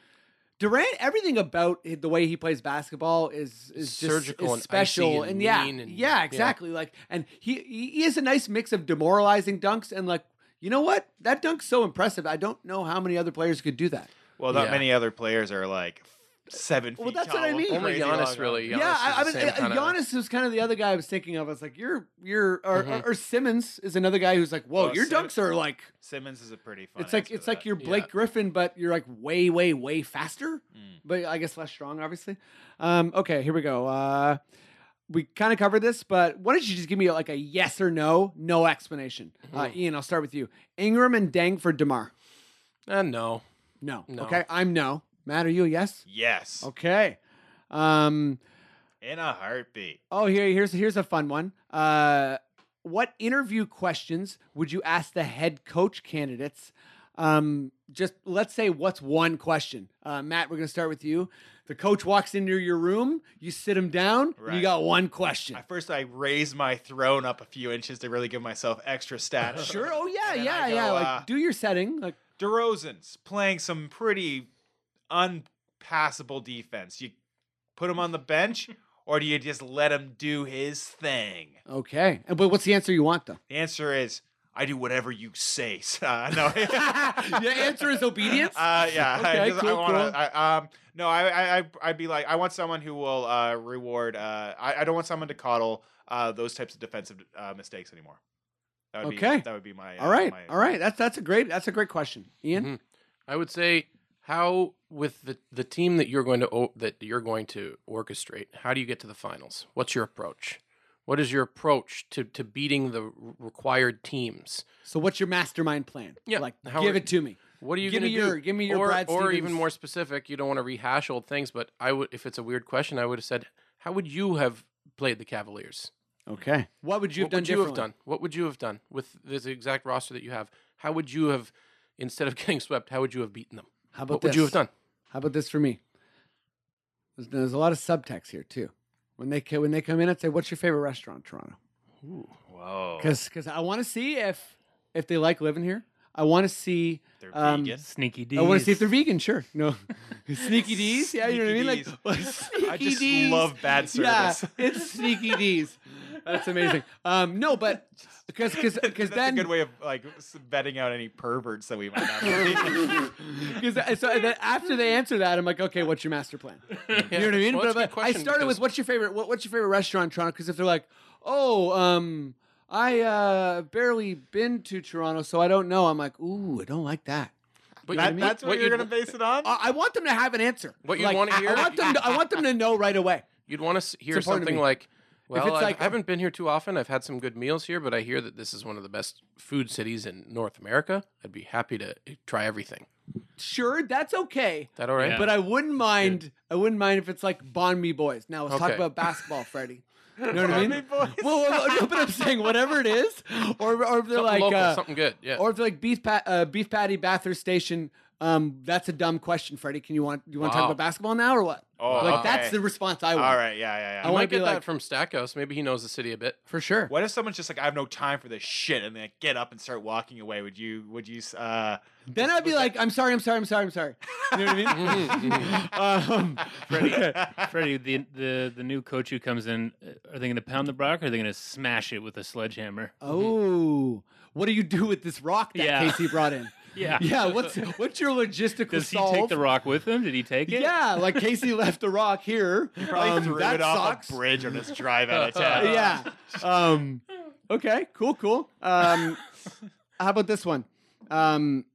Speaker 4: Durant, everything about it- the way he plays basketball is is just,
Speaker 2: Surgical
Speaker 4: is
Speaker 2: and
Speaker 4: special,
Speaker 2: icy and
Speaker 4: yeah,
Speaker 2: mean and-
Speaker 4: yeah,
Speaker 2: yeah.
Speaker 4: exactly. Like, and he he is a nice mix of demoralizing dunks and like, you know what? That dunk's so impressive. I don't know how many other players could do that.
Speaker 5: Well, not
Speaker 2: Yeah.
Speaker 5: many other players are like seven feet
Speaker 4: Well, that's
Speaker 5: tall.
Speaker 4: what I mean.
Speaker 2: Only
Speaker 5: crazy
Speaker 2: Giannis
Speaker 5: long
Speaker 2: really.
Speaker 5: arms.
Speaker 2: Giannis
Speaker 4: yeah, I, I
Speaker 2: is
Speaker 4: mean,
Speaker 2: the same
Speaker 4: uh,
Speaker 2: kinda-
Speaker 4: Giannis was kind of the other guy I was thinking of. I was like, you're, you're, or,
Speaker 2: Mm-hmm.
Speaker 4: or, or Simmons is another guy who's like, whoa,
Speaker 5: Oh,
Speaker 4: your
Speaker 5: Simmons.
Speaker 4: dunks are like,
Speaker 5: Simmons is a pretty fun.
Speaker 4: it's like,
Speaker 5: answer
Speaker 4: it's
Speaker 5: to
Speaker 4: like
Speaker 5: that.
Speaker 4: you're Blake
Speaker 2: Yeah. Mm.
Speaker 4: Griffin, but you're like way, way, way faster, but I guess less strong, obviously. Um, okay, here we go. Uh, we kind of covered this, but why don't you just give me like a yes or no, no explanation? Uh,
Speaker 2: Mm-hmm.
Speaker 4: Ian, I'll start with you. Ingram and Dang for Demar.
Speaker 2: Uh, no.
Speaker 4: No.
Speaker 2: No.
Speaker 4: Okay, I'm no. Matt, are you a yes?
Speaker 5: yes
Speaker 4: Okay. Um,
Speaker 5: in a heartbeat.
Speaker 4: Oh, here, here's here's a fun one. Uh, what interview questions would you ask the head coach candidates? Um, just let's say what's one question, uh, Matt. We're gonna start with you. The coach walks into your room, you sit him down, and you
Speaker 5: Right.
Speaker 4: got one question.
Speaker 5: At first, I raise my throne up a few inches to really give myself extra
Speaker 4: [LAUGHS] [LAUGHS]
Speaker 5: stature.
Speaker 4: sure. Oh yeah,
Speaker 5: And
Speaker 4: yeah,
Speaker 5: I go,
Speaker 4: yeah. Like
Speaker 5: uh,
Speaker 4: do your setting. Like
Speaker 5: DeRozan's playing some pretty unpassable defense. You put him on the bench, or do you just let him do his thing?
Speaker 4: okay, and but what's the answer you
Speaker 5: [LAUGHS]
Speaker 4: want though? [LAUGHS]
Speaker 5: The answer is I do whatever you say. [LAUGHS] Uh, no.
Speaker 4: [LAUGHS] the answer is obedience.
Speaker 5: Uh, yeah,
Speaker 4: Okay,
Speaker 5: I, just- I
Speaker 4: cool,
Speaker 5: wanna,
Speaker 4: cool.
Speaker 5: I, um, no, I, I, I, I'd be like, I want someone who will uh, reward. Uh, I, I don't want someone to coddle uh, those types of defensive uh, mistakes anymore. That would
Speaker 4: Okay.
Speaker 5: Be, that would be my. Uh,
Speaker 4: all right,
Speaker 5: my- Mm-hmm.
Speaker 4: all right. That's that's a great that's a great question, Ian.
Speaker 2: Mhm. I would say how with the, the team that you're going to o- that you're going to orchestrate. How do you get to the finals? What's your approach? What is your approach to to beating the r- required teams?
Speaker 4: So what's your mastermind plan?
Speaker 2: Yeah,
Speaker 4: like
Speaker 2: how
Speaker 4: give
Speaker 2: are-
Speaker 4: it to me.
Speaker 2: What are you
Speaker 4: Give
Speaker 2: going to
Speaker 4: me your-
Speaker 2: do?
Speaker 4: give me your
Speaker 2: or,
Speaker 4: Brad
Speaker 2: or even
Speaker 4: Stevens.
Speaker 2: more specific. You don't want to rehash old things, but I would if it's a weird question, I would have said, how would you have played the Cavaliers?
Speaker 4: Okay. What would you have
Speaker 2: what
Speaker 4: done
Speaker 2: would you have
Speaker 4: differently?
Speaker 2: done? What would you have done with this exact roster that you have? How would you have instead of [LAUGHS] getting swept? How would you have beaten them?
Speaker 4: How about
Speaker 2: what would you
Speaker 4: this?
Speaker 2: have done?
Speaker 4: How about this for me? There's, there's a lot of subtext here too. When they ca- when they come in and say, "What's your favorite restaurant in Toronto?"
Speaker 5: Whoa.
Speaker 4: Because I want to see if if they like living here. I want to see.
Speaker 5: They're
Speaker 4: um,
Speaker 5: vegan. [LAUGHS]
Speaker 3: Sneaky D.
Speaker 4: I want to see if they're vegan. Sure, no [LAUGHS] sneaky D's. Yeah, you know what I mean. Like
Speaker 5: Sneaky
Speaker 4: [LAUGHS] sneaky
Speaker 5: I just
Speaker 4: D's.
Speaker 5: love bad
Speaker 4: [LAUGHS] Yeah,
Speaker 5: service.
Speaker 4: it's sneaky D's. That's amazing. Um, no,
Speaker 2: [LAUGHS]
Speaker 4: but because because because
Speaker 5: That's
Speaker 4: then
Speaker 5: a good way of like s- vetting out any perverts that we might
Speaker 4: [LAUGHS]
Speaker 5: not.
Speaker 4: Because so and then after they answer that, I'm like, okay, what's your master plan?
Speaker 2: [LAUGHS]
Speaker 4: You know what I mean?
Speaker 2: Well,
Speaker 4: but
Speaker 2: that's a good
Speaker 4: but I
Speaker 2: question
Speaker 4: started with
Speaker 2: because-
Speaker 4: what's your favorite what, what's your favorite restaurant in Toronto? Because if they're like, oh, um, I uh, barely been to Toronto, so I don't know. I'm like, ooh, I don't like that.
Speaker 2: But
Speaker 5: that
Speaker 2: you-
Speaker 5: that's what, you're
Speaker 2: you'd-
Speaker 5: gonna base it on.
Speaker 4: I, I want them to have an answer.
Speaker 2: What you
Speaker 4: Like,
Speaker 2: wanna
Speaker 4: I-
Speaker 2: hear-
Speaker 4: I want them. To, I want them to know right away.
Speaker 2: You'd want to hear
Speaker 4: important to
Speaker 2: something
Speaker 4: me.
Speaker 2: like, "Well,
Speaker 4: it's
Speaker 2: I've-
Speaker 4: like-
Speaker 2: I haven't been here too often. I've had some good meals here, but I hear that this is one of the best food cities in North America. I'd be happy to eh, try everything."
Speaker 4: Sure, that's okay.
Speaker 2: Is that all right?
Speaker 3: Yeah.
Speaker 4: But I wouldn't mind. I wouldn't mind if it's like Bon Me Boys. Now let's talk
Speaker 2: Okay.
Speaker 4: about basketball,
Speaker 2: [LAUGHS]
Speaker 4: Freddie. You know what I mean?
Speaker 5: Me boys.
Speaker 4: Well, well, no, but I'm saying whatever it is, or or if they're
Speaker 2: Something
Speaker 4: like
Speaker 2: local,
Speaker 4: uh,
Speaker 2: something good. Yeah.
Speaker 4: Or if they're like beef, pa- uh, beef patty, Bathurst Station. Um, that's a dumb question, Freddie. Can you want you want to
Speaker 2: Wow.
Speaker 4: talk about basketball now or what?
Speaker 5: [LAUGHS] Oh,
Speaker 4: like that's
Speaker 5: okay.
Speaker 4: the response I want.
Speaker 5: All right. Yeah. Yeah. Yeah.
Speaker 4: I
Speaker 2: I
Speaker 4: wanna
Speaker 2: might
Speaker 4: be
Speaker 2: get
Speaker 4: like-
Speaker 2: that from Stackhouse. Maybe he knows the city a bit.
Speaker 4: for sure.
Speaker 5: What if someone's just like, I have no time for this shit, and they like, get up and start walking away? Would you? Would you? Uh,
Speaker 4: Then I'd be like, I'm sorry, I'm sorry, I'm sorry, I'm
Speaker 5: [LAUGHS]
Speaker 4: sorry. You know what I mean? um, [LAUGHS]
Speaker 3: Freddie, the, the the new coach who comes in, uh, are they going to pound the rock or are they going to smash it with a sledgehammer?
Speaker 4: oh, what do you do with this rock that
Speaker 3: Yeah.
Speaker 4: Casey
Speaker 3: [LAUGHS]
Speaker 4: brought in?
Speaker 3: Yeah.
Speaker 4: yeah. What's what's your logistical
Speaker 3: Does he
Speaker 4: solve?
Speaker 3: take the rock with him? Did he take it?
Speaker 4: Yeah, [LAUGHS] like Casey left the rock here.
Speaker 5: probably
Speaker 4: Um,
Speaker 5: threw
Speaker 4: that
Speaker 5: it off
Speaker 4: sucks.
Speaker 5: a bridge on his drive
Speaker 4: [LAUGHS]
Speaker 5: out of town.
Speaker 4: yeah. Um, okay. Cool. Cool. Um, how about this one? Um,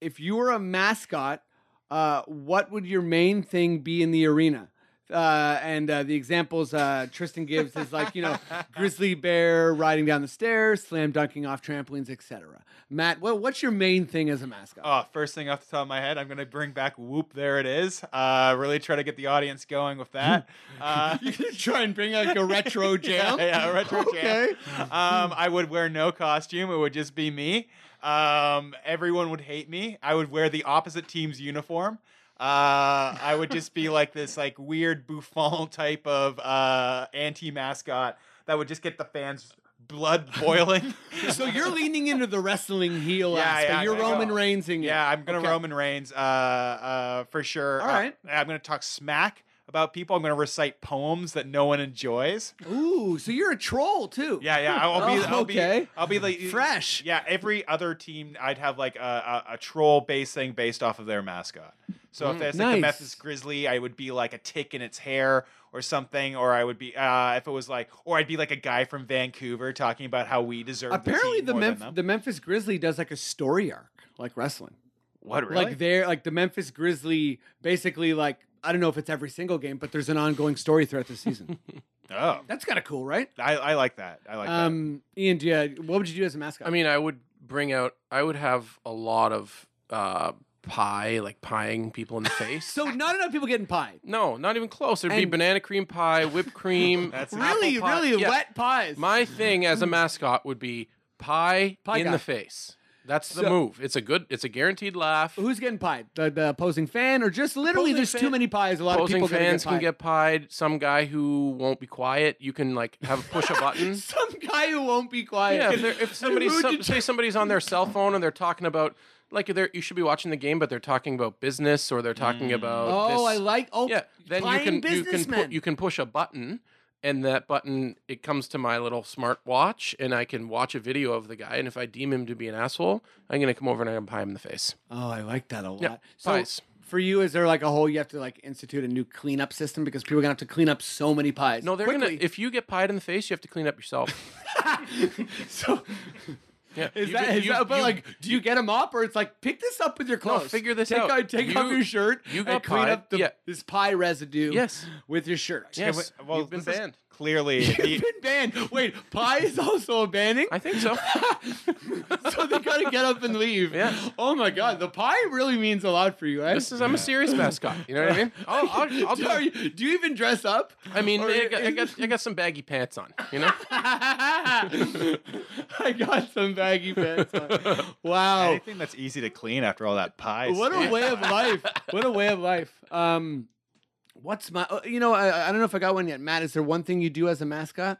Speaker 4: if you were a mascot, uh, what would your main thing be in the arena? Uh, and uh, the examples uh, Tristan gives is like you
Speaker 5: [LAUGHS]
Speaker 4: know grizzly bear riding down the stairs, slam dunking off trampolines, etc. Matt, what, what's your main thing as a mascot?
Speaker 5: Oh, first thing off the top of my head, I'm gonna bring back "Whoop!" There it is. Uh, really try to get the audience going with [LAUGHS] that. Uh,
Speaker 4: you can try and bring like a retro jam.
Speaker 5: [LAUGHS] yeah, yeah, retro jam. Um, I would wear no costume. It would just be me. Um, everyone would hate me. I would wear the opposite team's uniform. Uh, I would just be like this like weird Buffon [LAUGHS] type of uh, anti mascot that would just get the fans blood [LAUGHS] boiling.
Speaker 4: So you're leaning into the wrestling heel
Speaker 5: Yeah,
Speaker 4: aspect.
Speaker 5: yeah,
Speaker 4: you're
Speaker 5: I know.
Speaker 4: Roman Reignsing. it.
Speaker 5: yeah, I'm gonna
Speaker 4: Okay.
Speaker 5: Roman Reigns. Uh, uh, for sure.
Speaker 4: All
Speaker 5: Uh,
Speaker 4: right.
Speaker 5: I'm gonna talk smack. about people. I'm going to recite poems that no one enjoys.
Speaker 4: Ooh, so you're a troll too.
Speaker 5: Yeah, yeah. I'll be,
Speaker 4: [LAUGHS] Oh,
Speaker 5: I'll be,
Speaker 4: okay.
Speaker 5: I'll be like
Speaker 4: Fresh.
Speaker 5: Yeah, every other team, I'd have like a, a, a troll based thing based off of their mascot. So if there's like a
Speaker 4: Mm, Nice.
Speaker 5: Memphis Grizzly, I would be like a tick in its hair or something, or I would be uh, if it was like, or I'd be like a guy from Vancouver talking about how we deserve.
Speaker 4: Apparently,
Speaker 5: the,
Speaker 4: the,
Speaker 5: team more than
Speaker 4: Memph-
Speaker 5: them.
Speaker 4: the Memphis Grizzly does like a story arc, like wrestling.
Speaker 5: what really?
Speaker 4: Like they're like the Memphis Grizzly, basically like I don't know if it's every single game, but there's an ongoing story throughout the [LAUGHS] season.
Speaker 5: oh,
Speaker 4: That's kind of cool, right?
Speaker 5: I, I like that. I like that.
Speaker 4: Um, Ian, do you, what would you do as a mascot?
Speaker 2: I mean, I would bring out. I would have a lot of uh, pie, like pieing people in
Speaker 4: [LAUGHS]
Speaker 2: the face.
Speaker 4: so not enough people getting pie.
Speaker 2: no, not even close. There'd be
Speaker 4: And-
Speaker 2: banana cream pie,
Speaker 4: [LAUGHS]
Speaker 2: whipped cream.
Speaker 5: That's
Speaker 4: Really,
Speaker 2: apple pie.
Speaker 4: really
Speaker 2: Yeah.
Speaker 4: wet pies.
Speaker 2: My thing as a mascot would be pie,
Speaker 4: Pie
Speaker 2: in
Speaker 4: guy.
Speaker 2: the face. That's the
Speaker 4: So-
Speaker 2: move. It's a good. It's a guaranteed laugh.
Speaker 4: Who's getting pied? The, the opposing fan, or just literally
Speaker 2: Opposing
Speaker 4: there's too
Speaker 2: fan-
Speaker 4: many pies. A lot of
Speaker 2: Opposing
Speaker 4: people
Speaker 2: fans
Speaker 4: gonna
Speaker 2: can get pied. Some guy who won't be quiet. You can like have push a
Speaker 4: [LAUGHS]
Speaker 2: button.
Speaker 4: Some guy who won't be quiet.
Speaker 2: Yeah, if, they're- if
Speaker 4: [LAUGHS]
Speaker 2: somebody's some, say somebody's on their cell phone and they're talking about like they're, you should be watching the game, but they're talking about business or they're talking about
Speaker 4: oh,
Speaker 2: this.
Speaker 4: I like. Oh,
Speaker 2: yeah. Then you
Speaker 4: pieing
Speaker 2: can you can
Speaker 4: businessmen.
Speaker 2: pu- you can push a button, and that button it comes to my little smart watch, and I can watch a video of the guy, and if I deem him to be an asshole, I'm gonna come over and I'm gonna pie him in the face.
Speaker 4: Oh, I like that a lot.
Speaker 2: Yeah,
Speaker 4: so
Speaker 2: pies.
Speaker 4: for you, is there like a whole you have to like institute a new cleanup system because people are gonna have to clean up so many pies?
Speaker 2: No, they're
Speaker 4: quickly.
Speaker 2: gonna. If you get pied in the face, you have to clean up
Speaker 4: [LAUGHS]
Speaker 2: yourself.
Speaker 4: so
Speaker 2: Yeah,
Speaker 4: is
Speaker 2: you
Speaker 4: that,
Speaker 2: do-
Speaker 4: is
Speaker 2: you-
Speaker 4: that but
Speaker 2: you-
Speaker 4: like do you get them up or it's like pick this up with your clothes?
Speaker 2: figure this
Speaker 4: take
Speaker 2: out.
Speaker 4: Out, take off
Speaker 2: You-
Speaker 4: your shirt.
Speaker 2: you
Speaker 4: and
Speaker 2: got
Speaker 4: clean
Speaker 2: pie.
Speaker 4: up the,
Speaker 2: Yeah.
Speaker 4: this pie residue.
Speaker 2: Yes.
Speaker 4: with your shirt.
Speaker 2: Yeah. Yes,
Speaker 5: Wait, well,
Speaker 2: you've been
Speaker 5: this is
Speaker 2: banned.
Speaker 5: [LAUGHS] Clearly,
Speaker 4: [LAUGHS]
Speaker 5: e
Speaker 4: You've
Speaker 2: [LAUGHS]
Speaker 4: been banned. Wait, pie is also a banning.
Speaker 2: I think so.
Speaker 4: [LAUGHS] so they gotta get up and leave. [LAUGHS]
Speaker 2: [LAUGHS] Yeah.
Speaker 4: Oh my god, the pie really means a lot for you, eh?
Speaker 2: This is I'm a serious mascot. You know what I
Speaker 4: [LAUGHS]
Speaker 2: mean? I'll, I'll, I'll
Speaker 4: do,
Speaker 2: do.
Speaker 4: are you, do you even dress up?
Speaker 2: I mean,
Speaker 4: Or-
Speaker 2: I got, I got I got some baggy pants on. You
Speaker 4: [LAUGHS]
Speaker 2: know,
Speaker 4: I got some baggy pants on.
Speaker 2: Oh.
Speaker 4: Wow.
Speaker 5: anything that's easy to clean after all that pie.
Speaker 4: What a
Speaker 5: stinks.
Speaker 4: way of life. What a way of life. Um, what's my, oh, you know, I, I don't know if I got one yet. Matt, is there one thing you do as a mascot?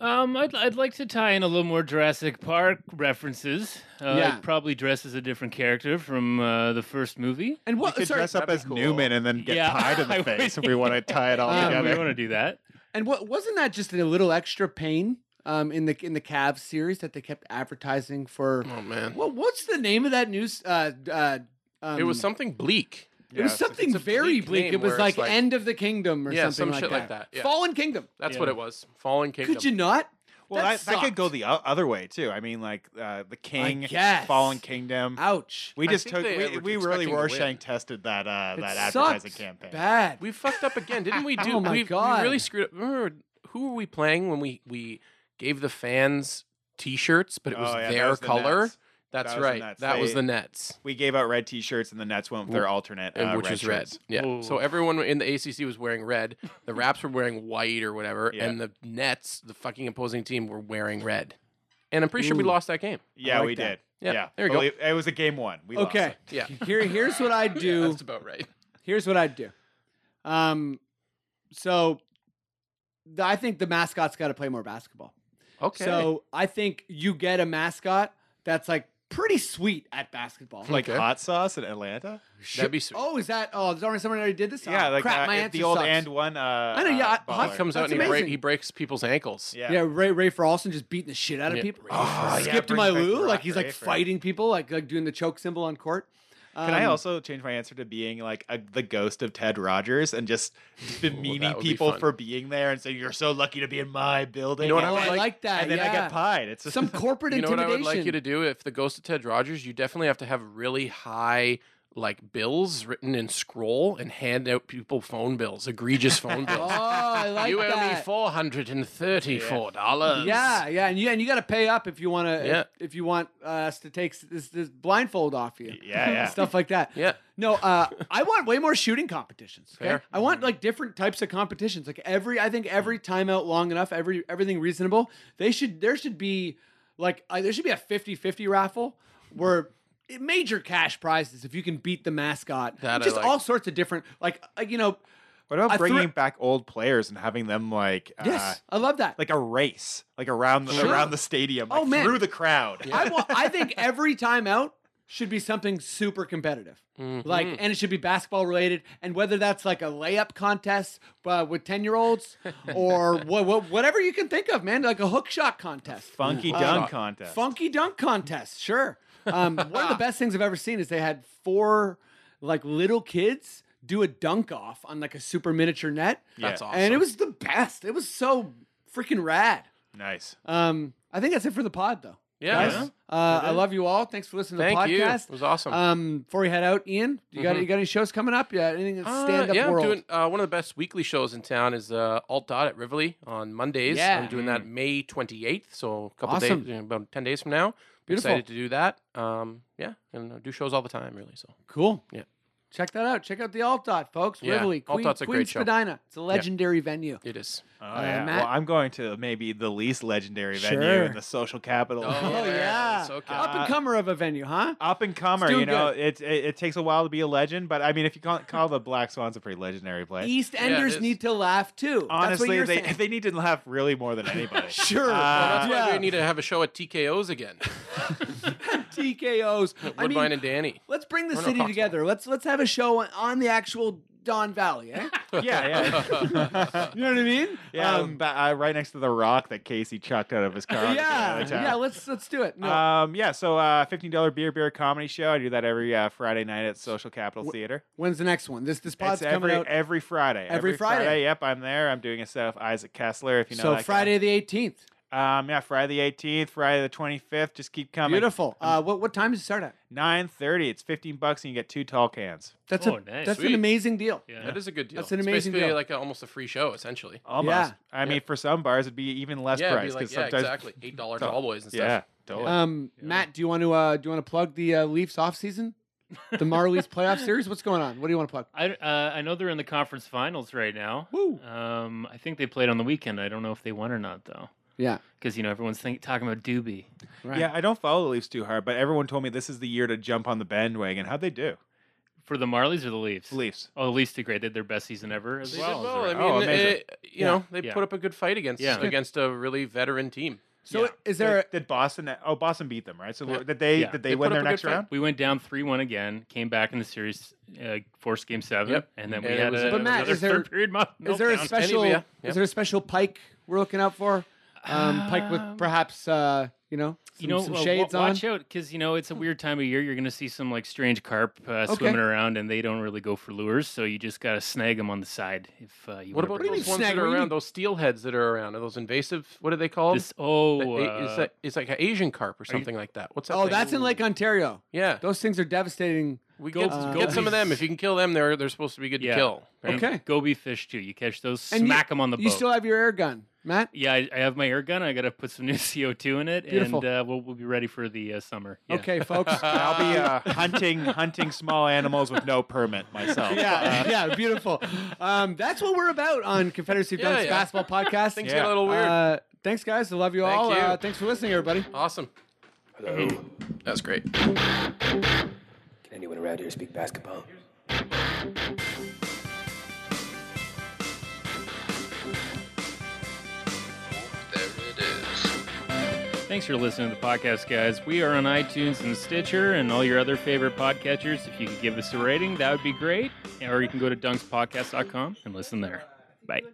Speaker 3: Um, I'd, I'd like to tie in a little more Jurassic Park references. Uh,
Speaker 4: Yeah.
Speaker 3: I'd probably dress as a different character from uh, the first movie.
Speaker 4: And
Speaker 5: We
Speaker 4: what,
Speaker 5: could
Speaker 4: sorry,
Speaker 5: dress up
Speaker 2: that'd be
Speaker 5: as
Speaker 2: cool.
Speaker 5: Newman and then get
Speaker 3: Yeah,
Speaker 5: tied in
Speaker 3: I
Speaker 2: [LAUGHS]
Speaker 5: the
Speaker 3: would-
Speaker 5: face if we want to tie it all
Speaker 4: Um,
Speaker 3: Yeah,
Speaker 5: together.
Speaker 3: we want to do that.
Speaker 4: and what, wasn't that just a little extra pain? Um, in the in the Cavs series that they kept advertising for,
Speaker 2: oh man,
Speaker 4: what what's the name of that news? Uh, uh, um,
Speaker 2: it was something bleak.
Speaker 4: It was
Speaker 5: Yes,
Speaker 4: something
Speaker 2: it's a
Speaker 4: very
Speaker 2: bleak
Speaker 4: bleak.
Speaker 2: name
Speaker 4: It was
Speaker 2: where
Speaker 4: like,
Speaker 2: it's like-
Speaker 4: end of the kingdom or
Speaker 2: Yeah,
Speaker 4: something
Speaker 2: some
Speaker 4: like
Speaker 2: shit
Speaker 4: that.
Speaker 2: like that, yeah.
Speaker 4: Fallen kingdom.
Speaker 2: That's
Speaker 3: Yeah.
Speaker 2: what it was. Fallen Kingdom.
Speaker 4: Could you not?
Speaker 5: Well, that, that
Speaker 4: sucked.
Speaker 5: could go the o- other way too. I mean, like uh, the King,
Speaker 4: guess.
Speaker 5: Fallen Kingdom.
Speaker 4: Ouch.
Speaker 5: We
Speaker 2: I
Speaker 5: just
Speaker 2: think
Speaker 5: took.
Speaker 2: they
Speaker 5: We,
Speaker 2: were
Speaker 5: we really
Speaker 2: expecting to win.
Speaker 5: Rorschach tested that uh, that
Speaker 4: It
Speaker 5: advertising
Speaker 4: sucked
Speaker 5: campaign.
Speaker 4: Bad.
Speaker 2: We fucked up again,
Speaker 4: [LAUGHS]
Speaker 2: didn't we? Do
Speaker 4: Oh my
Speaker 2: we,
Speaker 4: God.
Speaker 2: we really screwed up? Remember who were we playing when we we gave the fans T-shirts, but it was
Speaker 5: Oh, yeah, that
Speaker 2: their
Speaker 5: was the
Speaker 2: color.
Speaker 5: Nets.
Speaker 2: That's
Speaker 5: That was the
Speaker 2: right.
Speaker 5: Nets.
Speaker 2: That was
Speaker 5: They-
Speaker 2: the Nets,
Speaker 5: We gave out red T-shirts, and the Nets went with their alternate,
Speaker 2: and
Speaker 5: uh,
Speaker 2: which
Speaker 5: red
Speaker 2: is red.
Speaker 5: shirts.
Speaker 2: Yeah.
Speaker 3: Ooh.
Speaker 2: So everyone in the ACC was wearing red.
Speaker 5: [LAUGHS]
Speaker 2: The Raps were wearing white or whatever,
Speaker 5: Yeah.
Speaker 2: and the Nets, the fucking opposing team, were wearing red. And I'm pretty sure we lost that game.
Speaker 5: Yeah,
Speaker 4: like
Speaker 5: we
Speaker 4: that.
Speaker 5: did.
Speaker 2: Yeah,
Speaker 5: Yeah,
Speaker 2: there you
Speaker 5: Well,
Speaker 2: go.
Speaker 5: It, it was a game one. We lost
Speaker 4: Okay.
Speaker 5: it.
Speaker 4: [LAUGHS]
Speaker 2: Yeah.
Speaker 4: Here, here's what
Speaker 5: [LAUGHS]
Speaker 4: I
Speaker 2: Yeah,
Speaker 4: do.
Speaker 2: that's about right.
Speaker 4: here's what I do. Um, so the, I think the mascot's got to play more basketball.
Speaker 2: Okay.
Speaker 4: So I think you get a mascot that's like pretty sweet at basketball.
Speaker 5: Like
Speaker 2: Okay.
Speaker 5: hot sauce in Atlanta.
Speaker 2: that'd be sweet.
Speaker 4: oh, is that? Oh, is already someone already did this?
Speaker 5: yeah,
Speaker 4: Oh,
Speaker 5: like
Speaker 4: crap,
Speaker 5: uh,
Speaker 4: my
Speaker 5: it-
Speaker 4: answer
Speaker 5: the old
Speaker 4: sucks.
Speaker 5: and one. Uh,
Speaker 4: I know, yeah, I-
Speaker 5: uh,
Speaker 4: hot
Speaker 5: baller.
Speaker 2: he comes out
Speaker 4: Oh, That's
Speaker 2: and he, break,
Speaker 4: amazing.
Speaker 2: he breaks people's ankles.
Speaker 5: Yeah.
Speaker 4: Yeah, Ray Ray for Olsen just beating the shit out of
Speaker 2: Yeah.
Speaker 4: people.
Speaker 5: Oh, yeah,
Speaker 4: Skip to
Speaker 5: bring
Speaker 4: my
Speaker 5: back
Speaker 4: Lou,
Speaker 5: Ray
Speaker 4: like he's
Speaker 5: for
Speaker 4: like
Speaker 5: Ray for-
Speaker 4: fighting people, like like doing the choke symbol on court.
Speaker 5: Can I
Speaker 4: Um,
Speaker 5: also change my answer to being like a, the ghost of Ted Rogers
Speaker 2: [LAUGHS]
Speaker 5: and just
Speaker 2: that
Speaker 5: demeaning
Speaker 2: would be
Speaker 5: people
Speaker 2: fun.
Speaker 5: for being there and saying you're so lucky to be in my building?
Speaker 2: You know what
Speaker 4: Oh,
Speaker 5: and
Speaker 4: I
Speaker 5: then-
Speaker 4: like,
Speaker 2: like-
Speaker 4: that.
Speaker 5: and then I
Speaker 4: yeah.
Speaker 5: get pied. It's
Speaker 2: [LAUGHS]
Speaker 5: just
Speaker 4: Some corporate
Speaker 2: You know what I
Speaker 4: intimidation.
Speaker 2: would like you to do if the ghost of Ted Rogers, you definitely have to have really high like bills written in scroll and hand out people phone bills, egregious phone
Speaker 4: Oh,
Speaker 2: [LAUGHS]
Speaker 4: [LAUGHS]
Speaker 2: bills.
Speaker 4: I like
Speaker 2: you owe me
Speaker 4: that.
Speaker 2: four hundred and thirty-four dollars.
Speaker 4: Yeah, yeah, and you and you got to pay up if you want to.
Speaker 2: Yeah.
Speaker 4: If, you want us to take s- this, this blindfold off you.
Speaker 5: Yeah,
Speaker 4: [LAUGHS]
Speaker 5: yeah.
Speaker 4: Stuff like that.
Speaker 2: Yeah.
Speaker 4: No, uh, I want way more shooting competitions. Okay?
Speaker 2: Fair. Mm-hmm.
Speaker 4: I
Speaker 2: Mm.
Speaker 4: want like different types of competitions. Like every, I think every timeout long enough, every everything reasonable. They should there should be like uh, there should be a 50-50 raffle where. Major cash prizes if you can beat the mascot.
Speaker 2: That I
Speaker 4: just
Speaker 2: like.
Speaker 4: all sorts of different, like like, you know,
Speaker 5: what about
Speaker 4: I threw-
Speaker 5: bringing back old players and having them like uh,
Speaker 4: yes, I love that.
Speaker 5: like a race, like around the,
Speaker 4: Sure.
Speaker 5: around the stadium, like
Speaker 4: Oh, man.
Speaker 5: through the crowd?
Speaker 4: I, wa- I think every time out should be something super competitive. Like, and it should be basketball related. And whether that's like a layup contest uh, with 10 year olds or what, what, whatever you can think of, man, like a hook shot contest.
Speaker 5: Funky
Speaker 4: Uh,
Speaker 5: dunk contest.
Speaker 4: Funky dunk contest, sure. Um, one of the best things I've ever seen is they had four like little kids do a dunk off on like a super miniature net.
Speaker 2: That's
Speaker 5: Yeah.
Speaker 2: awesome.
Speaker 4: And it was the best. It was so freaking rad.
Speaker 5: nice.
Speaker 4: Um, I think that's it for the pod though.
Speaker 2: yeah.
Speaker 5: Nice.
Speaker 4: Uh, I love you all. Thanks for listening to
Speaker 2: Thank
Speaker 4: the
Speaker 2: you.
Speaker 4: podcast.
Speaker 2: It was awesome. Mm-hmm.
Speaker 4: Um, before we head out, Ian, you got you got any shows coming up? Yeah, anything in
Speaker 2: Uh,
Speaker 4: stand up
Speaker 2: yeah,
Speaker 4: world?
Speaker 2: I'm doing uh, one of the best weekly shows in town is uh, Alt Dot at Rivoli on Mondays.
Speaker 4: Yeah. Mm.
Speaker 2: I'm doing that May 28th, so a couple
Speaker 4: Awesome.
Speaker 2: days, you know, about 10 days from now.
Speaker 4: Beautiful.
Speaker 2: Excited to do that. Um, yeah, and I do shows all the time, really. So
Speaker 4: cool.
Speaker 2: Yeah.
Speaker 4: Check that out. Check out the Alt Dot, folks.
Speaker 2: Yeah,
Speaker 4: Rivoli,
Speaker 2: Alt
Speaker 4: Queen,
Speaker 2: Dot's a
Speaker 4: Queen
Speaker 2: great show.
Speaker 4: Spadina. It's a legendary venue.
Speaker 2: it is.
Speaker 5: Oh,
Speaker 4: Uh,
Speaker 5: yeah.
Speaker 4: Matt?
Speaker 5: Well, I'm going to maybe the least legendary
Speaker 4: Sure.
Speaker 5: venue in the social capital.
Speaker 4: Oh
Speaker 2: there it
Speaker 4: yeah,
Speaker 2: is. Okay.
Speaker 4: up and comer of a venue, huh?
Speaker 5: Up and comer,
Speaker 4: It's doing
Speaker 5: you know, it, it it takes a while to be a legend, but I mean, if you call, call the Black Swans a pretty legendary place,
Speaker 4: East
Speaker 2: it
Speaker 4: Enders
Speaker 2: is.
Speaker 4: need to laugh too. E, That's what
Speaker 5: honestly,
Speaker 4: you're
Speaker 5: they
Speaker 4: saying. [LAUGHS]
Speaker 5: [LAUGHS] they need to laugh really more than anybody. Uh,
Speaker 4: sure.
Speaker 2: That's why
Speaker 4: yeah.
Speaker 2: we need to have a show at TKO's again.
Speaker 4: TKOs. I
Speaker 2: Woodbine
Speaker 4: mean,
Speaker 2: and Danny.
Speaker 4: let's bring the
Speaker 2: Or no,
Speaker 4: city
Speaker 2: Coxwell.
Speaker 4: together. Let's let's have a show on- on the actual Don Valley.
Speaker 2: [LAUGHS]
Speaker 4: Eh?
Speaker 5: [LAUGHS] yeah, yeah,
Speaker 4: [LAUGHS] you know what I mean?
Speaker 5: yeah.
Speaker 4: Um,
Speaker 5: but, uh, right next to the rock that Casey chucked out of his car. on the side
Speaker 4: yeah,
Speaker 5: of the town.
Speaker 4: yeah. Let's let's do it. No.
Speaker 5: Um, yeah, so uh, fifteen dollar beer beer comedy show. I do that every uh, Friday night at Social Capital Theater.
Speaker 4: When's the next one? This this pod's
Speaker 5: it's every
Speaker 4: coming out.
Speaker 5: every Friday.
Speaker 4: Every Friday.
Speaker 5: Yep, I'm there. I'm doing a set of Isaac Kessler. If you know
Speaker 4: so
Speaker 5: that guy.
Speaker 4: Friday the eighteenth.
Speaker 5: Um, yeah, Friday the eighteenth, Friday the twenty fifth. Just keep coming.
Speaker 4: Beautiful. Uh, what what time does it start at?
Speaker 5: Nine thirty. It's fifteen bucks and you get two tall cans.
Speaker 4: That's
Speaker 3: Oh,
Speaker 4: a
Speaker 3: nice.
Speaker 4: that's an
Speaker 2: Sweet.
Speaker 4: amazing deal.
Speaker 3: Yeah.
Speaker 2: That is a good deal.
Speaker 4: That's an
Speaker 2: It's
Speaker 4: amazing
Speaker 2: basically
Speaker 4: deal.
Speaker 2: like a, almost a free show, essentially.
Speaker 5: Almost.
Speaker 4: Yeah.
Speaker 5: I mean, for some bars, it'd be even less
Speaker 2: yeah, it'd
Speaker 5: price
Speaker 2: be like, yeah,
Speaker 5: sometimes.
Speaker 2: exactly. Eight dollar tall boys and stuff.
Speaker 5: Yeah, totally.
Speaker 4: Um, Matt, do you want to uh, do you want to plug the uh, Leafs off season,
Speaker 3: [LAUGHS]
Speaker 4: the Marlies playoff series? What's going on? What do you want to plug?
Speaker 3: I, uh, I know they're in the conference finals right now.
Speaker 4: Woo.
Speaker 3: Um, I think they played on the weekend. I don't know if they won or not though,
Speaker 4: Yeah,
Speaker 3: because you know everyone's think, talking about Doobie.
Speaker 4: right.
Speaker 5: Yeah, I don't follow the Leafs too hard, but everyone told me this is the year to jump on the bandwagon. How'd they do?
Speaker 3: For the Marlies or the Leafs?
Speaker 5: Leafs.
Speaker 3: Oh, the Leafs did great. They had their best season ever as
Speaker 2: They did
Speaker 3: well.
Speaker 2: well. I
Speaker 5: right.
Speaker 2: mean,
Speaker 5: Oh, amazing.
Speaker 2: it- you know, they
Speaker 3: Yeah.
Speaker 2: put up a good fight against
Speaker 3: Yeah.
Speaker 2: against a really veteran team.
Speaker 4: So
Speaker 3: Yeah.
Speaker 4: is there? A,
Speaker 5: Did, did Boston? Oh, Boston beat them, right? So did they?
Speaker 3: Yeah.
Speaker 5: Did they,
Speaker 2: They put
Speaker 5: win their
Speaker 2: up a good
Speaker 5: next
Speaker 2: fight.
Speaker 5: round?
Speaker 3: We went down three one again, came back in the series, uh, forced game seven,
Speaker 2: Yep.
Speaker 3: and then we
Speaker 2: And it
Speaker 3: had
Speaker 2: was-
Speaker 3: a,
Speaker 2: But
Speaker 4: Matt,
Speaker 3: another
Speaker 4: is there-
Speaker 3: third period mo-
Speaker 4: is there a
Speaker 3: meltdown.
Speaker 4: special?
Speaker 2: yeah. Yep.
Speaker 4: Is there a special Pike we're looking out for? Um, Pike with perhaps uh, you know some,
Speaker 3: you know,
Speaker 4: some
Speaker 3: uh, wa-
Speaker 4: shades on.
Speaker 3: watch out because you know it's a weird time of year. You're going to see some like strange carp uh, swimming around, and they don't really go for lures, so you just got to snag them on the side. If uh, you
Speaker 2: What
Speaker 3: wanna
Speaker 2: about
Speaker 3: bring
Speaker 2: those
Speaker 3: those-
Speaker 2: ones
Speaker 4: snag?
Speaker 2: that
Speaker 4: What do
Speaker 2: are
Speaker 4: you
Speaker 2: around?
Speaker 4: mean?
Speaker 2: Those steelheads that are around? Are those invasive? What are they called?
Speaker 3: this? Oh,
Speaker 2: The-
Speaker 3: uh,
Speaker 2: it's, that, it's like an Asian carp or something like that. What's that?
Speaker 4: oh,
Speaker 2: thing?
Speaker 4: that's in Lake Ontario.
Speaker 2: yeah.
Speaker 4: Those things are devastating.
Speaker 2: We
Speaker 3: Go-
Speaker 2: get,
Speaker 3: uh,
Speaker 2: get some
Speaker 3: gobies.
Speaker 2: of them. If you can kill them, they're they're supposed to be good
Speaker 3: Yeah.
Speaker 2: to kill. Um,
Speaker 3: and
Speaker 4: Okay.
Speaker 3: goby fish too. You catch those,
Speaker 4: And you-
Speaker 3: smack them on the
Speaker 4: You
Speaker 3: boat.
Speaker 4: still have your air gun, Matt.
Speaker 3: yeah, I, I have my air gun. I got to put some new [LAUGHS] CO2 in it,
Speaker 4: Beautiful.
Speaker 3: and uh, we'll, we'll be ready for the uh, summer. Yeah.
Speaker 4: Okay,
Speaker 3: [LAUGHS]
Speaker 4: folks.
Speaker 5: I'll be uh, hunting hunting small animals with no permit
Speaker 2: [LAUGHS]
Speaker 5: myself.
Speaker 4: [LAUGHS] yeah, yeah, beautiful. Um, that's what we're about on Confederacy
Speaker 2: Yeah,
Speaker 4: Dunks
Speaker 2: yeah.
Speaker 4: Basketball Podcast.
Speaker 2: Things
Speaker 5: Yeah.
Speaker 2: get a little weird.
Speaker 4: Uh, thanks, guys. I love you
Speaker 2: Thank
Speaker 4: all.
Speaker 2: you.
Speaker 4: Uh, thanks for listening, everybody.
Speaker 2: awesome.
Speaker 1: Hello.
Speaker 2: That's great.
Speaker 1: Can anyone around here speak basketball?
Speaker 3: Thanks for listening to the podcast, guys. We are on iTunes and Stitcher and all your other favorite podcatchers. If you could give us a rating, that would be great. Or you can go to dunkspodcast.com and listen there. Bye.